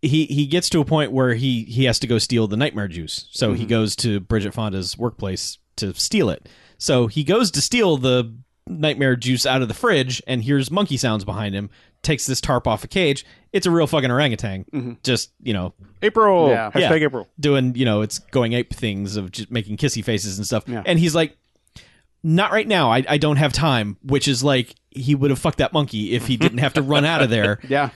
A: he he gets to a point where he he has to go steal the nightmare juice. So he goes to Bridget Fonda's workplace to steal it. So he goes to steal the nightmare juice out of the fridge and hears monkey sounds behind him. Takes this tarp off a cage. It's a real fucking orangutan. Just you know,
C: April.
D: Yeah.
C: Hashtag
A: Yeah.
C: April.
A: doing you know it's going ape things of just making kissy faces and stuff
D: Yeah.
A: and he's like not right now I, I don't have time which is like he would have fucked that monkey if he didn't have to run out of there
D: Yeah,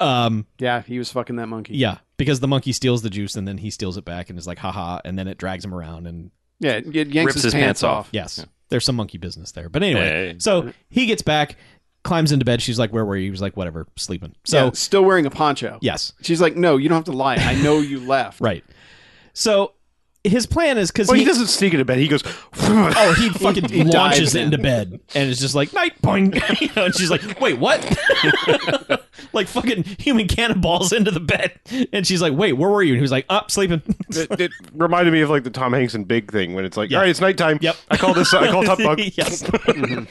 A: um
D: yeah, he was fucking that monkey.
A: yeah because the monkey steals the juice and then he steals it back and is like haha and then it drags him around and
D: yeah, it it yanks
E: Rips
D: his,
E: his
D: pants,
E: pants
D: off.
A: yes there's some monkey business there but anyway
E: Hey.
A: so he gets back climbs into bed she's like where were you he was like whatever sleeping so
D: Yeah, still wearing a poncho.
A: yes
D: she's like, "No, you don't have to lie. I know you left."
A: Right. So his plan is because
C: Well,
A: he,
C: he doesn't sneak into bed. He goes,
A: oh he fucking
D: he
A: launches
D: dives
A: it
D: in.
A: into bed and it's just like night boing. you know, and she's like, wait, what? like fucking human cannonballs into the bed, and she's like, wait, where were you? And he was like, up sleeping.
D: Uh,
C: it, it reminded me of like the Tom Hanks and Big thing when it's like,
A: Yeah.
C: all right, it's nighttime.
A: Yep.
C: I call this. I call Top Bug.
A: yes.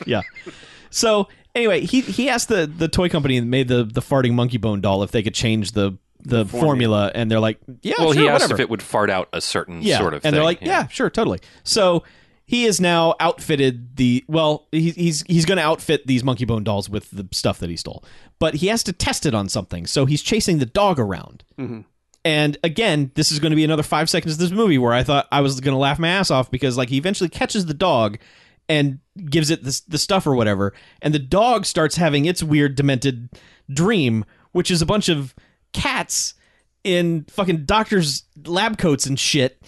A: yeah. So anyway, he he asked the the toy company that made the the farting monkey bone doll if they could change the the formula, and they're like, yeah,
E: well,
A: sure,
E: he asked
A: whatever.
E: if it would fart out a certain
A: yeah,
E: sort of
A: and they're
E: thing,
A: like, yeah. sure, totally. So he is now outfitted the well, he, he's he's going to outfit these monkey bone dolls with the stuff that he stole, but he has to test it on something. So he's chasing the dog around.
E: Mm-hmm.
A: And again, this is going to be another five seconds of this movie where I thought I was going to laugh my ass off because like he eventually catches the dog and gives it this the stuff or whatever, and the dog starts having its weird demented dream, which is a bunch of cats in fucking doctors lab coats and shit.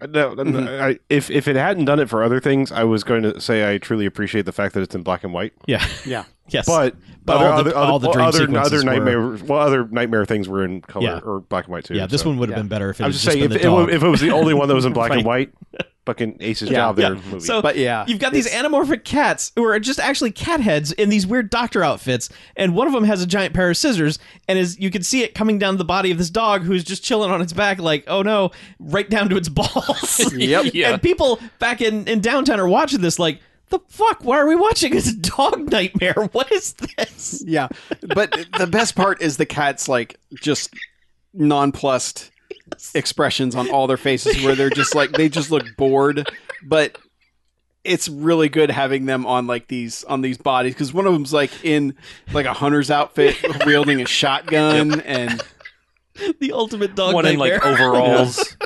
C: No, no, no,
A: Mm-hmm.
C: I, if if it hadn't done it for other things, I was going to say I truly appreciate the fact that it's in black and white.
A: Yeah.
D: Yeah.
A: Yes.
C: But,
A: But all the- all the
C: well,
A: dream
C: other,
A: sequences
C: other
A: were-
C: nightmare, well, other nightmare things were in color
A: Yeah.
C: or black and white too.
A: yeah, this
C: so.
A: one would have been better if it
C: I'm
A: was
C: just
A: just,
C: saying,
A: been
C: if
A: the
C: it, wa-
A: dog.
C: if it was the only one that was in black and
A: Right.
C: white, fucking Ace's
D: Yeah.
C: job there.
A: Yeah.
C: Movie.
A: So,
D: But yeah,
A: you've got these anamorphic cats who are just actually cat heads in these weird doctor outfits, and one of them has a giant pair of scissors, and as you can see it coming down the body of this dog who's just chilling on its back, like oh no, right down to its balls.
D: Yep.
E: Yeah.
A: And people back in in downtown are watching this, like the fuck? Why are we watching this dog nightmare? What is this?
D: Yeah, but the best part is the cat's like just nonplussed expressions on all their faces, where they're just like they just look bored. But it's really good having them on like these on these bodies because one of them's like in like a hunter's outfit, wielding a shotgun, and
A: The ultimate dog
E: one in
A: nightmare.
E: like overalls.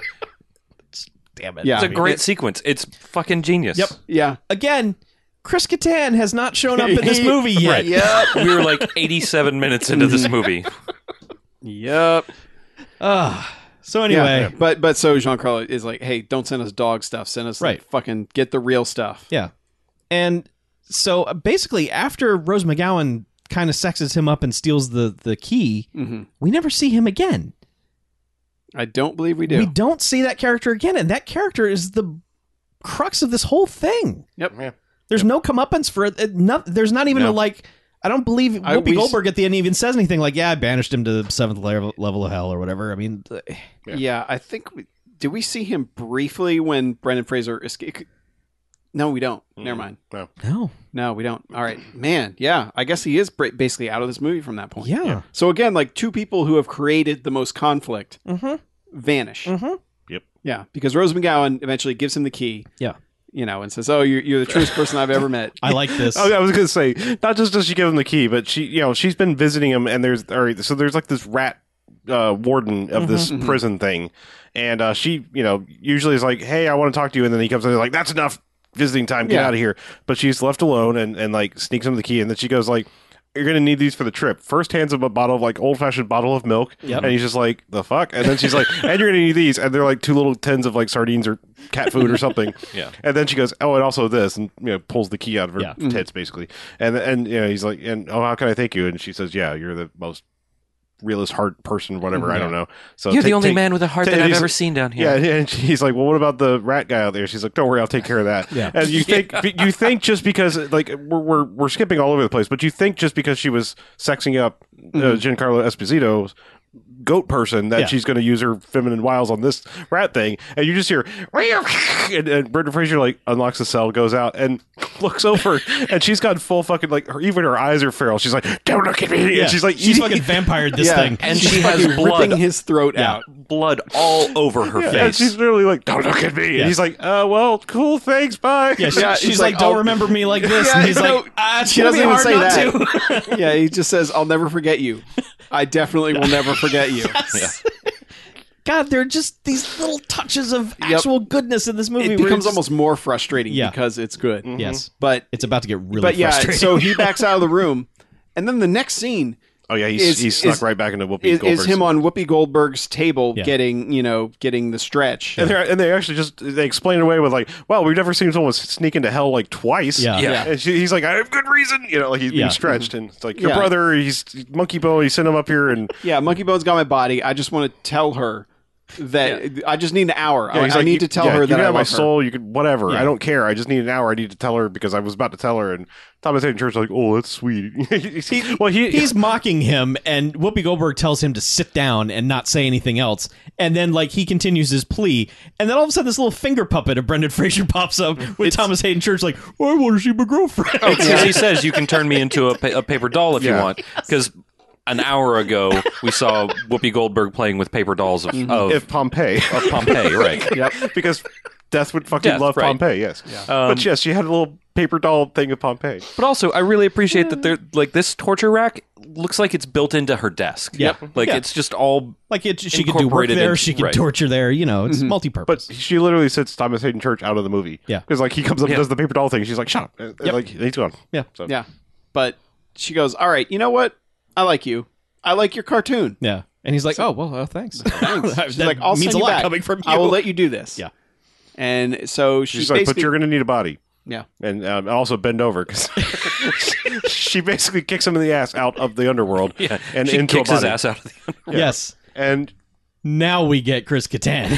A: Damn it.
D: yeah,
E: It's a great
D: It-
E: sequence. It's fucking genius.
A: Yep.
D: yeah,
A: Again, Chris Kattan has not shown up in this movie yet.
E: Right. we were like 87 minutes into this movie.
D: yep.
A: Ah. so anyway,
D: Yeah. But but so Jean Carlo is like, hey, don't send us dog stuff. Send us
A: Right.
D: like, fucking get the real stuff.
A: Yeah. And so uh, basically, after Rose McGowan kind of sexes him up and steals the, the key,
D: Mhm.
A: we never see him again.
D: I don't believe we do.
A: We don't see that character again. And that character is the crux of this whole thing.
D: Yep.
C: Yeah.
A: There's no comeuppance for it. it. No, there's not even a
E: No.
A: like. I don't believe
D: I-
A: Whoopi
D: we s-
A: Goldberg at the end even says anything like, "Yeah, I banished him to the seventh level, level of hell" or whatever. I mean, th-
C: Yeah.
D: Yeah, I think we do we see him briefly when Brendan Fraser escaped? No, we don't. Never mind.
A: no,
D: No, we don't. All right, man. Yeah, I guess he is bra- basically out of this movie from that point.
A: yeah,
D: So again, like two people who have created the most conflict
A: Mhm.
D: vanish.
A: Mhm.
C: Yep.
D: Yeah, because Rose McGowan eventually gives him the key.
A: Yeah.
D: You know, and says, "Oh, you're, you're the truest person I've ever met."
A: I like this.
C: Oh, I was gonna say, not just does she give him the key, but she, you know, she's been visiting him, and there's all right. So there's like this rat uh, warden of this prison thing, and uh, she, you know, usually is like, "Hey, I want to talk to you," and then he comes in and like, "That's enough visiting time. Get
D: Yeah.
C: out of here." But she's left alone and and like sneaks him the key, and then she goes like. You're gonna need these for the trip. First, hands him a bottle of like old fashioned bottle of milk,
A: Yep.
C: and he's just like, "The fuck!" And then she's like, "And you're gonna need these," and they're like two little tins of like sardines or cat food or something.
E: Yeah.
C: And then she goes, "Oh, and also this," and you know, pulls the key out of her
A: Yeah.
E: Mm-hmm.
C: tits basically. And and you know, he's like, "And oh, how can I thank you?" And she says, "Yeah, you're the most realist heart person, whatever. I don't know." So
E: Mm-hmm. You're
C: take-
E: the only
C: take-
E: man with a heart
C: take-
E: that I've
C: he's-
E: ever seen down
C: Yeah,
E: here.
C: and- and he's like, "Well, what about the rat guy out there?" She's like, "Don't worry, I'll take care of that."
A: Yeah.
C: And you think you think just because like we're, we're we're skipping all over the place, but you think just because she was sexing up uh, Giancarlo Esposito's goat person that
A: Mm-hmm. Yeah.
C: she's going to use her feminine wiles on this rat thing, and you just hear and, and Brendan Fraser like unlocks the cell, goes out, and looks over, and she's got full fucking like her, even her eyes are feral. She's like, "Don't look at me,"
A: Yeah.
C: and she's like,
A: she's
C: eating-
A: fucking vampired this
D: Yeah.
A: thing.
E: And
D: She's
E: she has
D: fucking ripping
E: blood,
D: his throat out.
E: blood all over her
C: Yeah, and
E: face.
C: she's literally like, "Don't look at me,"
A: Yeah.
C: and he's like, "Uh, well, cool, thanks, bye."
A: Yeah, she,
D: Yeah,
A: she's,
D: he's
A: like,
D: like,
A: "Don't
D: "Oh."
A: remember me like this,"
D: Yeah,
A: and he's
D: no, uh,
A: like, ah,
D: she doesn't even say that.
A: To.
D: yeah, he just says, "I'll never forget you. I definitely will never forget you."
A: God, there are just these little touches of
D: Yep.
A: actual goodness in this movie.
D: It
A: where
D: becomes
A: it's-
D: almost more frustrating
A: Yeah.
D: because it's good.
E: Mm-hmm.
A: yes.
D: But
A: It's about to get really
D: but yeah,
A: frustrating.
D: so he backs out of the room, and then the next scene
C: Oh yeah, he's,
D: is-
C: he's snuck
D: is-
C: right back into Whoopi
D: is, is
C: Goldberg's-
D: him on Whoopi Goldberg's table
A: Yeah.
D: getting you know getting the stretch.
C: And, they're, and they actually just they explain it away with like, well, we've never seen someone sneak into hell like twice.
A: Yeah.
E: Yeah.
C: And she, he's like, I have good reason, you know, like he's
A: Yeah.
C: being stretched, and it's like your
D: Yeah.
C: brother, he's monkey bone, he sent him up here, and
D: Yeah, Monkey Bone's got my body. I just want to tell her that I just need an hour.
C: Yeah,
D: I,
C: he's
D: Oh, I
C: like,
D: need
C: you-
D: to tell
C: yeah,
D: her
C: you
D: that
C: can
D: I
C: have
D: love
C: my
D: her.
C: soul. You can whatever.
A: Yeah.
C: I don't care. I just need an hour. I need to tell her because I was about to tell her, and Thomas Hayden Church was like, "Oh, that's sweet." He's- well, he,
A: He's mocking him, and Whoopi Goldberg tells him to sit down and not say anything else. And then, like, he continues his plea, and then all of a sudden, this little finger puppet of Brendan Fraser pops up with Thomas Hayden Church, like, "I want to see my girlfriend."
D: Oh.
E: Because he says you can turn me into a, pa- a paper doll if
C: Yeah.
E: you want. Because an hour ago we saw Whoopi Goldberg playing with paper dolls of, of,
C: Mm-hmm. if Pompeii.
D: Oh,
E: of Pompeii, right?
C: yep. Because Death would fucking
E: Death,
C: love
E: right.
C: Pompeii. Yes.
E: Um,
C: but yes, she had a little paper doll thing of Pompeii.
E: But also, I really appreciate that they're like this torture rack looks like it's built into her desk.
A: Yeah.
E: like
A: Yeah.
E: it's just all
A: like, it, she could do work
E: Incorporated
A: there,
E: in-
A: she could
E: right.
A: torture there. You know,
D: Mm-hmm.
A: it's
C: But
A: multi-purpose.
C: she literally sits Thomas Hayden Church out of the movie.
A: Yeah.
C: Because like he comes up
E: Yeah.
C: and does the paper doll thing. She's like, "Shut up!" And,
A: Yep.
C: Like he's gone.
A: Yeah.
C: So
D: Yeah. But she goes, All right, you know what? I like you. I like your cartoon.
A: yeah, and he's like, "Oh well, uh, thanks."
D: She's
A: That
D: like, I'll
A: means
D: send
A: a
D: you
A: lot
D: back.
A: coming from you.
D: I will let you do this.
A: Yeah.
D: And so she
C: she's like,
D: basically,
C: "But you're gonna need a body."
D: yeah,
C: and um, and also bend over because she basically kicks him in the ass out of the underworld
E: yeah.
C: and
E: she
C: into
E: kicks
C: a
E: his
C: body.
E: ass out of the.
A: Yes,
C: And
A: now we get Chris Kattan.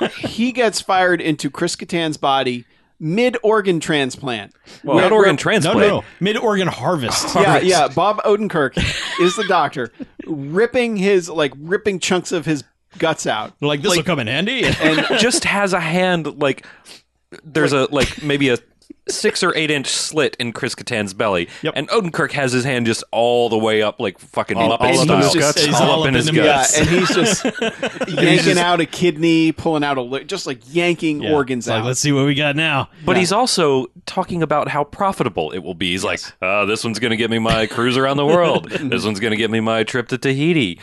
D: yep. he gets fired into Chris Kattan's body mid organ transplant. Where-
E: not
D: where-
E: organ
A: no,
E: transplant.
A: no, mid organ harvest.
D: Yeah, yeah. Bob Odenkirk is the doctor, ripping his like ripping chunks of his guts out.
A: They're like, "This will come in handy."
E: and just has a hand like there's a like maybe a six or eight inch slit in Chris Kattan's belly,
A: Yep.
E: and Odenkirk has his hand just all the way up like fucking
C: All-
E: Muppet
C: all
E: style,
C: up in his
A: guts. He's all
E: all
A: up
E: up in
A: in
E: his
A: them guts.
E: guts.
D: Yeah, and he's just yanking out a kidney, pulling out a li- just like yanking
A: Yeah.
D: organs
A: It's like,
D: out.
A: Let's see what we got now.
E: But he's also talking about how profitable it will be. He's like, "Ah, this one's going to get me my cruise around the world. this one's going to get me my trip to Tahiti.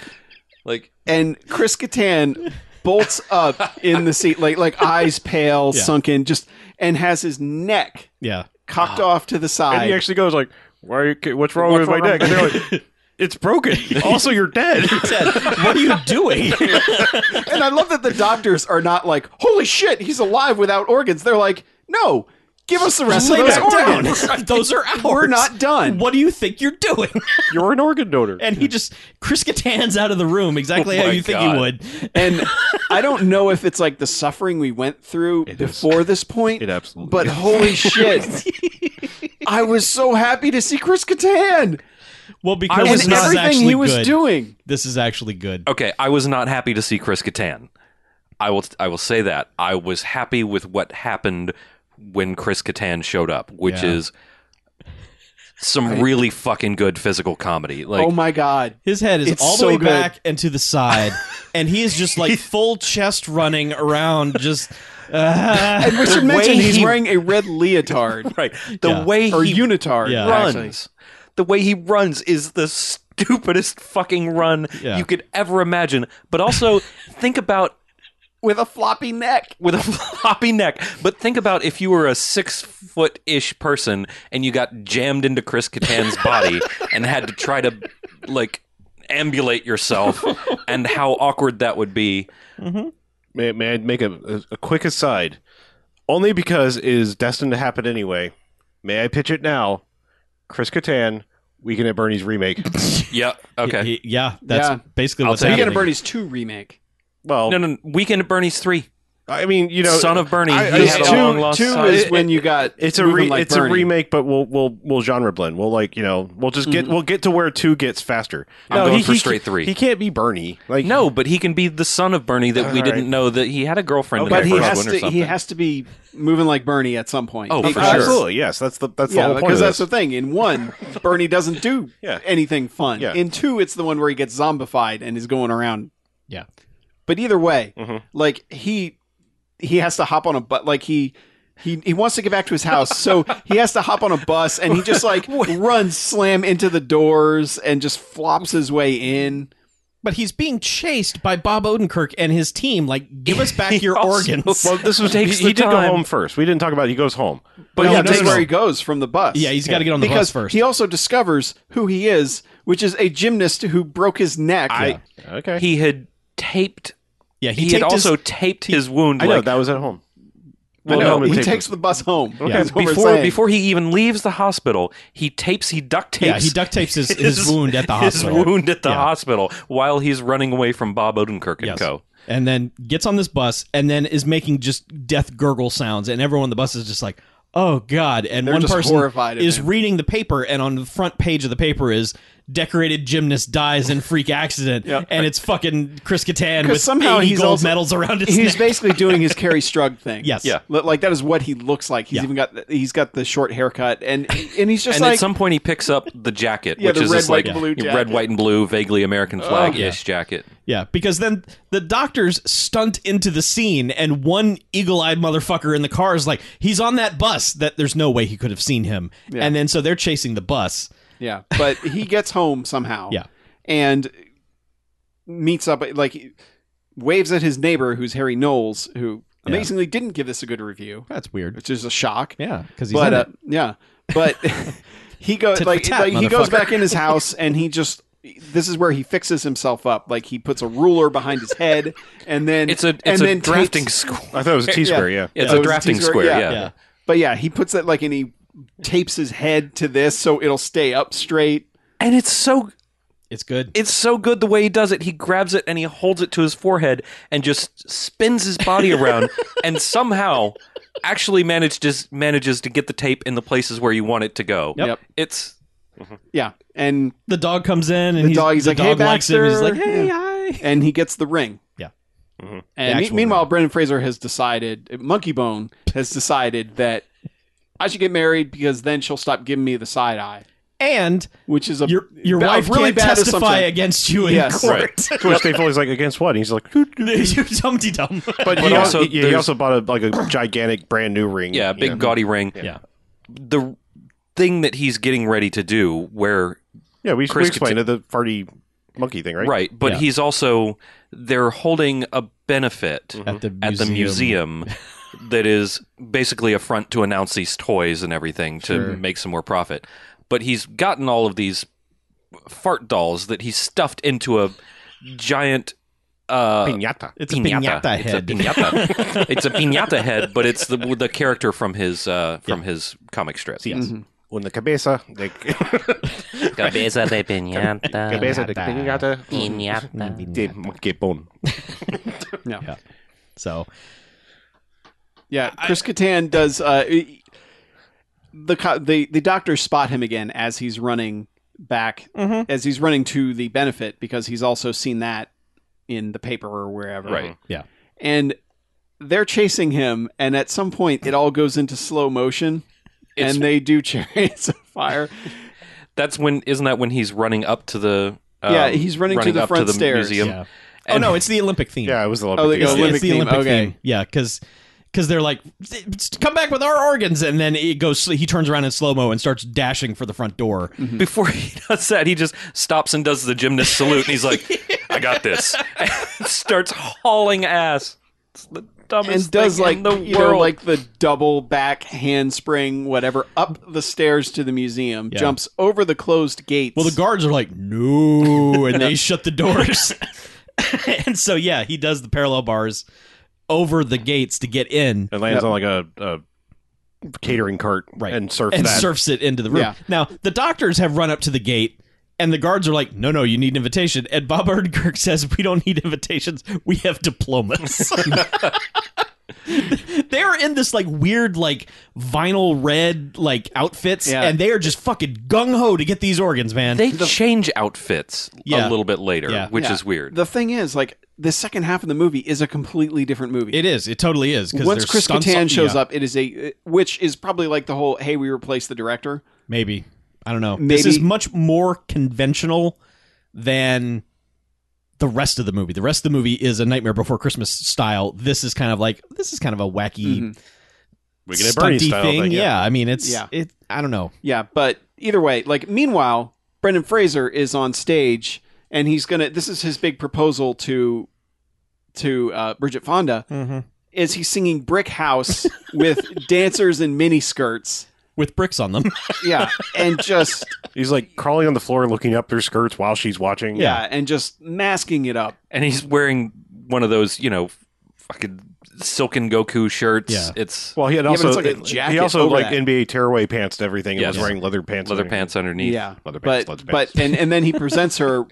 E: Like,
D: and Chris Kattan bolts up in the seat, like like eyes pale,
A: Yeah.
D: sunken, just and has his neck
A: Yeah.
D: cocked off to the
C: and
D: side.
C: he actually goes like, "Why? Are you, ki- what's wrong with my neck?" And they're like, "It's broken." also, you're dead.
A: what are you doing?
D: and I love that the doctors are not like, "Holy shit, he's alive without organs." They're like, "No, give us the rest
A: Lay
D: of those
A: back down.
D: organs."
A: Those are ours.
D: We're not done.
A: What do you think you're doing?
C: You're an organ donor.
A: And he just Chris Kattan's out of the room exactly
E: Oh
A: how
E: my
A: you think he
E: God.
A: would.
D: And I don't know if it's like the suffering we went through before this point,
C: It absolutely
D: but
C: is.
D: holy shit, I was so happy to see Chris Kattan
A: Well,
E: I
A: because
E: was
A: this
D: and
E: not-
A: is
D: everything
A: actually
D: he was
A: good.
D: doing.
A: This is actually good.
E: okay, I was not happy to see Chris Kattan. I will, I will say that I was happy with what happened when Chris Kattan showed up, which
A: Yeah.
E: is some really fucking good physical comedy. Like,
D: oh my god.
A: His head is
D: It's
A: all the
D: so
A: way
D: good.
A: back and to the side, and he is just like full chest running around. Just uh,
D: And we should
E: The
D: mention
E: way
D: he's
E: he-
D: wearing a red leotard
E: right, the
A: Yeah.
E: way
D: or
E: he
D: unitard.
A: Yeah.
E: runs,
D: actually.
E: the way he runs is the stupidest fucking run
A: Yeah.
E: you could ever imagine. But also think about
D: with a floppy neck.
E: with a floppy neck. But think about if you were a six foot ish person and you got jammed into Chris Kattan's body and had to try to like ambulate yourself, and how awkward that would be.
C: may, may I make a, a, a quick aside? Only because it is destined to happen anyway. May I pitch it now? Chris Kattan, Weekend at Bernie's remake.
E: Yeah. Okay.
A: y- yeah, that's
D: Yeah.
A: basically
E: I'll
A: what's
E: take it.
D: Weekend
A: happening.
D: at Bernie's two remake.
C: Well,
E: no, no. Weekend at Bernie's three.
C: I mean, you know,
E: son of Bernie.
C: I-
E: he
C: it's
E: had a
C: two-
E: long lost
D: two
E: son.
D: is
C: It-
D: when you got
C: it's a
D: Moving
C: re-
D: like
C: it's
D: Bernie.
C: a remake, but we'll we'll we'll genre blend. We'll like you know we'll just get we'll get to where two gets faster.
E: I'm going for
C: he
E: straight
C: ca-
E: three.
C: He can't be Bernie. Like
E: No, but he can be the son of Bernie that we
C: All
E: didn't
C: right.
E: know that he had a girlfriend
D: But
E: in
D: he
E: the first
D: has
E: one or
D: to
E: something.
D: he has to be moving like Bernie at some point.
E: Oh, for
D: Because-
E: sure.
C: absolutely yes. That's the that's the
D: Yeah,
C: whole point.
D: because
C: Of
D: that's the
C: this.
D: thing. In one, Bernie doesn't do
C: Yeah.
D: anything fun.
C: Yeah.
D: In two, it's the one where he gets zombified and is going around.
A: Yeah.
D: But either way,
C: Mhm.
D: like he he has to hop on a but like he he he wants to get back to his house, so he has to hop on a bus and he just like runs slam into the doors and just flops his way in.
A: But he's being chased by Bob Odenkirk and his team. Like, give us back your
E: also-
A: organs.
C: well, this was he,
E: Takes the
C: he did go
E: time.
C: home first. We didn't talk about. He goes home.
D: But
A: No,
D: yeah,
A: no,
D: that's
A: no,
D: where
A: no.
D: he goes from the bus.
A: yeah, he's got to get on the
D: because
A: bus first.
D: he also discovers who he is, which is a gymnast who broke his neck.
C: I okay.
E: he had taped.
A: yeah,
E: He,
A: he,
E: had
A: taped his-
E: also taped his wound.
C: I know
E: like,
C: that was at home.
E: Well,
C: I know
E: no,
C: it
D: he
C: taped
D: takes the bus home.
C: Okay.
D: is what we're
E: before
D: saying.
E: before he even leaves the hospital, he tapes he duct tapes
A: yeah, he duct tapes his, his, wound at the
E: his
A: hospital.
E: wound at the
A: Yeah.
E: hospital while he's running away from Bob Odenkirk and
A: Yes.
E: Co.
A: and then gets on this bus and then is making just death gurgle sounds and everyone on the bus is just like oh god and
D: They're
A: one
D: just
A: person
D: horrified at
A: is
D: him.
A: reading the paper and on the front page of the paper is decorated gymnast dies in freak accident
D: Yeah.
A: and it's fucking Chris Kattan
D: 'Cause
A: with
D: somehow
A: 80
D: he's
A: gold
D: also-
A: medals around his
D: he's
A: neck.
D: basically doing his Carrie Strug thing.
A: Yes.
E: Yeah.
D: Li- like that is what he looks like. He's
A: Yeah.
D: even got the, he's got the short haircut, and and he's just
E: and
D: like
E: at some point he picks up the jacket,
D: Yeah,
E: which
D: the
E: is
D: red,
E: this
D: white,
E: like
D: and blue
E: you know, red,
D: jacket. Oh,
E: white, and blue, vaguely American flag ish jacket.
A: Yeah, because then the doctors stunt into the scene, and one eagle-eyed motherfucker in the car is like, "He's on that bus." That there's no way he could have seen him,
D: Yeah.
A: and then so they're chasing the bus.
D: yeah, but he gets home somehow.
A: Yeah.
D: and meets up like he waves at his neighbor, who's Harry Knowles, who
A: Yeah.
D: amazingly didn't give this a good review,
A: That's weird.
D: which is a shock.
A: Yeah, because he's
D: but
A: in
D: uh,
A: it.
D: yeah, but he goes
A: Tit for
D: like,
A: tat,
D: like he goes
A: motherfucker.
D: back in his house and he just this is where he fixes himself up. Like he puts a ruler behind his head and then
E: It's a
D: and
E: it's a
D: then
E: drafting
D: takes-
E: square.
C: I thought it was a T square. Yeah.
E: It's
D: Yeah, it
E: a
D: was a
E: drafting
D: T-square,
E: square.
D: yeah.
E: Yeah.
A: Yeah.
D: But yeah, he puts it like and he tapes his head to this so it'll stay up straight.
E: and it's so
A: it's good.
E: it's so good the way he does it. He grabs it and he holds it to his forehead and just spins his body around and somehow actually manages manages to get the tape in the places where you want it to go.
A: Yep.
E: It's
D: Yeah, and
A: The dog comes in, and
D: The
A: he's,
D: dog- he's
A: the
D: like,
A: dog
D: "Hey,
A: likes him. He's
D: Baxter."
A: like, "Hey,
D: Yeah.
A: hi."
D: and he gets the ring.
A: Yeah.
E: Mm-hmm.
C: Mhm.
A: The
D: And me-
A: actual
D: meanwhile, Brendan Fraser has decided, Monkey Bone has decided that I should get married because then she'll stop giving me the side eye,
A: And
D: which is a
A: your your
D: a
A: wife
D: really
A: can't
D: bad
A: testify
D: assumption.
A: against you in
D: Yes.
A: court.
C: To which they Foley's like, against what? And he's like, "Hoot."
A: you dumpty dumb.
C: but
E: But
C: he
E: also
C: also, he, he
E: there's-
C: also bought a like a gigantic brand new ring.
E: yeah, a
C: you
E: big
C: know.
E: gaudy ring.
A: Yeah.
E: The thing that he's getting ready to do where
C: Yeah, we, we
E: Chris
C: explained it, the farty monkey thing, right?
E: Right, but
A: Yeah.
E: he's also they're holding a benefit
A: At the
E: at the museum that is basically a front to announce these toys and everything to
A: Sure.
E: make some more profit. But he's gotten all of these fart dolls that he's stuffed into a giant uh
C: Pinata.
A: It's a pinata, head.
E: It's a pinata. it's a pinata head, but it's the the character from his uh from his comic strip.
C: Yes. Una cabeza de
F: Cabeza de piñata.
C: cabeza de
F: Piñata.
C: pinata
F: Piñata.
C: de monkey bone.
A: Mm. so
D: Yeah, Chris Kattan does. Uh, e- the co- the the doctors spot him again as he's running back,
A: Mm-hmm.
D: as he's running to the benefit because he's also seen that in the paper or wherever.
E: Right.
A: Yeah.
D: and they're chasing him, and at some point it all goes into slow motion,
E: It's-
D: and they do chariots of fire.
E: That's when isn't that when he's running up to the um,
D: Yeah, he's running to the
E: up
D: front stairs.
E: museum.
A: yeah. Oh
E: And-
A: no, it's the Olympic theme.
C: Yeah, it was the
D: Oh, they
C: Olympic.
D: go
C: Oh,
A: it's,
D: Olympic
A: it's the
D: theme,
A: Olympic
D: okay.
A: theme. Yeah, because they're like, come back with our organs, and then it goes. He turns around in slow mo and starts dashing for the front door.
E: Before he does that, he just stops and does the gymnast salute, and he's like, "I got this," and starts hauling ass. It's the dumbest
D: and does
E: thing
D: like
E: in the
D: you
E: world.
D: know like the double back handspring whatever up the stairs to the museum
A: Yeah.
D: jumps over the closed gates
A: Well, the guards are like, no, and they shut the doors. and so yeah, he does the parallel bars over the gates to get in
C: It lands on like a, a catering cart
A: Right.
C: and surf
A: and
C: that.
A: surfs it into the room.
D: Yeah.
A: Now the doctors have run up to the gate. And the guards are like, no, no, you need an invitation. And Bob Odenkirk says, we don't need invitations. We have diplomas. They're in this like weird, like vinyl red, like outfits.
D: Yeah.
A: And they are just fucking gung ho to get these organs, man.
E: they change outfits
A: Yeah.
E: a little bit later,
A: Yeah.
E: which
D: Yeah.
E: is weird.
D: the thing is like the second half of the movie is a completely different movie
A: it is. It totally is. Because
D: once Chris Kattan shows up, it is a which is probably like the whole "Hey, we replaced the director."
A: Maybe. I don't know. This
D: Maybe-
A: is much more conventional than the rest of the movie. The rest of the movie is a Nightmare Before Christmas style. This is kind of like this is kind of a wacky,
D: Mhm.
C: Wicked at Bernie
A: stunty
C: style
A: thing.
C: thing,
A: yeah.
C: yeah.
A: I mean, it's
D: Yeah.
A: it. I don't know.
D: Yeah, but either way, like meanwhile, Brendan Fraser is on stage and he's gonna. This is his big proposal to to uh, Bridget Fonda. Is he's singing "Brick House" with dancers in miniskirts?
A: With bricks on them.
D: Yeah, and just
C: He's like crawling on the floor, looking up their skirts while she's watching.
D: yeah, and just masking it up.
E: and he's wearing one of those, you know, fucking silken Goku shirts.
A: Yeah.
E: It's
C: Well, he had
D: Yeah, but
C: also
D: it's like a
C: he
D: jacket
C: also
D: over
C: like
D: that.
C: NBA tearaway pants to everything. and
E: Yes.
C: was wearing leather pants.
E: leather
C: and everything.
E: pants underneath.
D: Yeah,
C: Leather pants,
D: but
C: leather pants.
D: but and and then he presents her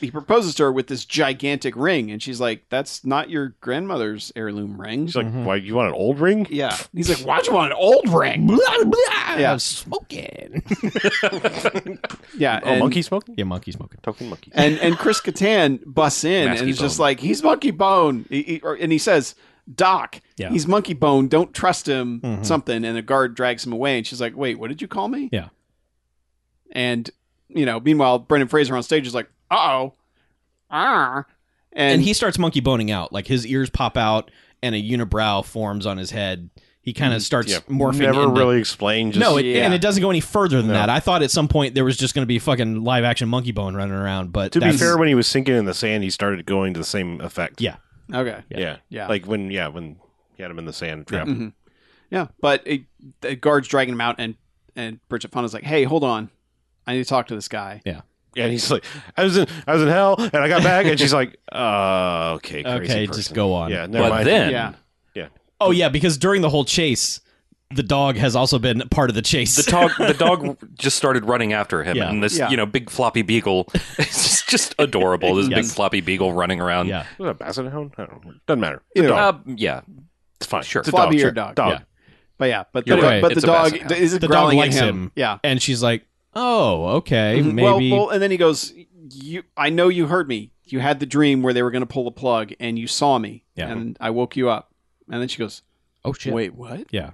D: he proposes to her with this gigantic ring, and she's like, "That's not your grandmother's heirloom ring."
C: She's like,
A: Mm-hmm.
C: "Why you want an old ring?"
D: yeah. And he's like, "Why'd you want an old ring?"
A: yeah,
D: Yeah.
A: smoking.
D: Yeah.
C: Oh,
D: and-
C: monkey smoking.
A: yeah, monkey smoking.
C: Token monkey.
D: and and Chris Kattan busts in
E: Masky
D: and he's just
E: Bone.
D: like he's Monkey Bone, He- he- or- and he says, "Doc,
A: Yeah.
D: he's Monkey Bone. Don't trust him."
A: Mhm.
D: Something, and a guard drags him away, and she's like, "Wait, what did you call me?"
A: Yeah.
D: and you know, meanwhile, Brendan Fraser on stage is like, "Uh oh, ah,"
A: And,
D: and
A: he starts monkey boning out. Like his ears pop out and a unibrow forms on his head. He kind of starts
C: Mm-hmm. Yeah.
A: morphing.
C: Never
A: into-
C: really explained. Just,
A: no, it,
D: Yeah.
A: and it doesn't go any further than
C: No.
A: that. I thought at some point there was just going to be fucking live action monkey bone running around, but
C: to be
A: that's-
C: fair, when he was sinking in the sand, he started going to the same effect.
A: Yeah.
D: okay,
C: Yeah.
D: Yeah.
C: Like when, yeah, when he had him in the sand trap.
A: Mm-hmm.
D: Mhm. yeah, but it, the guard's dragging him out, and and Bridget Fonda's like, "Hey, hold on, I need to talk to this guy."
C: And he's like, I was in, I was in hell, and I got back, and she's like, uh, okay, crazy
A: okay,
C: person.
A: just go on.
C: Yeah, never
E: but
C: mind.
E: then
D: Yeah,
A: Oh yeah, because during the whole chase, the dog has also been part of the chase.
E: the dog the dog just started running after him,
A: Yeah.
E: and this
D: Yeah.
E: you know big floppy beagle. It's just, just adorable. This big
A: Yes.
E: floppy beagle running around.
A: yeah,
C: was it a basset hound? I don't know. Doesn't matter.
D: Either
C: Dog.
E: Uh, yeah.
C: it's fine.
E: sure.
C: It's a dog.
D: floppy
C: Sure.
D: eared dog.
C: Dog.
D: Yeah. But yeah, but the,
E: You're
A: right.
D: but the
E: It's a
D: dog
E: basset hound.
D: isn't
A: The dog
D: growling
A: likes
D: at him.
A: him.
D: Yeah.
A: and she's like, "Oh, okay,
D: Mhm.
A: maybe."
D: Well, well, and then he goes, "You, I know you heard me. You had the dream where they were going to pull the plug, and you saw me,
A: Yeah.
D: and I woke you up." And then she goes,
A: oh shit.
D: "Wait, what?"
A: Yeah.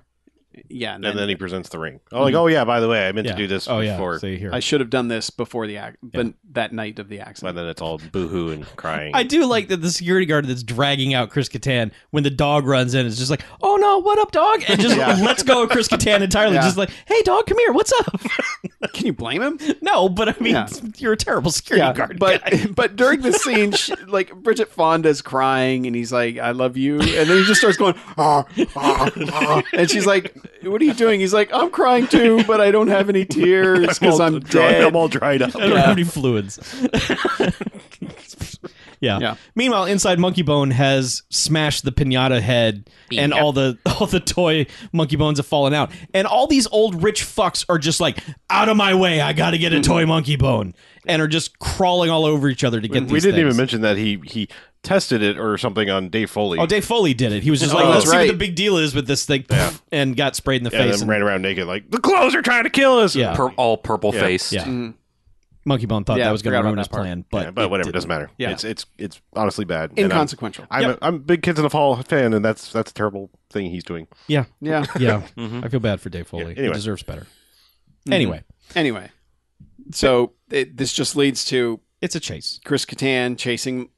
D: Yeah, and then,
C: And then he presents the ring. Oh, like, oh yeah. By the way, I
A: Mm-hmm.
C: meant
A: yeah.
C: to do this
A: oh,
C: before.
A: Yeah. See here.
D: I should have done this before the act,
A: Yeah.
D: but that night of the
C: But
D: accident.
C: then it's all boohoo and crying.
A: I do like that the security guard that's dragging out Chris Kattan when the dog runs in is just like, "Oh no, what up, dog?" and just
D: Yeah.
A: lets go of Chris Kattan entirely.
D: Yeah.
A: Just like, "Hey, dog, come here. What's up?"
D: Can you blame him?
A: no, but I mean,
D: Yeah.
A: you're a terrible security guard.
D: but
A: guy.
D: but during the scene, she, like Bridget Fonda's crying, and he's like, "I love you," and then he just starts going, ah, ah, ah. and she's like, "What are you doing?" He's like, "I'm crying too, but I don't have any tears because I'm
C: dry,
D: dead."
C: I'm all dried up.
A: I don't have any fluids. yeah.
D: Yeah.
A: Meanwhile, inside Monkey Bone has smashed the pinata head, and all the all the toy Monkey Bones have fallen out, and all these old rich fucks are just like, "Out of my way! I got to get a
D: Mm-hmm.
A: toy Monkey Bone," and are just crawling all over each other to get.
C: we
A: these
C: didn't even
A: things.
C: mention that he he tested it or something on Dave Foley.
A: Oh, Dave Foley did it. He was just
D: Oh,
A: like,
D: that's
A: "Let's see
D: right.
A: what the big deal is with this thing," and got sprayed in the
C: and
A: face.
C: then
A: And
C: ran around naked like the clothes are trying to kill us.
A: Yeah.
E: Pur- all purple
C: Yeah.
E: faced.
A: Yeah.
D: Mhm.
A: Monkey Bone thought
D: Yeah,
A: that was going
D: forgot
A: to
D: about
A: ruin
D: that
A: his
D: part.
A: plan,
C: but,
A: but
C: yeah, but whatever, it doesn't matter.
D: Yeah.
C: It's it's it's honestly bad. And I'm-
D: Inconsequential.
C: I'm,
A: Yep.
C: a, I'm a big Kids in the Fall fan, and that's that's a terrible thing he's doing.
A: yeah,
D: yeah.
A: yeah.
E: Mhm.
D: Mm-hmm.
A: I feel bad for Dave Foley.
C: Yeah, anyway.
A: He deserves better.
D: Mhm.
A: Anyway,
D: Anyway, so it, this just leads to
A: it's a chase.
D: Chris Kattan chasing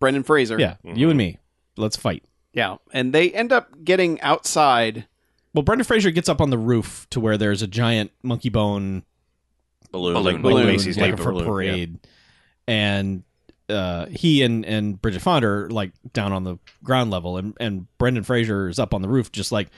D: Brendan Fraser.
A: Yeah, you and me. Let's fight.
D: yeah, and they end up getting outside.
A: Well, Brendan Fraser gets up on the roof to where there's a giant monkey bone
C: Balloon,
E: Balloon.
C: like,
D: Balloon.
C: Macy's
A: like
C: Day
A: for
C: balloon. Yeah.
A: parade, and uh, he and and Bridget Fonda are like down on the ground level, and and Brendan Fraser is up on the roof, just like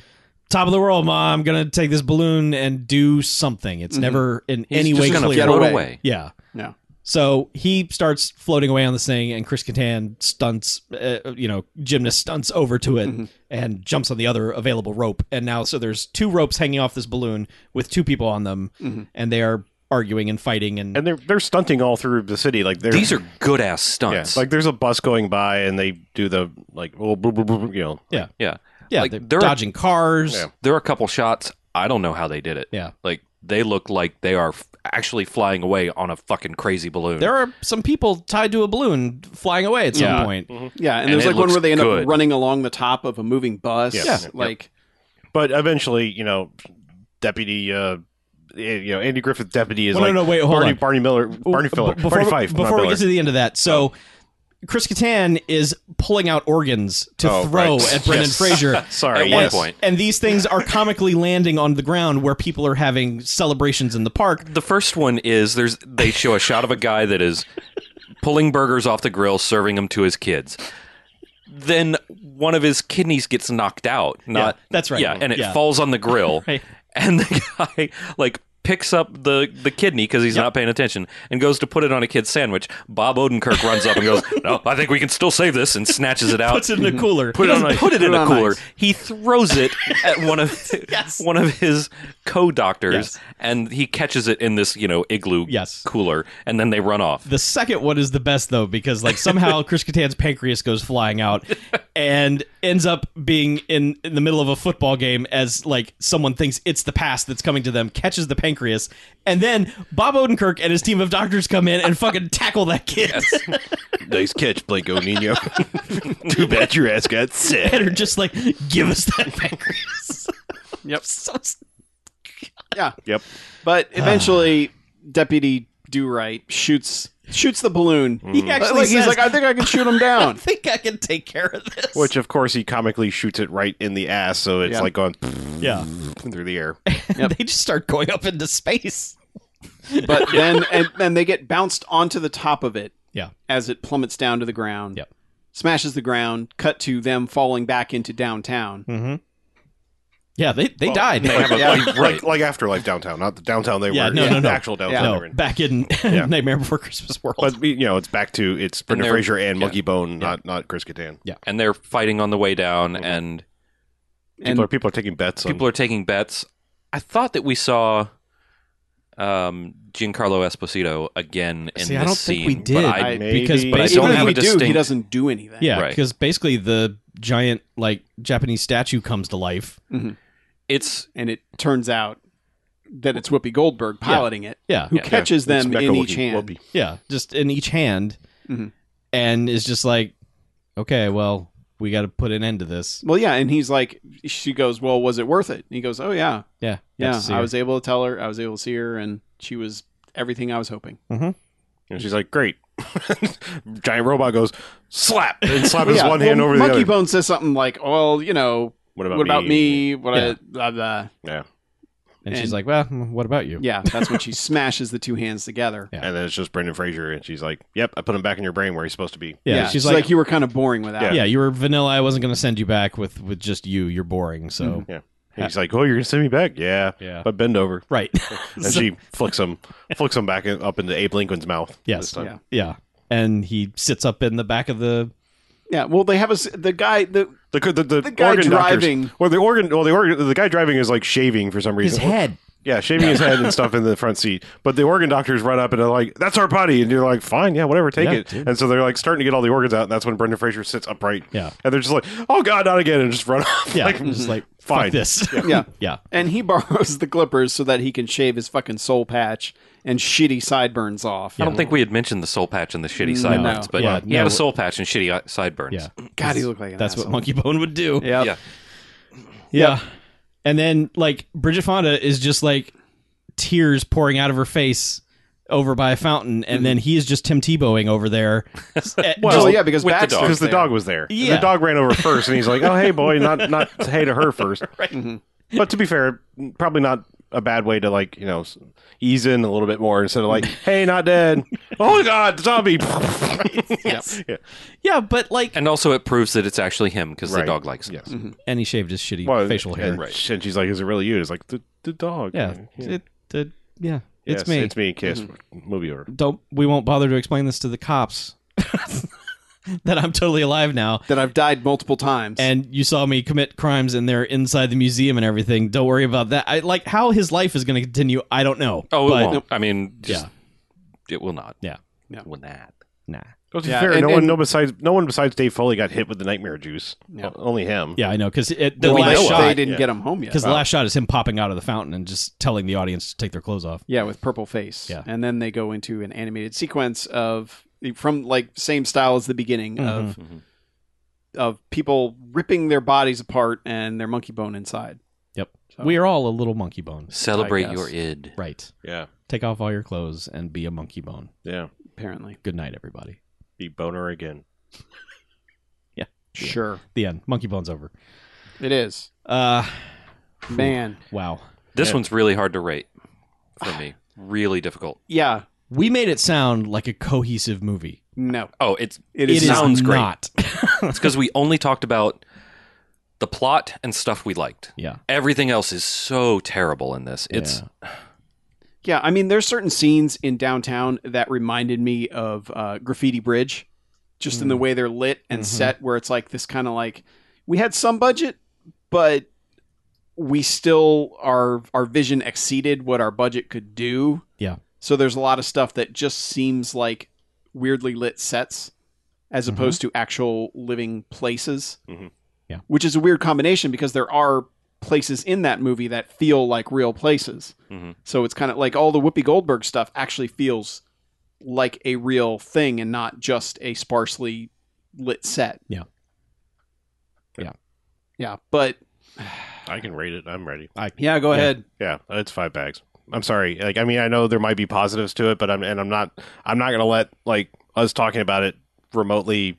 A: top of the world, ma. I'm gonna take this balloon and do something. It's
D: Mhm.
A: never in
E: He's
A: any
E: just
A: way
E: gonna
A: clear.
D: get
E: float
D: away.
E: away.
A: Yeah.
D: Yeah.
A: So he starts floating away on this thing, and Chris Kattan stunts, uh, you know, gymnast stunts over to it
C: Mm-hmm.
D: Mhm.
A: and jumps on the other available rope. And now, so there's two ropes hanging off this balloon with two people on them,
D: Mhm.
A: and they are arguing and fighting. And,
C: Mm-hmm. And they're they're stunting all through the city. Like they're,
E: These are good ass
C: yeah,
E: stunts.
C: like there's a bus going by, and they do the like well, boop, boop, boop, you know,
A: yeah,
E: yeah.
A: yeah,
E: like,
A: they're,
E: there are-
A: dodging cars.
C: Yeah.
E: There are a couple shots. I don't know how they did it.
A: Yeah.
E: Like they look like they are f- actually flying away on a fucking crazy balloon.
A: There are some people tied to a balloon flying away at some
D: Yeah.
A: point.
D: Yeah, and,
E: And
D: there's
E: it
D: like one
E: looks
D: where they end
E: good.
D: up running along the top of a moving bus.
C: Yeah. Yeah.
D: like
C: But eventually, you know, deputy, uh, eh, you know, Andy Griffith deputy is
A: Well,
C: like
A: no, no, wait, hold
C: Barney,
A: on.
C: Barney Miller, Barney Filler,
A: before
C: Barney
A: we-
C: Fife, not
A: before we
C: Miller. Oh.
A: get to the end of that, so Chris Kattan is pulling out organs to
C: Oh,
A: throw
C: right.
A: at Brendan
C: Yes.
A: Fraser.
C: Sorry,
E: At one
C: yes.
E: point.
A: And these things are comically landing on the ground where people are having celebrations in the park.
E: the first one is there's they show a shot of a guy that is pulling burgers off the grill, serving them to his kids. Then one of his kidneys gets knocked out. Not
A: that's right.
E: Yeah, and it
A: Yeah.
E: falls on the grill,
A: Right.
E: and the guy like picks up the the kidney because he's not paying attention and goes to put it on a kid's sandwich. Bob Odenkirk runs up and goes, "No, I think we can still save this," and snatches it out.
A: Puts it in a cooler.
E: Put it,
D: on ice.
E: put it
D: Put
E: in
D: it
E: a
D: on
E: cooler.
D: ice.
E: He throws it at one of one of his co-doctors,
A: Yes.
E: and he catches it in this you know igloo
A: Yes.
E: cooler, and then they run off.
A: The second one is the best though because like somehow Chris Kattan's pancreas goes flying out and ends up being in in the middle of a football game as like someone thinks it's the pass that's coming to them, catches the pancreas, and then Bob Odenkirk and his team of doctors come in and fucking tackle that kid
C: Nice catch, Blake O'Nino. Too bad your ass got sick.
A: and are just like, "Give us that pancreas."
D: Yep.
A: So it's-
D: Yeah.
C: Yep.
D: But eventually, Deputy Do Right shoots shoots the balloon.
A: he actually
D: like,
A: says,
D: he's like, I think I can shoot him
A: "I
D: down.
A: think I can take care of this."
C: Which, of course, he comically shoots it right in the ass, so it's
D: Yeah.
C: like going
A: yeah,
C: through the air.
A: they just start going up into space.
D: but then and then they get bounced onto the top of it
A: Yeah.
D: as it plummets down to the ground.
A: Yep.
D: Smashes the ground. Cut to them falling back into downtown.
A: Mm-hmm. Yeah, they they died.
E: They have a-
D: Yeah.
E: like, right.
C: Like, like Afterlife Downtown, not the downtown they
A: Yeah,
C: were.
A: no,
C: in,
A: no, no.
C: Actual downtown
D: Yeah.
C: they were
A: no,
C: in.
A: back in
C: Yeah.
A: Nightmare Before Christmas World.
C: But you know, it's back to it's Brendan
E: they're-
C: Fraser and Monkey Bone, not not Chris Kattan.
E: and they're fighting on the way down, and
C: People
D: And-
C: are people are taking bets on
E: people are taking bets. I thought that we saw um, Giancarlo Esposito again in
A: See,
E: this
A: I don't
E: scene.
A: think we
E: but
A: did.
E: I-
A: I- because
C: Maybe-
E: but I
A: basically,
E: don't
D: Even if
E: have
D: we
E: a
D: do, he
E: distinct-
D: doesn't do anything.
A: yeah,
E: Right.
A: because basically the giant like Japanese statue comes to life.
E: it's
D: And it turns out that it's Whoopi Goldberg piloting it,
A: Yeah,
D: who
E: Yeah.
C: It's
D: catches them
C: Mecha
D: in
C: Whoopi-
D: each hand.
C: Whoopi.
A: yeah, just in each hand,
D: Mhm.
A: and is just like, okay, well, we got to put an end to this.
D: Well, yeah, and he's like, she goes, "Well, was it worth it?" And he goes, "Oh yeah,
A: Yeah,
D: yeah,
A: that's-
D: I was able to tell her, I was able to see her, and she was everything I was hoping."
C: And she's like, "Great." Giant robot goes slap and slaps his one hand
D: well,
C: over the
D: Monkey
C: other.
D: Bone says something like, "Well, you know,
C: What
D: what about me? What I blah blah."
C: Yeah.
A: and, she's
D: and-
A: like, well, mm, what about you?
D: Yeah, that's when she smashes the two hands together.
A: Yeah.
C: And then it's just Brendan Fraser, and she's like, "Yep, I put him back in your brain where he's supposed to be."
A: yeah,
D: Yeah,
A: she's like,
D: "You were kind of boring without."
A: yeah.
D: it."
A: you were vanilla. I wasn't going to send you back with with just you. You're boring. So
C: And he's like, "Oh, you're gonna send me back? Yeah,
A: yeah,
C: but bend over."
A: right.
C: And
A: So-
C: she flicks him, flicks him back in, up into Abe Lincoln's mouth.
A: Yes.
C: this time.
D: Yeah.
A: yeah, and he sits up in the back of the
D: yeah. Well, they have a s- the guy the
C: The, the, the,
D: The guy
C: organ doctors-
D: driving.
C: well, the organ, well, the organ, the guy driving is like shaving for some
A: his
C: reason.
A: head.
C: Yeah, shaving his head and stuff in the front seat. But the organ doctors run up and are like, "That's our body," and you're like, "Fine, yeah, whatever, take
A: Yeah,
C: it."
A: dude.
C: And so they're like starting to get all the organs out, and that's when Brendan Fraser sits upright.
A: Yeah.
C: and they're just like, "Oh God, not again!" and just run off.
A: Yeah,
C: like, mm-hmm.
A: just like
C: fine.
A: fuck this.
D: yeah.
A: yeah,
D: And he borrows the clippers so that he can shave his fucking soul patch and shitty sideburns off.
E: I don't think we had mentioned the soul patch and the shitty sideburns, but
A: Yeah,
E: he had
A: no.
E: a soul patch and shitty uh, sideburns.
A: yeah.
D: God, he looked like an
A: That's what
D: asshole.
A: Monkey Bone would do.
D: Yep.
E: Yeah.
A: Yeah. And then like Bridget Fonda is just like tears pouring out of her face over by a fountain, and then he is just Tim Tebowing over there. Eh,
D: Well,
A: Just-
D: yeah, because
E: with the
D: Baxter's
E: dog.
C: because the
D: there.
C: dog was there. And
A: Yeah.
C: the dog ran over first, and he's like, "Oh, hey, boy, not not hey to her first. But to be fair, probably not a bad way to like you know s- ease in a little bit more instead of like, "Hey, not dead. oh God, zombie." yes. Yeah.
A: yeah, but like,
E: And also, it proves that it's actually him because the
C: Right.
E: dog likes him.
C: Yes.
A: and he shaved his shitty
C: Well,
A: facial hair.
C: And, Mm-hmm. right. and she's like, "Is it really you?" And it's like the the dog.
A: Yeah,
C: Yeah.
A: It, it- yeah,
C: Yes,
A: it's me.
C: It's me. Mm-hmm. Kiss. Movie over.
A: Don't we won't bother to explain this to the cops that I'm totally alive now.
D: that I've died multiple times.
A: And you saw me commit crimes, and they're inside the museum and everything. Don't worry about that. I like how his life is going to continue. I don't know.
E: Oh, it
A: but,
E: won't. I mean, just, it will not.
A: Yeah.
D: Yeah.
E: Will not.
A: Nah.
C: Well, Oh, to be
D: Yeah,
C: fair,
D: and-
C: no one,
D: and-
C: no besides, no one besides Dave Foley got hit with the nightmare juice.
D: Yeah.
C: O- Only him.
A: Yeah, I know because the
D: Well,
E: we
A: last
E: know
D: they- they
E: of.
A: shot
D: didn't
C: Yeah.
D: get him home yet.
A: because the last shot is him popping out of the fountain and just telling the audience to take their clothes off.
D: Yeah, with purple face.
A: Yeah.
D: And then they go into an animated sequence of from like same style as the beginning of
E: Mhm.
D: of people ripping their bodies apart and their monkey bone inside.
A: Yep,
D: So-
A: we are all a little monkey bone,
E: Celebrate
D: I
E: your
D: guess.
E: id.
A: right?
C: Yeah.
A: Take off all your clothes and be a monkey bone.
C: Yeah.
D: Apparently.
A: Good night, everybody.
C: Be boner again.
D: Sure.
A: The end. Monkey bone's over.
D: It is.
A: Uh,
D: Man.
A: wow.
E: This
C: Yeah.
E: one's really hard to rate for me. really difficult.
D: Yeah.
A: We made it sound like a cohesive movie.
D: No.
E: Oh, it's
D: It
A: It
D: is
A: is
D: not.
E: sounds great.
A: not.
E: it's because we only talked about the plot and stuff we liked.
A: Yeah.
E: Everything else is so terrible in this. It's
A: Yeah.
D: Yeah, I mean, there's certain scenes in downtown that reminded me of uh, Graffiti Bridge, just in the way they're lit and
A: Mhm.
D: set, where it's like this kind of like we had some budget, but we still our our vision exceeded what our budget could do.
A: Yeah.
D: So there's a lot of stuff that just seems like weirdly lit sets as opposed to actual living places.
C: Mhm.
A: Yeah.
D: Which is a weird combination because there are places in that movie that feel like real places.
E: Mhm.
D: So it's kind of like all the Whoopi Goldberg stuff actually feels like a real thing and not just a sparsely lit set.
A: Yeah. Yeah.
D: Yeah, but
C: I can rate it. I'm ready.
D: yeah, go
A: Yeah.
D: ahead.
C: Yeah, it's five bags. I'm sorry. Like, I mean, I know there might be positives to it, but I'm and I'm not. I'm not gonna let like us talking about it remotely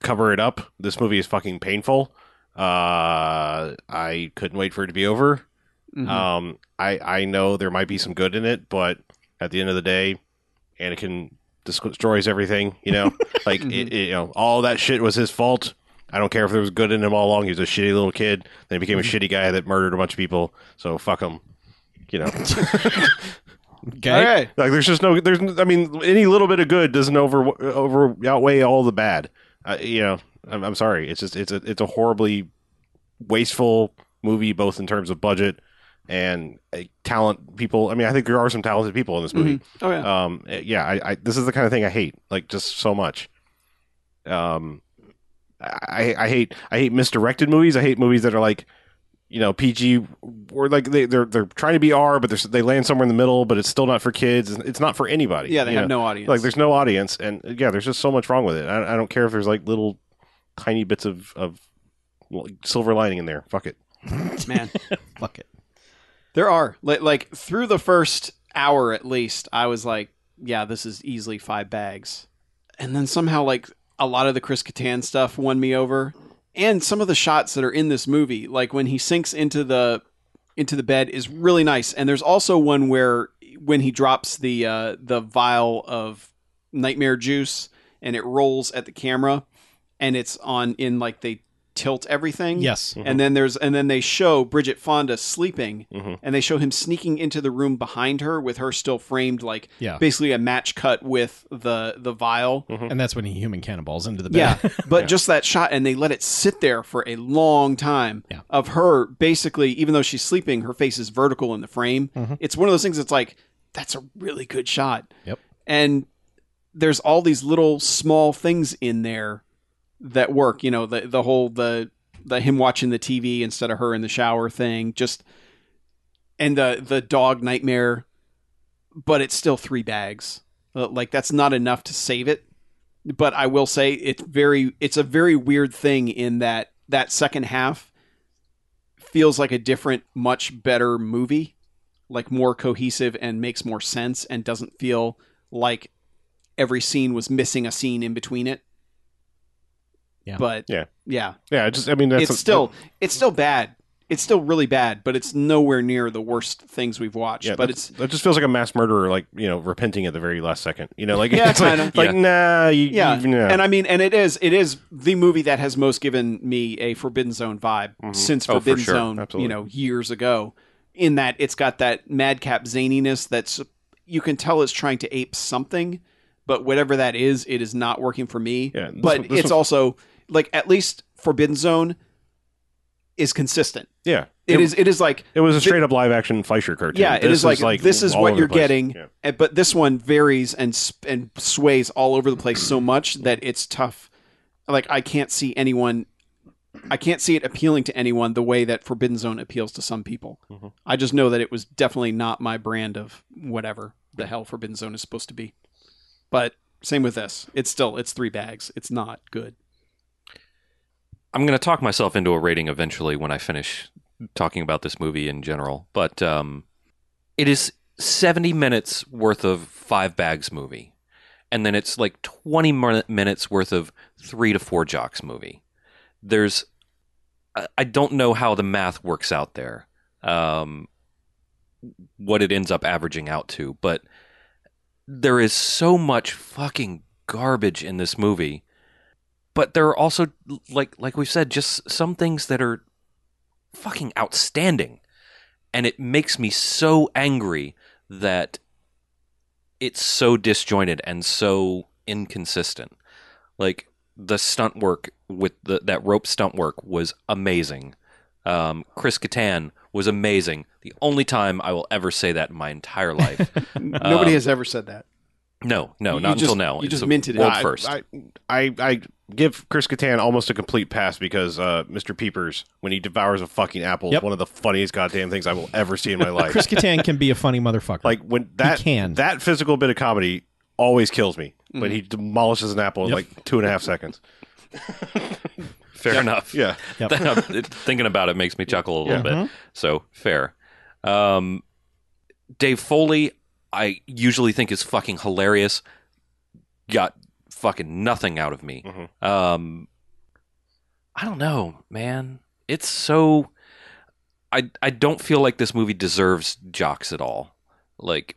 C: cover it up. This movie is fucking painful. Uh, I couldn't wait for it to be over.
D: Mhm.
C: Um, I I know there might be some good in it, but at the end of the day, Anakin dis- destroys everything. You know, like it, it- you know, all that shit was his fault. I don't care if there was good in him all along. He was a shitty little kid. Then he became a shitty guy that murdered a bunch of people. So fuck him. You know,
A: Okay.
D: Okay.
C: like there's just no there's. n- I mean, any little bit of good doesn't over over outweigh all the bad. Uh, you know, I'm, I'm sorry. It's just it's a it's a horribly wasteful movie, both in terms of budget and uh, talent. People. I mean, I think there are some talented people in this movie.
D: Oh yeah.
C: Um, uh, yeah, I, I this is the kind of thing I hate, like just so much. Um, I I hate I hate misdirected movies. I hate movies that are like, you know, PG or like they they're they're trying to be R, but they're, they land somewhere in the middle, but it's still not for kids. It's not for anybody.
D: yeah, they
C: you
D: have
C: know?
D: no audience.
C: Like there's no audience, and uh, yeah, there's just so much wrong with it. I, I don't care if there's like little tiny bits of of like, silver lining in there. Fuck it.
D: man.
A: Fuck it.
D: There are like, like through the first hour at least, I was like, yeah, this is easily five bags. And then somehow like a lot of the Chris Kattan stuff won me over, and some of the shots that are in this movie, like when he sinks into the into the bed, is really nice. And there's also one where when he drops the uh, the vial of nightmare juice and it rolls at the camera, and it's on in like they tilt everything.
A: Yes.
D: And then there's and then they show Bridget Fonda sleeping
C: Mhm.
D: and they show him sneaking into the room behind her with her still framed like
A: Yeah.
D: basically a match cut with the the vial.
A: And that's when he human cannonballs into the
D: Yeah.
A: bed.
D: But just that shot and they let it sit there for a long time
A: Yeah.
D: of her basically even though she's sleeping her face is vertical in the frame.
A: Mm-hmm.
D: It's one of those things that's like that's a really good shot.
A: Yep.
D: And there's all these little small things in there that work. You know, the the whole the the him watching the TV instead of her in the shower thing, just and the the dog nightmare, but it's still three bags. Uh, Like that's not enough to save it. But I will say it's very it's a very weird thing in that that second half feels like a different, much better movie, like more cohesive and makes more sense and doesn't feel like every scene was missing a scene in between it.
A: Yeah.
D: But
C: Yeah.
D: yeah,
C: Yeah, I just I mean that's
D: it's still it's still bad. It's still really bad, but it's nowhere near the worst things we've watched. but
C: that's-
D: it's
C: that just feels like a mass murderer, like you know, repenting at the very last second. You know, like
D: Yeah,
C: it's like,
D: kinda.
C: like nah, you,
D: yeah,
C: you- no.
D: and I mean, and it is it is the movie that has most given me a Forbidden Zone vibe
C: Mhm.
D: since
E: Oh, for
D: Forbidden
E: sure.
D: Zone,
C: Absolutely.
D: you know, years ago. In that it's got that madcap zaniness that's you can tell it's trying to ape something, but whatever that is, it is not working for me.
C: Yeah, this
D: but
C: one- this
D: it's
C: one-
D: also like at least Forbidden Zone is consistent.
C: yeah,
D: it is it is like
C: It was a straight up live action Fleischer cartoon.
D: Yeah, it
C: This
D: is like, this is
C: all
D: what
C: over
D: you're
C: the place.
D: getting.
C: Yeah.
D: Uh, but this one varies and sp- and sways all over the place so much that it's tough. Like I can't see anyone, I can't see it appealing to anyone the way that Forbidden Zone appeals to some people.
E: Mm-hmm.
C: Mhm.
D: I just know that it was definitely not my brand of whatever the hell Forbidden Zone is supposed to be. But same with this, it's still it's three bags. It's not good.
E: I'm going to talk myself into a rating eventually when I finish talking about this movie in general. But um, it is 70 minutes worth of five bags movie. And then it's like 20 min- minutes worth of three to four jocks movie. There's, I- I don't know how the math works out there, um, what it ends up averaging out to, but there is so much fucking garbage in this movie but there are also like like we've said just some things that are fucking outstanding and it makes me so angry that it's so disjointed and so inconsistent like the stunt work with the that rope stunt work was amazing Um, Chris Kattan was amazing. The only time I will ever say that in my entire life.
D: Nobody
E: Um,
D: has ever said that.
E: no, no,
D: You-
E: not
D: you
E: until
D: just-
E: now.
D: you
E: It's
D: just
E: the
D: minted it.
E: world
D: I-
E: first.
C: I, I I give Chris Kattan almost a complete pass because uh, Mr. Peepers, when he devours a fucking apple,
A: Yep.
C: is one of the funniest goddamn things I will ever see in my life.
A: Chris Kattan can be a funny motherfucker.
C: like when that
A: can.
C: that physical bit of comedy always kills me when he demolishes an apple in like two and a half seconds.
E: fair enough.
C: Yeah,
A: Yep.
E: Thinking about it makes me chuckle a little
C: Yeah.
D: Mm-hmm.
E: bit.
A: Mm-hmm.
E: So fair. Um, Dave Foley, I usually think is fucking hilarious. Got fucking nothing out of me. Um, I don't know, man. It's so. I I don't feel like this movie deserves jocks at all. Like,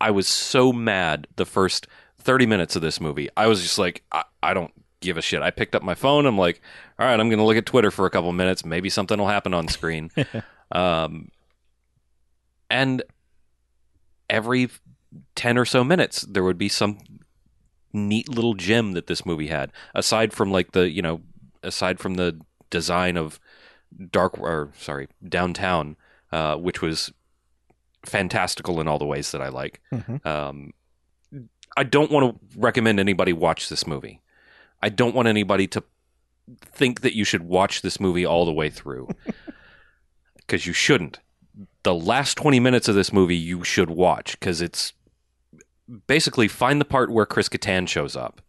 E: I was so mad the first thirty minutes of this movie. I was just like, I, I don't give a shit. I picked up my phone. I'm like, all right, I'm gonna look at Twitter for a couple minutes. Maybe something will happen on screen. um, and every ten or so minutes, there would be some neat little gem that this movie had. Aside from like the you know, aside from the design of dark or sorry downtown, uh, which was fantastical in all the ways that I like.
A: Mhm.
E: Um, I don't want to recommend anybody watch this movie. I don't want anybody to think that you should watch this movie all the way through because you shouldn't. The last 20 minutes of this movie you should watch because it's basically find the part where Chris Kattan shows up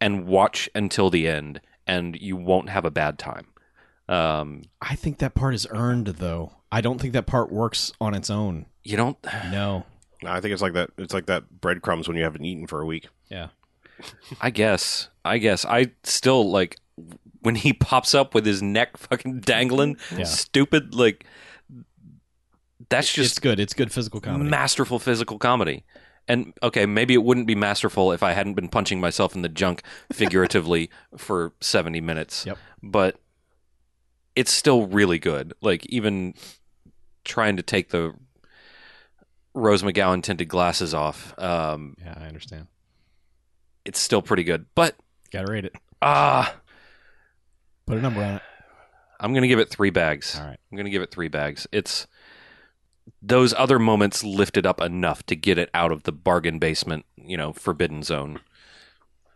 E: and watch until the end, and you won't have a bad time. Um,
A: I think that part is earned, though. I don't think that part works on its own.
E: you don't.
A: No.
C: no, I think it's like that. It's like that breadcrumbs when you haven't eaten for a week.
A: Yeah.
E: I guess. I guess. I still like when he pops up with his neck fucking dangling,
A: Yeah.
E: stupid. Like that's
A: it's
E: just
A: good. It's good physical comedy.
E: masterful physical comedy. And okay, maybe it wouldn't be masterful if I hadn't been punching myself in the junk figuratively for 70 minutes.
A: Yep.
E: But it's still really good. Like even trying to take the Rose McGowan tinted glasses off, um,
A: yeah, I understand.
E: it's still pretty good. But
A: Gotta rate it.
E: ah,
A: Put a number on it.
E: I'm gonna give it three bags.
A: All right.
E: I'm gonna give it three bags. It's those other moments lifted up enough to get it out of the bargain basement, you know, forbidden zone.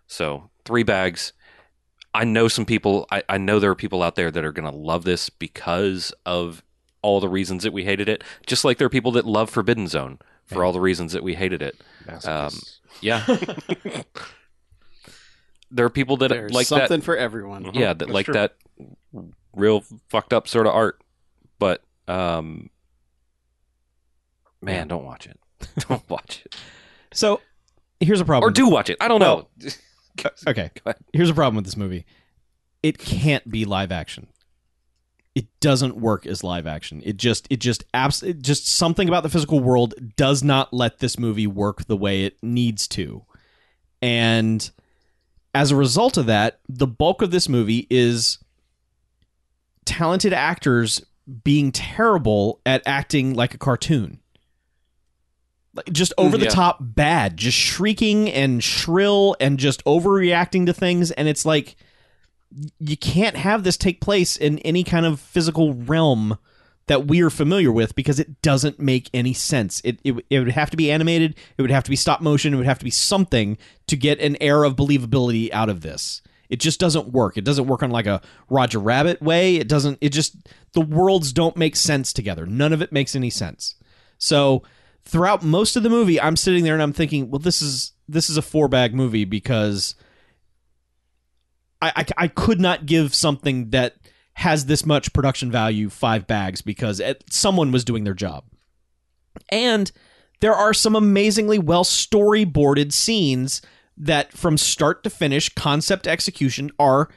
E: So three bags. I know some people. I, I know there are people out there that are gonna love this because of all the reasons that we hated it. Just like there are people that love Forbidden Zone for all the reasons that we hated it. Um, yeah. there are people that
D: There's
E: like that Mm-hmm.
D: something for everyone.
E: yeah that like that real fucked up sort of art but um man don't watch it don't watch it
A: So here's a problem.
E: or do watch it i don't know
A: Okay.
E: ahead.
A: Here's a problem with this movie. It can't be live action. It doesn't work as live action. It just it just abs- it just something about the physical world does not let this movie work the way it needs to. And as a result of that, the bulk of this movie is talented actors being terrible at acting like a cartoon. Like just over the
E: yeah.
A: top bad, just shrieking and shrill and just overreacting to things and it's like you can't have this take place in any kind of physical realm that we are familiar with because it doesn't make any sense. It, it it would have to be animated, it would have to be stop motion, it would have to be something to get an air of believability out of this. It just doesn't work. It doesn't work on like a Roger Rabbit way. It doesn't it just the worlds don't make sense together. None of it makes any sense. So throughout most of the movie, I'm sitting there and I'm thinking, well, this is this is a four bag movie because I, I I could not give something that has this much production value five bags because it, someone was doing their job, and there are some amazingly well storyboarded scenes that from start to finish concept execution are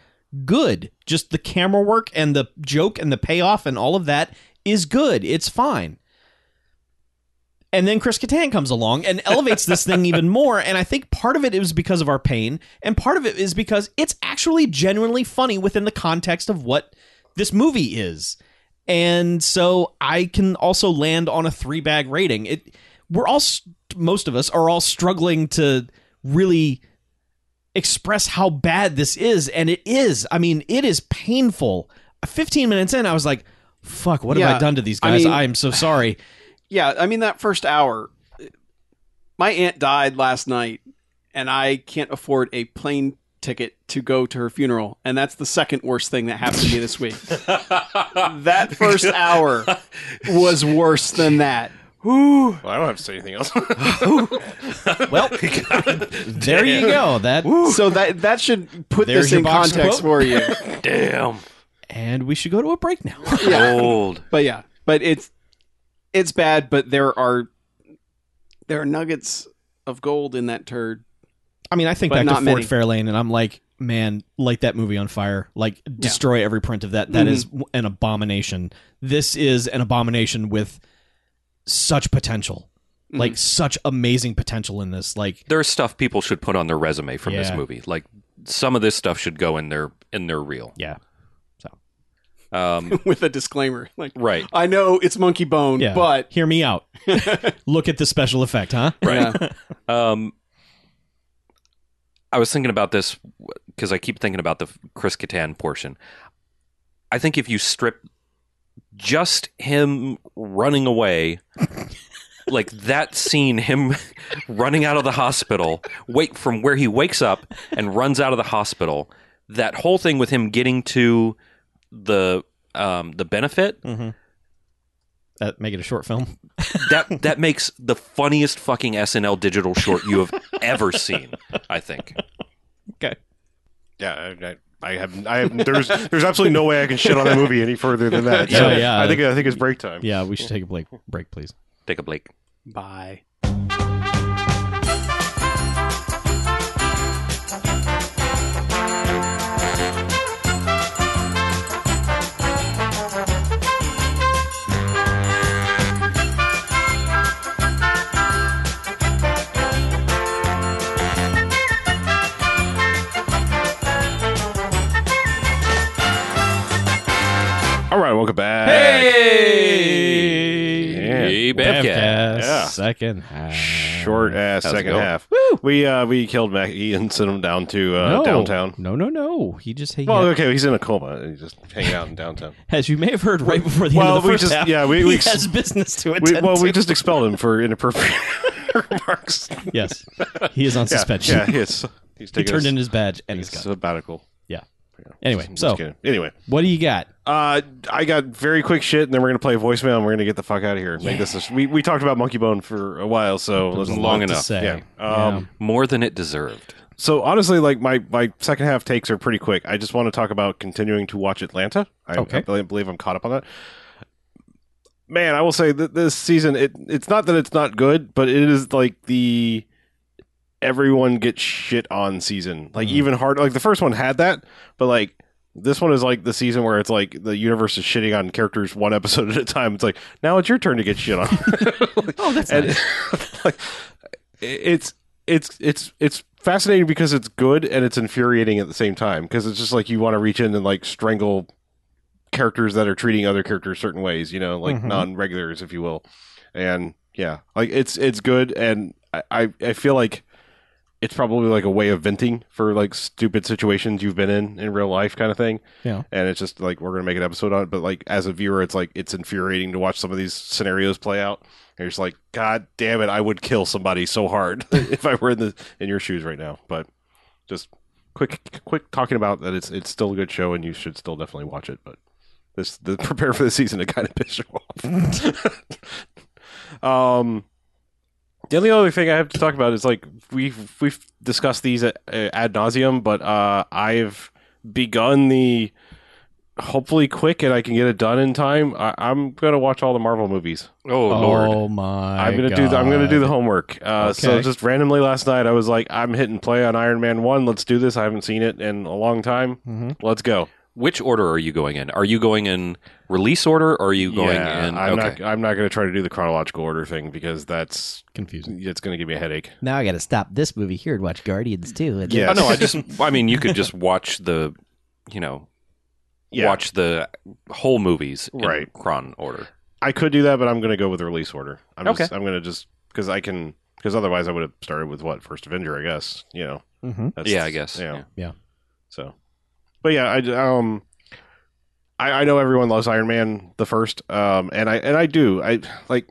A: good just the camera work and the joke and the payoff and all of that is good it's fine and then Chris Kattan comes along and elevates this thing even more. And I think part of it is because of our pain, and part of it is because it's actually genuinely funny within the context of what this movie is. And so I can also land on a three bag rating. It we're all s- most of us are all struggling to really express how bad this is, and it is. I mean, it is painful. 15 minutes in, I was like, fuck, what have
D: Yeah,
A: I done to these
D: I
A: guys?
D: mean-
A: I am so sorry.
D: Yeah, I mean that first hour. My aunt died last night, and I can't afford a plane ticket to go to her funeral, and that's the second worst thing that happened to me this week. that first hour was worse than that.
C: Well, I don't have to say anything else.
A: Well, there you go. That
D: So that that should put
A: There's
D: this
A: your
D: in
A: box quote.
D: context for you.
E: Damn.
A: and we should go to a break now.
E: Old.
D: But yeah, but it's it's bad, but there are there are nuggets of gold in that turd.
A: I mean, I think
D: But
A: back to
D: not
A: Ford
D: many.
A: Fairlane, and I'm like, man, light that movie on fire. Like, destroy every print of that. That is w an abomination. This is an abomination with such potential, like such amazing potential in this. Like,
E: There's stuff people should put on their resume from this
A: Yeah.
E: movie. Like some of this stuff should go in their in their reel.
A: yeah,
E: Um,
D: with a disclaimer. Like
E: right.
D: I know it's monkey bone,
A: yeah.
D: but
A: hear me out. Look at the special effect, huh?
E: Right.
D: Yeah.
E: Um, I was thinking about this because I keep thinking about the Chris Kattan portion. I think if you strip just him running away, like that scene, him running out of the hospital, wait from where he wakes up and runs out of the hospital, that whole thing with him getting to the um, the benefit
A: Mm-hmm. Uh, make it a short film.
E: that that makes the funniest fucking SNL digital short you have ever seen. I think.
C: yeah, I, I, I have. I have. There's there's absolutely no way I can shit on that movie any further than that.
A: Yeah, yeah.
C: I think I think it's break time.
A: Yeah, we should take a break. Break, please.
E: Take a Blake.
D: bye.
C: All right, welcome back.
E: Hey, Bevcast.
A: Bevcast,
C: Yeah.
A: Second. half.
C: Short ass
E: How's it
C: second
E: going?
C: half. We uh we killed Mackie and sent him down to uh,
A: no.
C: downtown.
A: No, no, no. He just he
C: Well,
A: had-
C: okay, he's in a coma. He's just hanging out in downtown.
A: as you may have heard right before the
C: Well,
A: end of the
C: we
A: first
C: just-
A: half.
C: yeah, we-
A: he
C: we-
A: has business to
C: We,
A: attend.
C: well, we
A: to.
C: just expelled him for inappropriate remarks.
A: yes, he is on
C: Yeah,
A: suspension.
C: Yeah, he is. He's
A: he
C: taking
A: turned
C: his,
A: in his badge and he's
C: his
A: gone.
C: sabbatical.
A: Yeah.
C: Yeah.
A: Anyway,
C: Just- just
A: so-
C: kidding. anyway,
A: What do you got?
C: uh, I got very quick shit, and then we're gonna play voicemail, and we're gonna get the fuck out of here. Make this. A, we we talked about Monkey Bone for a while, so
E: was
C: let's-
E: long
A: What to
E: enough,
A: say?
C: Yeah. Um,
E: More than it deserved.
C: So honestly, like my my second half takes are pretty quick. I just want to talk about continuing to watch Atlanta. I,
A: Okay.
C: I bel- believe I'm caught up on that. Man, I will say that this season it it's not that it's not good, but it is like the everyone gets shit on season. Like
A: Mhm.
C: even hard like the first one had that, but like this one is like the season where it's like the universe is shitting on characters one episode at a time. It's like now it's your turn to get shit on.
A: Oh, that's
C: and like, it's it's it's it's fascinating because it's good and it's infuriating at the same time because it's just like you want to reach in and like strangle characters that are treating other characters certain ways you know like
A: Mhm.
C: non-regulars if you will and yeah like it's it's good and I, I i feel like it's probably like a way of venting for like stupid situations you've been in in real life kind of thing
A: Yeah.
C: and it's just like we're gonna make an episode on it but like as a viewer it's like it's infuriating to watch some of these scenarios play out and you're just like god damn it i would kill somebody so hard if i were in the in your shoes right now but just quick quick talking about that it's it's still a good show and you should still definitely watch it but this the prepare for the season to kind of piss you off. um, the only other thing I have to talk about is like we've we've discussed these uh, ad nauseum, but uh, I've begun the hopefully quick and I can get it done in time. I, I'm gonna watch all the Marvel movies.
E: Oh, lord.
A: Oh my!
C: I'm gonna do the, I'm gonna do the
A: God.
C: homework. Uh, So
A: Okay.
C: just randomly last night I was like I'm hitting play on Iron Man one. Let's do this. I haven't seen it in a long time.
A: Mhm.
C: Let's go.
E: Which order are you going in? Are you going in release order or are you going
C: yeah,
E: in
C: I'm not.
E: okay.
C: I'm not going to try to do the chronological order thing because that's
A: Confusing.
C: it's going to give me a headache.
G: Now I got to stop this movie here and watch Guardians too. And
C: Yeah.
E: Oh, no, I just I mean you could just watch the you know
C: Yeah.
E: watch the whole movies in
C: Right.
E: chron order.
C: I could do that, but I'm going to go with the release order. I'm just,
E: Okay.
C: I'm going to just because I can because otherwise I would have started with what first Avenger, I guess. You know.
A: Mhm.
C: That's,
E: Yeah, I guess.
C: You know,
E: Yeah.
A: Yeah.
C: So, but yeah, I um, I, I know everyone loves Iron Man the first, um, and I and I do. I like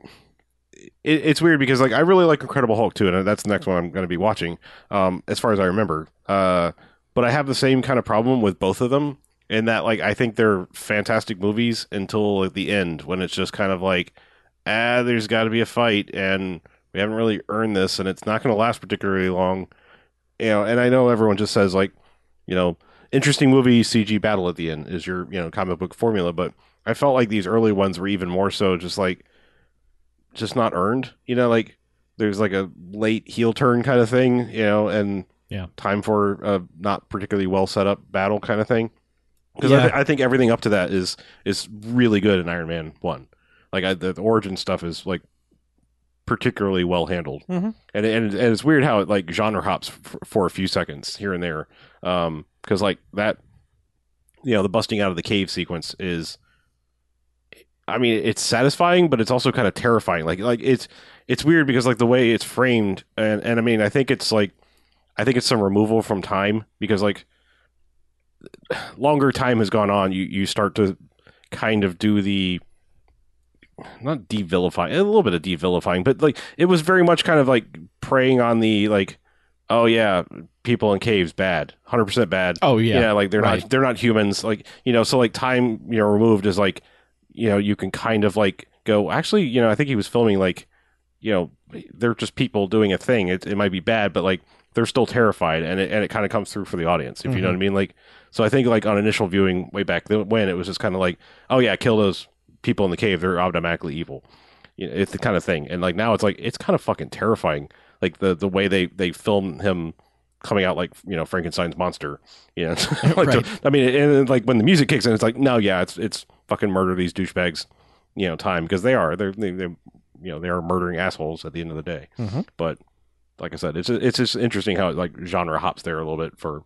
C: it, it's weird because like I really like Incredible Hulk too, and that's the next one I'm going to be watching, um, as far as I remember. Uh, but I have the same kind of problem with both of them in that like I think they're fantastic movies until at the end when it's just kind of like ah, there's got to be a fight, and we haven't really earned this, and it's not going to last particularly long. You know, and I know everyone just says like, you know, interesting movie CG battle at the end is your you know comic book formula, but I felt like these early ones were even more so just like just not earned. You know, like there's like a late heel turn kind of thing, you know, and
A: Yeah.
C: time for a not particularly well set up battle kind of thing. Because I,
A: Yeah.
C: th- I think everything up to that is is really good in Iron Man One. Like I, the, the origin stuff is like particularly well handled,
A: Mhm.
C: and, and and it's weird how it like genre hops f- for a few seconds here and there. Um, because like that, you know, the busting out of the cave sequence is I mean, it's satisfying, but it's also kind of terrifying. Like like it's it's weird because like the way it's framed, and and I mean, I think it's like I think it's some removal from time because like longer time has gone on, you you start to kind of do the not devilifying a little bit of devilifying, but like it was very much kind of like preying on the like oh yeah people in caves bad hundred percent bad
A: Oh
C: yeah, like they're
A: right.
C: not they're not humans like you know so like time you know removed is like you know you can kind of like go actually you know i think he was filming like you know they're just people doing a thing it, it might be bad but like they're still terrified and it, and it kind of comes through for the audience if you know what i mean like so i think like on initial viewing way back th- when it was just kind of like oh yeah kill those people in the cave they're automatically evil you know, it's the kind of thing and like now it's like it's kind of fucking terrifying like the the way they they film him coming out like you know frankenstein's monster yeah, like
A: Right.
C: the- I mean, and, then, like when the music kicks in, it's like, no, yeah, it's it's fucking murder these douchebags, you know, time because they are they're they, they you know they are murdering assholes at the end of the day.
A: Mhm.
C: But like I said, it's it's just interesting how it, like genre hops there a little bit for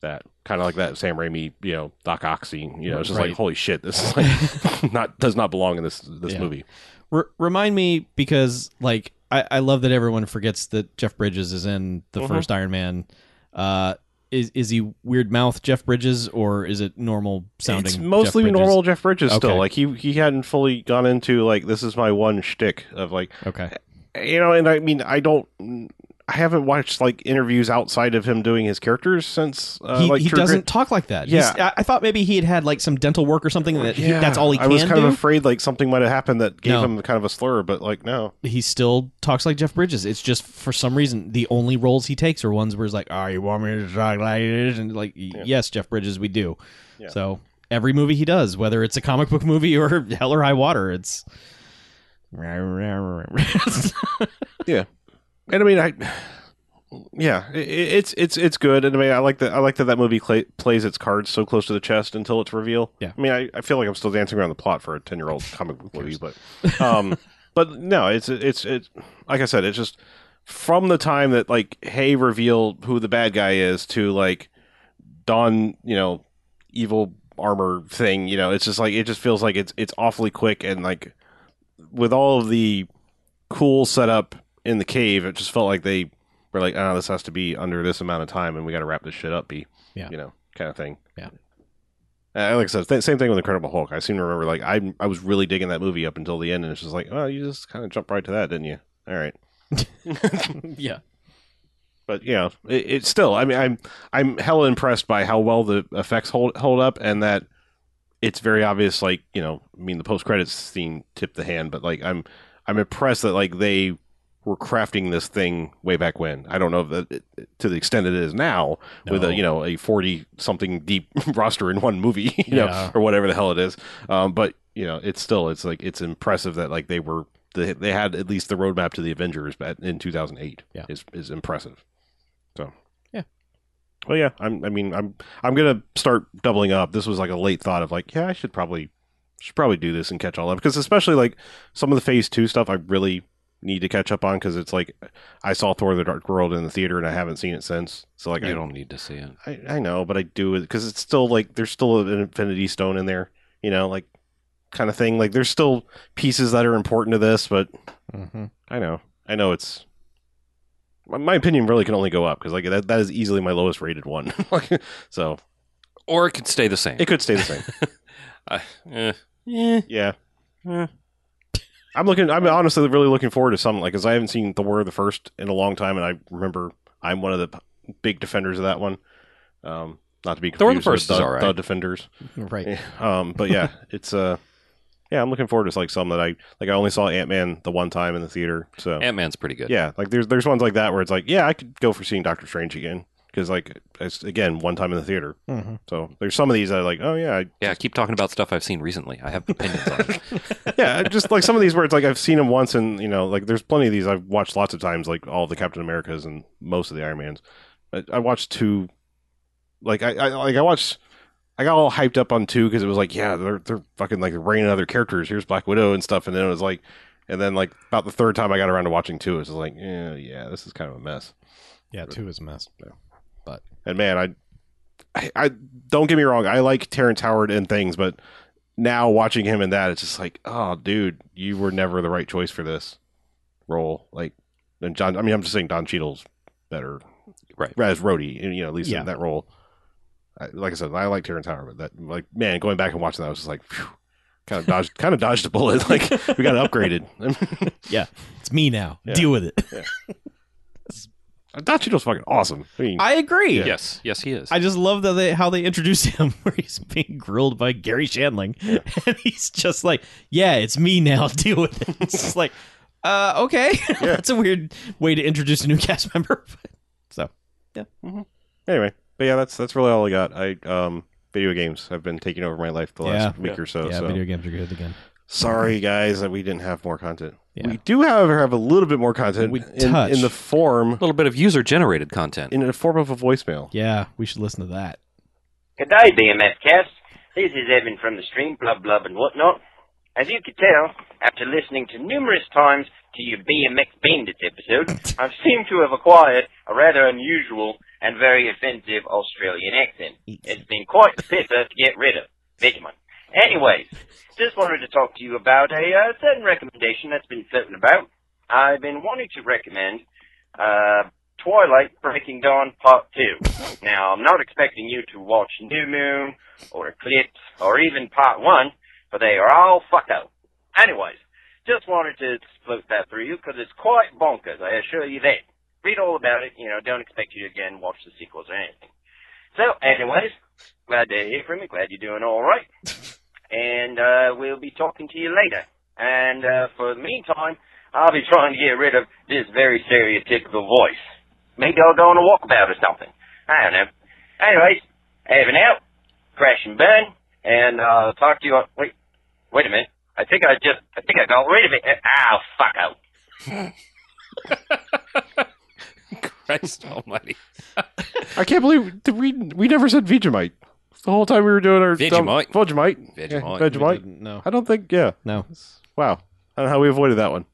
C: that kind of like that Sam Raimi, you know, Doc Ock scene. You know, it's just
A: Right.
C: like holy shit, this is like not does not belong in this this
A: Yeah.
C: movie.
A: R- remind me because like I-, I love that everyone forgets that Jeff Bridges is in the
C: Mhm.
A: first Iron Man. Uh, is is he weird mouth Jeff Bridges or is it normal sounding?
C: It's
A: Jeff
C: mostly
A: Bridges?
C: normal Jeff Bridges
A: Okay.
C: still. Like he he hadn't fully gone into like this is my one shtick of like
A: Okay.
C: you know, and I mean, I don't, I haven't watched like interviews outside of him doing his characters since. Uh,
A: he
C: like
A: he
C: True Grit.
A: doesn't talk like that.
C: Yeah.
A: He's- I, I thought maybe he had had like some dental work or something that he,
C: Yeah.
A: that's all he
C: I
A: can
C: was kind
A: do.
C: of afraid like something might have happened that gave
A: No.
C: him kind of a slur, but like no,
A: he still talks like Jeff Bridges. It's just for some reason the only roles he takes are ones where he's like, "Oh, you want me to talk like this?" And like, y "Yes, Jeff Bridges, we do."
C: Yeah.
A: So every movie he does, whether it's a comic book movie or Hell or High Water, it's
C: and I mean, I, yeah, i i- it's it's it's good, and I mean, I like that I like that that movie cla plays its cards so close to the chest until its reveal.
A: Yeah.
C: I mean, I, I feel like I'm still dancing around the plot for a ten year old comic book movie, but um, but no, it's it's it's like I said, it's just from the time that like hey reveal who the bad guy is to like don you know evil armor thing you know it's just like it just feels like it's it's awfully quick and like with all of the cool setup in the cave, it just felt like they were like, "Ah, this has to be under this amount of time, and we got to wrap this shit up." B,
A: Yeah.
C: you know, kind of thing.
A: Yeah.
C: Uh, like I said, th- same thing with Incredible Hulk. I seem to remember like I I was really digging that movie up until the end, and it's just like, oh, you just kind of jumped right to that, didn't you? All right,
A: yeah,
C: but you know, it, it's still. I mean, I'm I'm hella impressed by how well the effects hold hold up, and that it's very obvious. Like you know, I mean, the post credits scene tipped the hand, but like I'm I'm impressed that like they were crafting this thing way back when. I don't know if that to the extent it is now with
A: No.
C: a you know a forty something deep roster in one movie, you
A: Yeah.
C: know, or whatever the hell it is. Um, but you know, it's still it's like it's impressive that like they were. They they had at least the roadmap to the Avengers back in 2008
A: Yeah.
C: is is impressive. So
A: Yeah.
C: Well, yeah. I'm. I mean, I'm. I'm gonna start doubling up. This was like a late thought of like, yeah, I should probably should probably do this and catch all up because especially like some of the Phase Two stuff, I really need to catch up on because it's like I saw Thor: The Dark World in the theater and I haven't seen it since. So like, I
E: You
C: don't.
E: don't need to see it.
C: I, I know, but I do because it's still like there's still an Infinity Stone in there. You know, like kind of thing. Like there's still pieces that are important to this, but I know. I know it's my, my opinion really can only go up because like that that is easily my lowest rated one. Like, so
E: Or it could stay the same.
C: it could stay the same.
E: Uh, eh.
C: Yeah.
E: Yeah.
C: I'm looking. I'm honestly really looking forward to something like because I haven't seen Thor the first in a long time, and I remember I'm one of the p- big defenders of that one. Um, not to be
E: Thor the
C: confused
E: First
C: with
E: is
C: the,
E: all right.
C: the defenders.
A: Right.
C: Yeah. Um, but yeah, it's uh, yeah, I'm looking forward to like some that I like. I only saw Ant Man the one time in the theater, so
E: Ant Man's pretty good.
C: yeah, like there's there's ones like that where it's like, yeah, I could go for seeing Doctor Strange again because like it's again one time in the theater.
E: Mm-hmm.
A: Mhm.
C: So there's some of these that are like, oh yeah, I,
E: Yeah, keep talking about stuff I've seen recently. I have opinions on it.
C: yeah, just like some of these where it's like I've seen them once, and you know, like there's plenty of these I've watched lots of times, like all of the Captain Americas and most of the Iron Mans. I, I watched two, like I, I like I watched. I got all hyped up on two because it was like, yeah, they're they're fucking like raining other characters. Here's Black Widow and stuff, and then it was like, and then like about the third time I got around to watching two, it was like, yeah, yeah, this is kind of a mess.
A: Yeah, two is a mess. But
C: And man, I, I, I don't get me wrong, I like Terrence Howard and things, but now watching him in that, it's just like, oh, dude, you were never the right choice for this role. Like, and John, I mean, I'm just saying Don Cheadle's better,
E: Right.
C: As Rhodey, you know, at least
A: Yeah.
C: in that role. I, like I said, I like Terrence Howard, but that, like, man, going back and watching that, I was just like, kind of dodged, kind of dodged a bullet. Like, we got upgraded.
A: it's me now.
C: Yeah.
A: Deal with it.
C: Don Cheadle's fucking awesome. I mean,
A: I agree.
E: Yes, yes, he is.
A: I just love that they, how they introduce him, where he's being grilled by Gary Shandling, and he's just like, "Yeah, it's me now. Deal with it." It's just like, uh, okay, that's a weird way to introduce a new cast member. so,
C: anyway, but yeah, that's that's really all I got. I um video games have been taking over my life the last
A: Yeah.
C: week or so.
A: yeah,
C: Oh, so
A: video games are good again.
C: sorry guys that we didn't have more content.
A: Yeah.
C: We do, however, have a little bit more content
A: We
C: in,
A: touch.
C: in the form
E: a little bit of user generated content.
C: in the form of a voicemail.
A: Yeah, we should listen to that.
H: Good day, BMF cast. This is Evan from the stream, blub blub and whatnot. As you can tell, after listening to numerous times to your BMX Bandits episode, I seem to have acquired a rather unusual and very offensive Australian accent. It's been quite a pisser to get rid of. Big one. Anyways, just wanted to talk to you about a uh, certain recommendation that's been floating about. I've been wanting to recommend uh, Twilight Breaking Dawn Part 2. Now, I'm not expecting you to watch New Moon or Eclipse or even Part 1, but they are all fucked up. Anyways, just wanted to float that through you because it's quite bonkers, I assure you that. Read all about it, you know, don't expect you to again watch the sequels or anything. So, anyways, glad to hear from you, glad you're doing alright. And uh, we'll be talking to you later. And uh, for the meantime, I'll be trying to get rid of this very stereotypical voice. Maybe I'll go on a walkabout or something. I don't know. Anyways, having out, crash and burn, and I'll talk to you on. Wait, wait a minute. I think I just, I think I got rid of it. Ah, fuck out.
E: Christ almighty.
C: I can't believe that we we never said Vegemite the whole time we were doing our dumb-
E: Vegemite.
C: Vegemite. Yeah,
E: Vegemite.
C: Vegemite.
A: No,
C: I don't think. Yeah.
A: no.
C: Wow. I don't know how we avoided that one.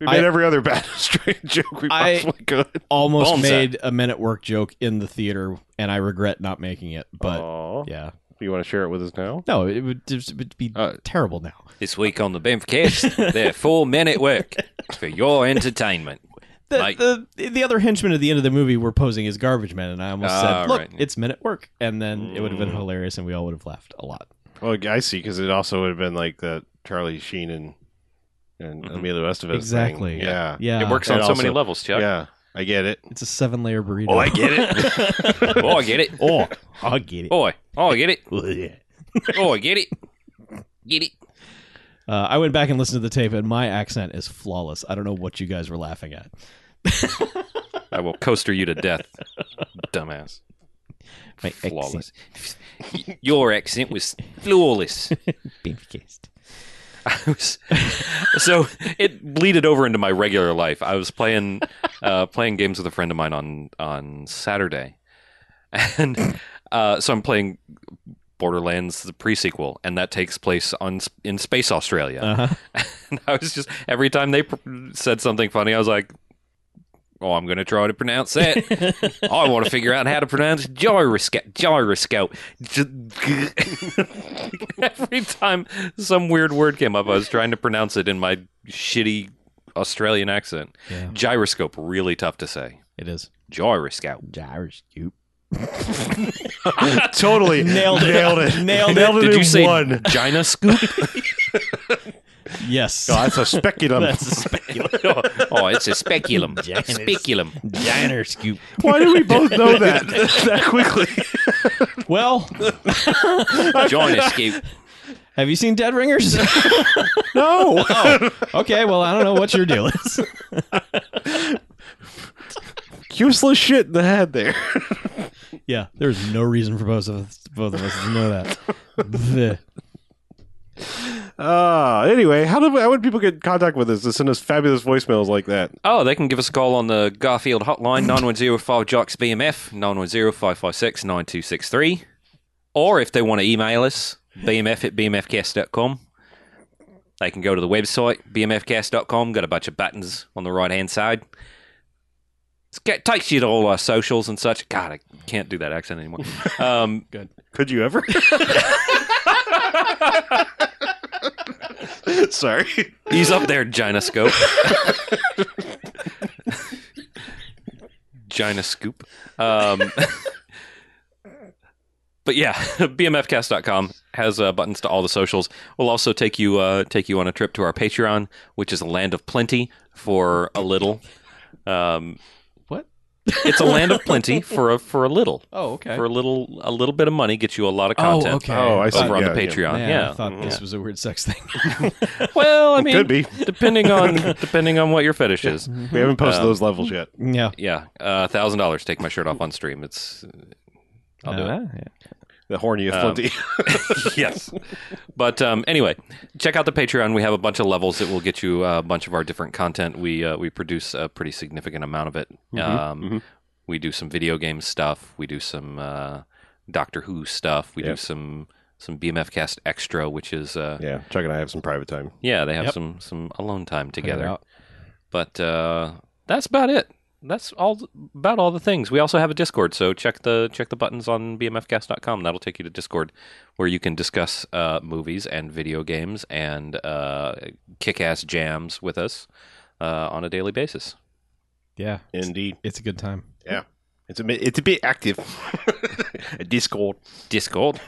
C: We
A: I-
C: made every other bad straight joke we
A: I-
C: possibly could.
A: Almost
E: Bonza.
A: made a minute work joke in the theater, and I regret not making it. But
C: Aw.
A: yeah,
C: you want to share it with us now?
A: no, it would, it would be
C: Uh,
A: terrible now.
E: This week on the Benfcast, their four minute work for your entertainment.
A: the,
E: Like-
A: the the other henchmen at the end of the movie were posing as garbage men, and I almost
E: Ah,
A: said, "Look,
E: right. Mm.
A: it's men at work," and then it would have been hilarious, and we all would have laughed a lot.
C: Well, I see, because it also would have been like the Charlie Sheen and and
E: Mhm.
C: Emilio Estevez.
A: Exactly.
C: Thing. Mm-hmm. Yeah.
A: Yeah,
E: Ah, it works
C: and
E: on so
C: also-
E: many levels,
C: yeah,
E: Chuck.
C: I get it.
A: It's a seven layer burrito.
E: Oh, I get it. oh, I get it.
A: oh, I get it.
E: Oh, I- oh, I get it.
A: Yeah.
E: Oh, I get it. Get it.
A: Uh, I went back and listened to the tape, and my accent is flawless. I don't know what you guys were laughing at.
E: I will coaster you to death, dumbass.
A: My
E: Flawless. Y- Your accent was flawless.
A: Being faced.
E: I was, so it bleeded over into my regular life. I was playing uh, playing games with a friend of mine on on Saturday, and uh, so I'm playing Borderlands the prequel, and that takes place on in space Australia.
A: Uh-huh.
E: And I was just every time they pr- said something funny, I was like, "Oh, I'm going to try to pronounce that. I want to figure out how to pronounce gyroscope. Gyroscope." every time some weird word came up, I was trying to pronounce it in my shitty Australian accent.
A: Yeah,
E: Gyroscope really tough to say.
A: it is.
E: Gyroscope.
A: Gyroscope.
C: totally
A: Nailed it.
C: Nailed it.
A: Nailed it.
C: Nailed it.
E: Did
C: in
E: you say
C: one?
E: Gina scoop?
A: Yes.
C: Oh, that's a speculum.
A: That's a speculum.
E: oh, it's a speculum.
A: Janus.
E: Speculum.
A: Diner scoop.
C: Why do we both know that that quickly?
A: Well,
E: Janus scoop.
A: have you seen Dead Ringers?
C: No.
E: Oh.
A: okay, well, I don't know what your deal is.
C: Useless shit in the head there.
A: Yeah, there's no reason for both of us, both of us to know that. The-
C: Uh, anyway, how do how would people get in contact with us to send us fabulous voicemails like that?
E: Oh, they can give us a call on the Garfield hotline, 9105 Jocks BMF, 910 9263. Or if they want to email us, bmf at bmfcast.com. They can go to the website, bmfcast.com, got a bunch of buttons on the right hand side. It's- It takes you to all our socials and such. God, I can't do that accent anymore. Um,
C: Could you ever? Sorry.
E: he's up there, Ginoscope. Ginoscoop. Um, but yeah, bmfcast.com has uh, buttons to all the socials. We'll also take you uh, take you on a trip to our Patreon, which is a land of plenty for a little. Um,
A: What?
E: It's a land of plenty for a for a little.
A: oh, okay.
E: For a little a little bit of money gets you a lot of
A: Oh,
E: content
A: okay.
C: Oh, I see.
E: over on
C: Yeah,
E: the
C: yeah.
E: Patreon.
A: Man,
E: yeah.
A: I thought this was a weird sex thing.
E: Well, I mean,
C: Could be.
E: depending on depending on what your fetish is.
C: We haven't posted
E: um,
C: those levels yet.
A: yeah.
E: Yeah, a thousand dollars. Take my shirt off on stream. It's I'll do it.
A: Uh, yeah.
C: The horny of
E: Um,
C: plenty.
E: yes, but um, anyway, check out the Patreon. We have a bunch of levels that will get you uh, a bunch of our different content. We uh, we produce a pretty significant amount of it. um, We do some video game stuff. We do some uh, Doctor Who stuff. We do
C: Yep.
E: some some BMF Cast Extra, which is uh, yeah.
C: yeah, Chuck and I have some private time.
E: they have
A: Yep.
E: some some alone time together.
A: out.
E: but uh, that's about it. That's all about all the things. We also have a Discord, so check the check the buttons on bmfcast.com. That'll take you to Discord, where you can discuss uh, movies and video games and uh, kick-ass jams with us uh, on a daily basis.
A: Yeah.
C: Indeed.
A: It's a good time.
C: It's a bit, it's a bit active. A Discord
E: Discord,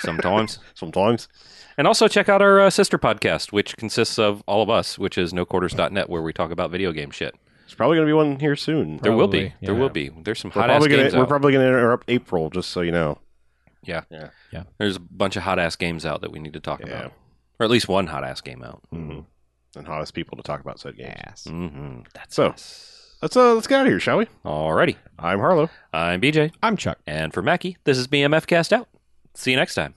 E: sometimes,
C: sometimes.
E: and also check out our uh, sister podcast, which consists of all of us, which is NoQuarters.net, where we talk about video game shit.
C: There's probably going to be one here soon.
E: There will be,
A: Probably, yeah.
E: there will be. There's some
C: We're
E: hot ass
C: probably,
E: games.
C: gonna, we're
E: out.
C: probably going to interrupt April, just so you know.
E: Yeah.
C: Yeah.
A: Yeah.
E: There's a bunch of hot ass games out that we need to talk
C: Yeah.
E: about. Or at least one hot ass game out.
C: Mhm. And hottest people to talk about said games. Mm.
A: Yes.
E: Mm-hmm. That's
C: So-
E: us.
C: Let's uh, let's get out of here, shall we?
E: Alrighty.
C: I'm Harlow.
E: I'm BJ.
A: I'm Chuck.
E: And for Mackie, this is BMF Cast Out. See you next time.